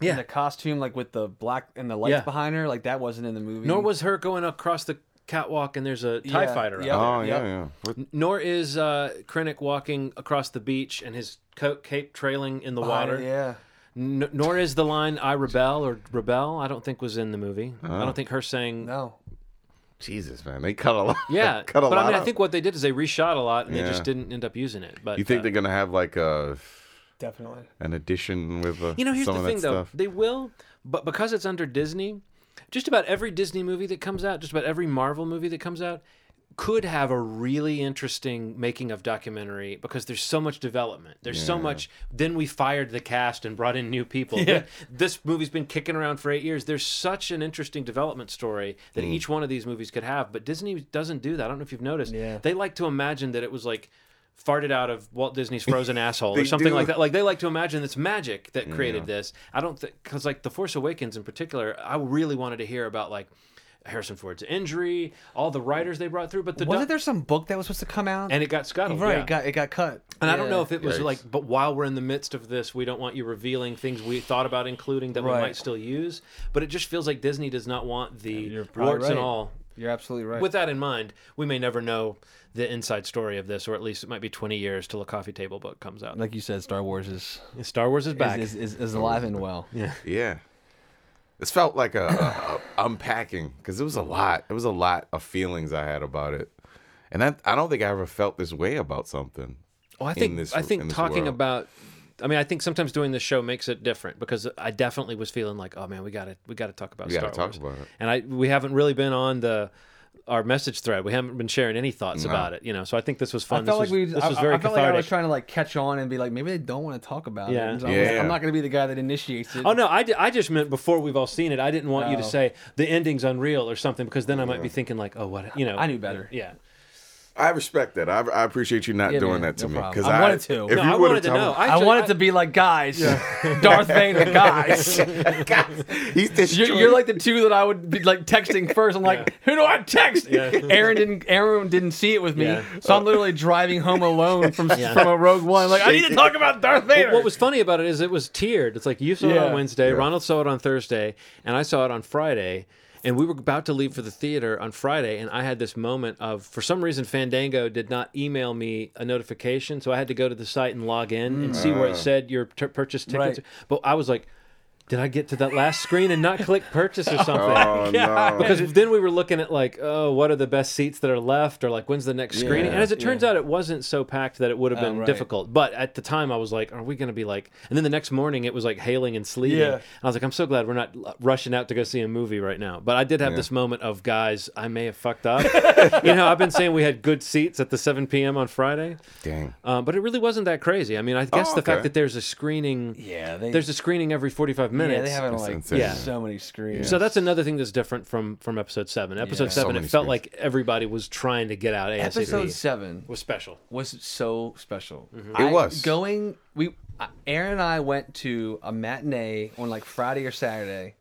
Speaker 5: Yeah.
Speaker 1: in the costume, like with the black and the lights
Speaker 5: Yeah.
Speaker 1: behind her. Like that wasn't in the movie.
Speaker 5: Nor was her going across the catwalk and there's a Tie
Speaker 1: Yeah,
Speaker 5: Fighter.
Speaker 1: yeah.
Speaker 5: Out.
Speaker 3: Oh
Speaker 1: Yep.
Speaker 3: yeah, yeah. What-
Speaker 5: Nor is uh, Krennic walking across the beach and his coat cape trailing in the water.
Speaker 1: Yeah.
Speaker 5: N- nor is the line "I rebel" or "rebel." I don't think was in the movie. I don't think her saying
Speaker 1: No.
Speaker 3: Jesus, man, they cut a lot.
Speaker 5: Yeah,
Speaker 3: cut a
Speaker 5: but
Speaker 3: lot.
Speaker 5: I mean, I
Speaker 3: out.
Speaker 5: think what they did is they reshot a lot, and they
Speaker 3: Yeah.
Speaker 5: just didn't end up using it. But
Speaker 3: you think
Speaker 5: uh,
Speaker 3: they're gonna have like a
Speaker 1: Definitely.
Speaker 3: an edition with uh
Speaker 5: You know, here's
Speaker 3: some
Speaker 5: the
Speaker 3: of
Speaker 5: thing,
Speaker 3: that
Speaker 5: though.
Speaker 3: stuff.
Speaker 5: They will, but because it's under Disney, just about every Disney movie that comes out, just about every Marvel movie that comes out, could have a really interesting making of documentary because there's so much development. There's so much. Then we fired the cast and brought in new people. Then- This movie's been kicking around for eight years. There's such an interesting development story that
Speaker 3: Mm.
Speaker 5: each one of these movies could have, but Disney doesn't do that. I don't know if you've noticed.
Speaker 1: Yeah.
Speaker 5: They like to imagine that it was like farted out of Walt Disney's frozen asshole or
Speaker 3: They
Speaker 5: something
Speaker 3: do.
Speaker 5: like that. Like they like to imagine it's magic that created this. I don't think because like The Force Awakens in particular, I really wanted to hear about like. Harrison Ford's injury, all the writers they brought through, but the doc-
Speaker 2: Wasn't there some book that was supposed to come out?
Speaker 5: and it got scuttled.
Speaker 2: right,
Speaker 5: yeah.
Speaker 2: it got it got cut.
Speaker 5: and I don't
Speaker 1: yeah.
Speaker 5: know if it was
Speaker 3: Yikes.
Speaker 5: like, but while we're in the midst of this, we don't want you revealing things we thought about including that we
Speaker 1: Right.
Speaker 5: might still use. But it just feels like Disney does not want the
Speaker 1: You're probably
Speaker 5: warts and
Speaker 1: right.
Speaker 5: all.
Speaker 1: You're absolutely right.
Speaker 5: With that in mind, we may never know the inside story of this, or at least it might be 20 years till a coffee table book comes out.
Speaker 1: like you said, Star Wars is
Speaker 5: Star Wars is back.
Speaker 1: is, is, is, is alive and well. Yeah.
Speaker 3: Yeah. This felt like a, a, a unpacking because it was a lot. It was a lot of feelings I had about it, and I, I don't think I ever felt this way about something.
Speaker 5: Oh, I
Speaker 3: in
Speaker 5: think
Speaker 3: this-
Speaker 5: I
Speaker 3: in
Speaker 5: think
Speaker 3: this
Speaker 5: talking
Speaker 3: world.
Speaker 5: about. I mean, I think sometimes doing this show makes it different because I definitely was feeling like, oh man, we gotta we gotta talk about
Speaker 3: We
Speaker 5: Star
Speaker 3: gotta talk
Speaker 5: Wars.
Speaker 3: about it.
Speaker 5: And I we haven't really been on the our message thread. We haven't been sharing any thoughts about it, you know. So I think this was fun.
Speaker 1: I felt
Speaker 5: this
Speaker 1: like
Speaker 5: was,
Speaker 1: we.
Speaker 5: this
Speaker 1: I,
Speaker 5: was
Speaker 1: I-
Speaker 5: very
Speaker 1: I felt like I was
Speaker 5: cathartic.
Speaker 1: trying to like catch on and be like, maybe they don't want to talk about
Speaker 5: Yeah.
Speaker 1: it. So I was like,
Speaker 3: Yeah.
Speaker 1: I'm not going to be the guy that initiates it.
Speaker 5: Oh no, I, di- I just meant before we've all seen it. I didn't want you to
Speaker 1: Oh.
Speaker 5: say the ending's unreal or something because then I might be thinking like, oh, what you know.
Speaker 1: I knew better.
Speaker 5: Yeah.
Speaker 3: I respect that. I, I appreciate you not
Speaker 1: Yeah,
Speaker 3: doing
Speaker 1: man,
Speaker 3: that to
Speaker 1: no
Speaker 3: me
Speaker 1: problem. I
Speaker 3: I
Speaker 1: wanted to.
Speaker 3: If
Speaker 5: No,
Speaker 3: you
Speaker 5: I
Speaker 3: would've
Speaker 5: wanted to
Speaker 3: told
Speaker 5: know.
Speaker 3: me-
Speaker 5: I,
Speaker 1: I
Speaker 5: ju-
Speaker 1: wanted
Speaker 5: I-
Speaker 1: to be like guys, Darth Vader, guys.
Speaker 3: He's this.
Speaker 1: You're, you're like the two that I would be like texting first. I'm like, who do I text?
Speaker 5: Yeah.
Speaker 1: Aaron didn't. Aaron didn't see it with me,
Speaker 5: Yeah.
Speaker 1: so I'm literally driving home alone from from a Rogue One. Like, I need to talk about Darth Vader.
Speaker 5: Well, what was funny about it is it was tiered. It's like you saw it on
Speaker 1: Yeah.
Speaker 5: Wednesday, Ronald saw it on Thursday, and I saw it on Friday. And we were about to leave for the theater on Friday, and I had this moment of, for some reason, Fandango did not email me a notification, so I had to go to the site and log in and see where it said your t- purchase tickets.
Speaker 1: Mm. Right.
Speaker 5: But I was like, did I get to that last screen and not click purchase or something?
Speaker 3: Oh no.
Speaker 5: because then we were looking at like, oh, what are the best seats that are left, or like, when's the next screening? and as it turns out, it wasn't so packed that it would have been
Speaker 1: Oh, right.
Speaker 5: difficult. But at the time, I was like, are we going to be like? And then the next morning, it was like hailing and sleeting.
Speaker 1: Yeah.
Speaker 5: And I was like, I'm so glad we're not l- rushing out to go see a movie right now. But I did have this moment of, guys, I may have fucked up. you know, I've been saying we had good seats at the 7 p.m. on Friday.
Speaker 3: Dang.
Speaker 5: Um, but it really wasn't that crazy. I mean, I guess the
Speaker 3: okay.
Speaker 5: fact that there's a screening,
Speaker 1: Oh, Yeah, they-
Speaker 5: there's a screening every 45 minutes.
Speaker 1: yeah, they have it on, like
Speaker 3: insane. Yeah.
Speaker 1: so many screens.
Speaker 5: So that's another thing that's different from from episode seven. Episode
Speaker 1: Yeah.
Speaker 5: seven,
Speaker 3: So
Speaker 5: it
Speaker 3: many
Speaker 5: felt
Speaker 3: screens.
Speaker 5: like everybody was trying to get out ASAP.
Speaker 1: Episode seven
Speaker 5: was special.
Speaker 1: was so special.
Speaker 3: Mm-hmm. It
Speaker 1: I-
Speaker 3: was.
Speaker 1: going. We I- Aaron and I went to a matinee on like Friday or Saturday,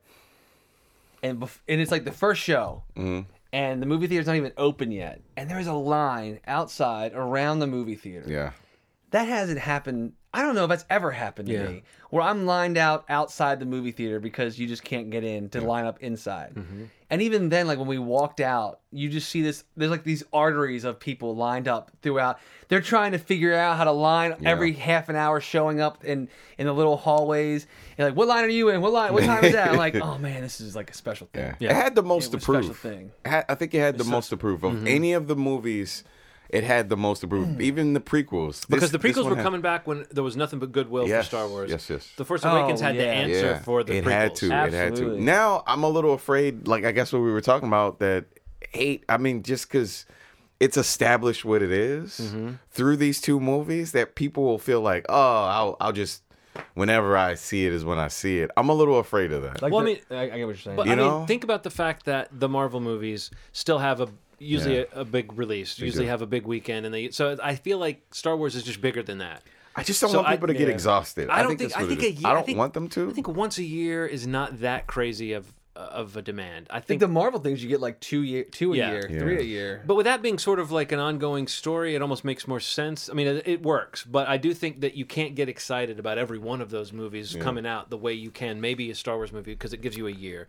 Speaker 1: and bef- and it's like the first show,
Speaker 3: Mm-hmm.
Speaker 1: and the movie theater's not even open yet, and there is a line outside around the movie theater.
Speaker 3: Yeah.
Speaker 1: That hasn't happened. I don't know if that's ever happened to
Speaker 5: Yeah.
Speaker 1: me, where I'm lined out outside the movie theater because you just can't get in to line up inside. And even then, like when we walked out, you just see this. There's like these arteries of people lined up throughout. They're trying to figure out how to line every half an hour, showing up in in the little hallways. And like, what line are you in? What line? What time is that? I'm like, oh man, this is like a special thing.
Speaker 3: Yeah. It had the most
Speaker 1: It
Speaker 3: to
Speaker 1: was a special
Speaker 3: prove.
Speaker 1: thing.
Speaker 3: It had- I think it had the most to prove of any of the movies. It had the most to prove, even the prequels.
Speaker 5: Because the prequels were coming back when there was nothing but goodwill
Speaker 3: Yes,
Speaker 5: for Star Wars.
Speaker 3: yes, yes.
Speaker 5: The Force
Speaker 1: Oh,
Speaker 5: Awakens had to
Speaker 1: yeah.
Speaker 5: answer for the
Speaker 3: it
Speaker 5: prequels.
Speaker 3: had to. It had to.
Speaker 1: Absolutely.
Speaker 3: Now I'm a little afraid. Like I guess what we were talking about that hate. I mean, just because it's established what it is
Speaker 5: Mm-hmm.
Speaker 3: through these two movies, that people will feel like, oh, I'll, I'll just whenever I see it is when I see it. I'm a little afraid of that.
Speaker 1: Like
Speaker 5: Well, I
Speaker 1: the-
Speaker 5: mean-
Speaker 1: I, I get what you're saying.
Speaker 5: But
Speaker 3: You
Speaker 5: I
Speaker 3: know?
Speaker 5: mean, think about the fact that the Marvel movies still have a usually a, a big release, usually
Speaker 3: do.
Speaker 5: have a big weekend, and they so I feel like Star Wars is just bigger than that.
Speaker 3: I just don't
Speaker 5: So
Speaker 3: want people
Speaker 5: I-
Speaker 3: to get
Speaker 5: yeah.
Speaker 3: exhausted.
Speaker 5: I don't think,
Speaker 3: that's
Speaker 5: I
Speaker 3: what it
Speaker 5: think a
Speaker 3: is.
Speaker 5: year,
Speaker 3: I don't want them to.
Speaker 5: I think once a year is not that crazy of of a demand.
Speaker 1: I
Speaker 5: I
Speaker 1: think
Speaker 5: think
Speaker 1: the Marvel things you get like two year, two a
Speaker 5: Yeah.
Speaker 1: year,
Speaker 3: Yeah.
Speaker 1: three a year.
Speaker 5: But with that being sort of like an ongoing story, it almost makes more sense. I mean, it, it works, but I do think that you can't get excited about every one of those movies coming out the way you can maybe a Star Wars movie because it gives you a year.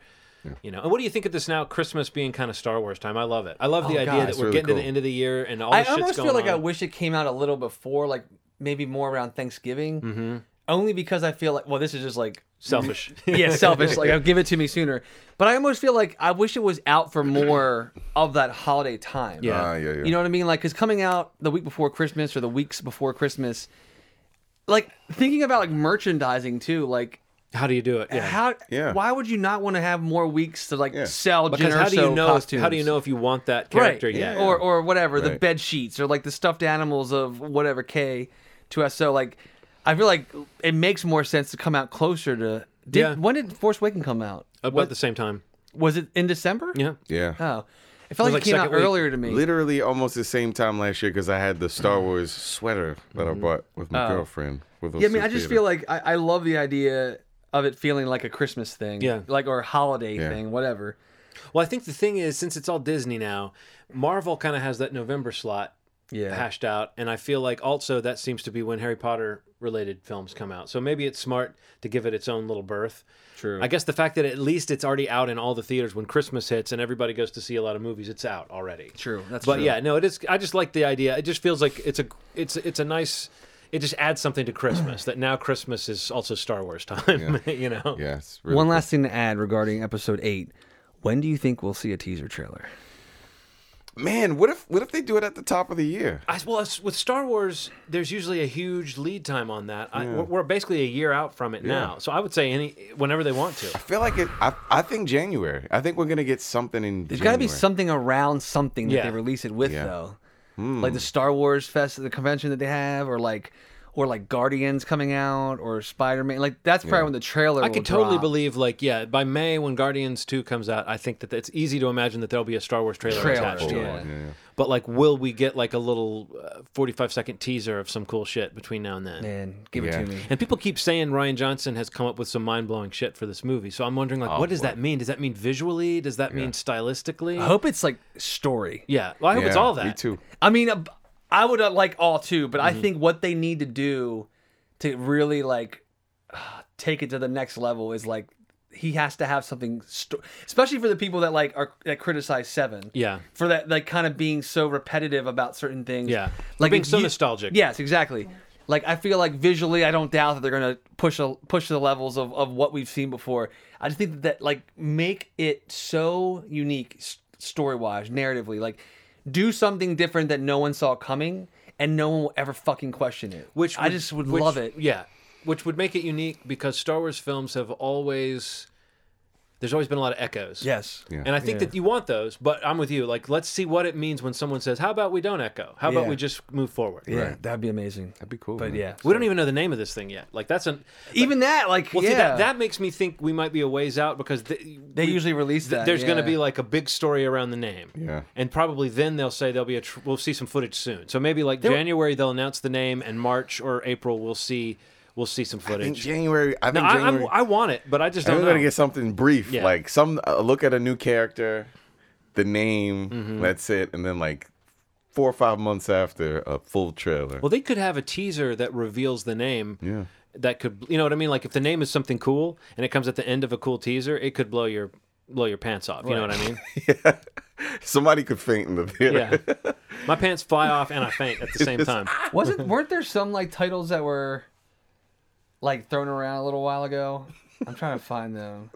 Speaker 5: You know, and what do you think of this now? Christmas being kind of Star Wars time. I love it. I love the
Speaker 1: Oh,
Speaker 5: idea
Speaker 1: God,
Speaker 5: that
Speaker 1: it's
Speaker 5: we're
Speaker 3: really
Speaker 5: getting to
Speaker 3: cool.
Speaker 5: the end of the year and all
Speaker 1: I
Speaker 5: this shit's
Speaker 1: almost
Speaker 5: going
Speaker 1: feel like
Speaker 5: on.
Speaker 1: I wish it came out a little before, like maybe more around Thanksgiving.
Speaker 5: Mm-hmm.
Speaker 1: Only because I feel like, well, this is just like
Speaker 5: Selfish.
Speaker 1: yeah, selfish. Like, I'll give it to me sooner. But I almost feel like I wish it was out for more of that holiday time.
Speaker 5: Yeah.
Speaker 3: Ah, yeah, yeah.
Speaker 1: You know what I mean? Like, because coming out the week before Christmas or the weeks before Christmas, like thinking about like merchandising too, like
Speaker 5: How do you do it? Yeah.
Speaker 1: How?
Speaker 3: Yeah.
Speaker 1: Why would you not want to have more weeks to like
Speaker 3: Yeah.
Speaker 1: sell?
Speaker 5: because
Speaker 1: Jen
Speaker 5: how do you
Speaker 1: Erso
Speaker 5: know?
Speaker 1: Costumes?
Speaker 5: How do you know if you want that
Speaker 1: Right.
Speaker 5: character yet?
Speaker 3: Yeah.
Speaker 1: Or or whatever the
Speaker 3: Right.
Speaker 1: bed sheets or like the stuffed animals of whatever K to So like, I feel like it makes more sense to come out closer to. Did,
Speaker 5: Yeah.
Speaker 1: When did Force Waken come out?
Speaker 5: About
Speaker 1: What-
Speaker 5: the same time.
Speaker 1: was it in December?
Speaker 5: Yeah.
Speaker 3: Yeah.
Speaker 5: uh,
Speaker 1: Oh, it felt
Speaker 5: It
Speaker 1: like,
Speaker 5: was like
Speaker 1: it came out
Speaker 5: second week.
Speaker 1: earlier to me.
Speaker 3: Literally almost the same time last year because I had the
Speaker 5: Mm.
Speaker 3: Star Wars sweater that I
Speaker 5: Mm-hmm.
Speaker 3: bought with
Speaker 5: Oh.
Speaker 3: my girlfriend. With us
Speaker 1: Yeah, I mean,
Speaker 3: to
Speaker 1: I just
Speaker 3: theater.
Speaker 1: feel like I, I love the idea of it feeling like a Christmas thing,
Speaker 5: Yeah. Ah,
Speaker 1: like or a holiday
Speaker 3: Yeah.
Speaker 1: thing, whatever.
Speaker 5: Well, I think the thing is, since it's all Disney now, Marvel kind of has that November slot
Speaker 1: Yeah,
Speaker 5: hashed out, and I feel like also that seems to be when Harry Potter related films come out. So maybe it's smart to give it its own little birth.
Speaker 1: true.
Speaker 5: I guess the fact that at least it's already out in all the theaters when Christmas hits and everybody goes to see a lot of movies, it's out already.
Speaker 1: True. That's
Speaker 5: but
Speaker 1: true.
Speaker 5: yeah, no, it is. I just like the idea. It just feels like it's a it's it's a nice. It just adds something to Christmas that now Christmas is also Star Wars time. you know.
Speaker 3: Yeah, it's really
Speaker 1: One
Speaker 3: cool.
Speaker 1: last thing to add regarding episode eight. When do you think we'll see a teaser trailer?
Speaker 3: Man, what if what if they do it at the top of the year?
Speaker 5: I, well, it's- with Star Wars, there's usually a huge lead time on that. I, we're, we're basically a year out from it now, so I would say any whenever they want to.
Speaker 3: I feel like it. I, I think January. I think we're gonna get something in.
Speaker 1: There's got to be
Speaker 3: January.
Speaker 1: something around something that
Speaker 5: Yeah.
Speaker 1: they release it with,
Speaker 3: Yeah. Hmm.
Speaker 1: though. Like the Star Wars fest, the convention that they have, or like, or like Guardians coming out, or Spider Man. Like that's probably when the trailer.
Speaker 5: I
Speaker 1: will
Speaker 5: could totally
Speaker 1: drop.
Speaker 5: believe, like, yeah, by May when Guardians Two comes out, I think that it's easy to imagine that there'll be a Star Wars trailer,
Speaker 1: Trailer, Oh,
Speaker 5: attached to
Speaker 1: yeah.
Speaker 5: it.
Speaker 1: Yeah,
Speaker 5: But like, will we get like a little uh, forty-five second teaser of some cool shit between now and then?
Speaker 1: Man, give
Speaker 3: Yeah.
Speaker 1: it to me.
Speaker 5: And people keep saying Ryan Johnson has come up with some mind blowing shit for this movie. So I'm wondering,
Speaker 3: Oh,
Speaker 5: like, what does that mean? Does that mean visually? Does that mean stylistically?
Speaker 1: I hope it's like story.
Speaker 5: yeah. Well, I hope it's
Speaker 3: Yeah,
Speaker 5: all that.
Speaker 3: Me too.
Speaker 1: I mean, uh, I would uh, like all two, but
Speaker 3: Mm-hmm.
Speaker 1: I think what they need to do to really like take it to the next level is like he has to have something, sto- especially for the people that like are that criticize seven.
Speaker 5: Yeah.
Speaker 1: for that like kind of being so repetitive about certain things.
Speaker 5: Yeah.
Speaker 1: like
Speaker 5: Being
Speaker 1: if
Speaker 5: so nostalgic.
Speaker 1: Yes, exactly. Like I feel like visually, I don't doubt that they're gonna push a, push the levels of, of what we've seen before. I just think that like make it so unique story wise, narratively. Like do something different that no one saw coming, and no one will ever fucking question it.
Speaker 5: which
Speaker 1: I just would
Speaker 5: which-
Speaker 1: love it.
Speaker 5: Yeah, which would make it unique because Star Wars films have always there's always been a lot of echoes.
Speaker 1: Yes.
Speaker 5: And I think that you want those, but I'm with you. Like, let's see what it means when someone says, "How about we don't echo? How about
Speaker 1: Yeah.
Speaker 5: we just move forward?"
Speaker 1: Yeah, that'd be amazing.
Speaker 3: That'd be cool.
Speaker 1: But
Speaker 3: man.
Speaker 1: yeah,
Speaker 5: We don't even know the name of this thing yet. Like, that's an
Speaker 1: even that like
Speaker 5: well,
Speaker 1: yeah
Speaker 5: see, that, that makes me think we might be a ways out because they,
Speaker 1: they
Speaker 5: we-
Speaker 1: usually release
Speaker 5: th-
Speaker 1: that.
Speaker 5: there's going to
Speaker 1: yeah.
Speaker 5: be like a big story around the name.
Speaker 3: Yeah.
Speaker 5: And probably then they'll say there'll be a tr- we'll see some footage soon. So maybe like January they'll announce the name and March or April we'll see we'll see some
Speaker 3: I think
Speaker 5: footage.
Speaker 3: January. I
Speaker 5: No,
Speaker 3: think
Speaker 5: I, I'm,
Speaker 3: January.
Speaker 5: I want it, but I just
Speaker 3: I
Speaker 5: don't
Speaker 3: think we're
Speaker 5: know.
Speaker 3: gonna get something brief,
Speaker 5: Yeah.
Speaker 3: like some uh, look at a new character, the name.
Speaker 5: Mm-hmm.
Speaker 3: That's it, and then like four or five months after a full trailer.
Speaker 5: well, they could have a teaser that reveals the name.
Speaker 3: Yeah.
Speaker 5: That could, you know what I mean? Like if the name is something cool and it comes at the end of a cool teaser, it could blow your blow your pants off. You know what I mean?
Speaker 3: Somebody could faint in the theater.
Speaker 5: yeah. My pants fly off and I faint at the same time.
Speaker 1: Wasn't weren't there some like titles that were like thrown around a little while ago? I'm trying to find them.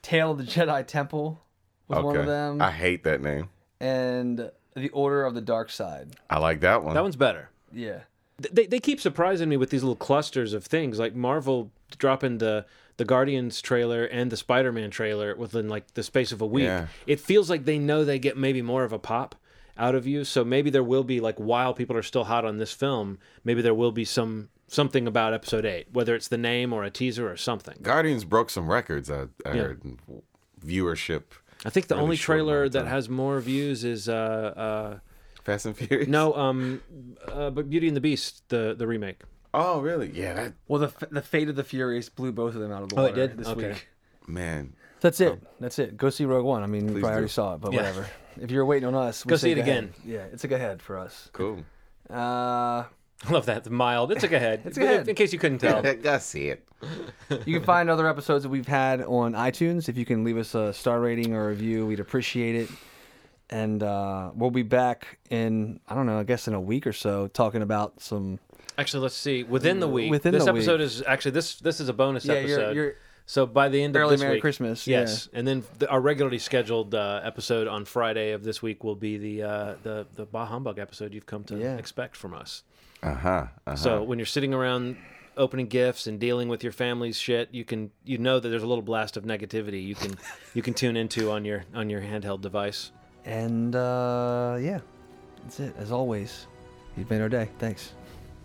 Speaker 1: Tale of the Jedi Temple was one of them,
Speaker 3: I hate that name.
Speaker 1: and the Order of the Dark Side.
Speaker 3: I like that one.
Speaker 5: That one's better.
Speaker 1: Yeah,
Speaker 5: they, they keep surprising me with these little clusters of things like marvel dropping the the guardians trailer and the spider-man trailer within like the space of a week
Speaker 3: Yeah.
Speaker 5: it feels like they know they get maybe more of a pop out of you so maybe there will be like while people are still hot on this film maybe there will be some something about episode 8 whether it's the name or a teaser or something
Speaker 3: Guardians broke some records. I, I heard viewership.
Speaker 5: i think the
Speaker 3: Really
Speaker 5: only
Speaker 3: short amount
Speaker 5: trailer
Speaker 3: of
Speaker 5: that
Speaker 3: time.
Speaker 5: has more views is uh uh
Speaker 3: Fast and Furious.
Speaker 5: no um uh, but beauty and the beast the the remake
Speaker 3: Oh, really? Yeah. That,
Speaker 1: well, the f- the Fate of the Furious blew both of them out of the water this week.
Speaker 3: man.
Speaker 1: That's it. That's it. Go see Rogue One. I mean, you probably
Speaker 3: Oh. do.
Speaker 1: already saw it, but whatever. If you're waiting on us, we
Speaker 5: Go
Speaker 1: say
Speaker 5: see it
Speaker 1: go ahead.
Speaker 5: again.
Speaker 1: Yeah, it's a go ahead for us.
Speaker 3: Cool.
Speaker 1: Uh,
Speaker 5: I love that. The mild. It's like a head.
Speaker 1: It's a head.
Speaker 5: In case you couldn't tell.
Speaker 3: I see it.
Speaker 1: You can find other episodes that we've had on iTunes. If you can leave us a star rating or a review, we'd appreciate it. And uh, we'll be back in, I don't know, I guess in a week or so, talking about some.
Speaker 5: Actually, let's see. Within the week.
Speaker 1: Within
Speaker 5: this
Speaker 1: the
Speaker 5: episode
Speaker 1: week.
Speaker 5: is actually this this is a bonus
Speaker 1: Yeah, you're-
Speaker 5: episode.
Speaker 1: you're-
Speaker 5: so by the end
Speaker 1: Early
Speaker 5: of this
Speaker 1: Merry
Speaker 5: week-
Speaker 1: Christmas,
Speaker 5: Yes. And then the, our regularly scheduled uh, episode on Friday of this week will be the uh, the the Bah Humbug episode you've come to
Speaker 1: Yeah.
Speaker 5: expect from us.
Speaker 3: Uh huh.
Speaker 5: So when you're sitting around opening gifts and dealing with your family's shit, you can you know that there's a little blast of negativity you can you can tune into on your on your handheld device.
Speaker 1: And uh, yeah, that's it. As always, you've made our day. Thanks.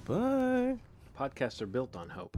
Speaker 3: Bye.
Speaker 5: Podcasts are built on hope.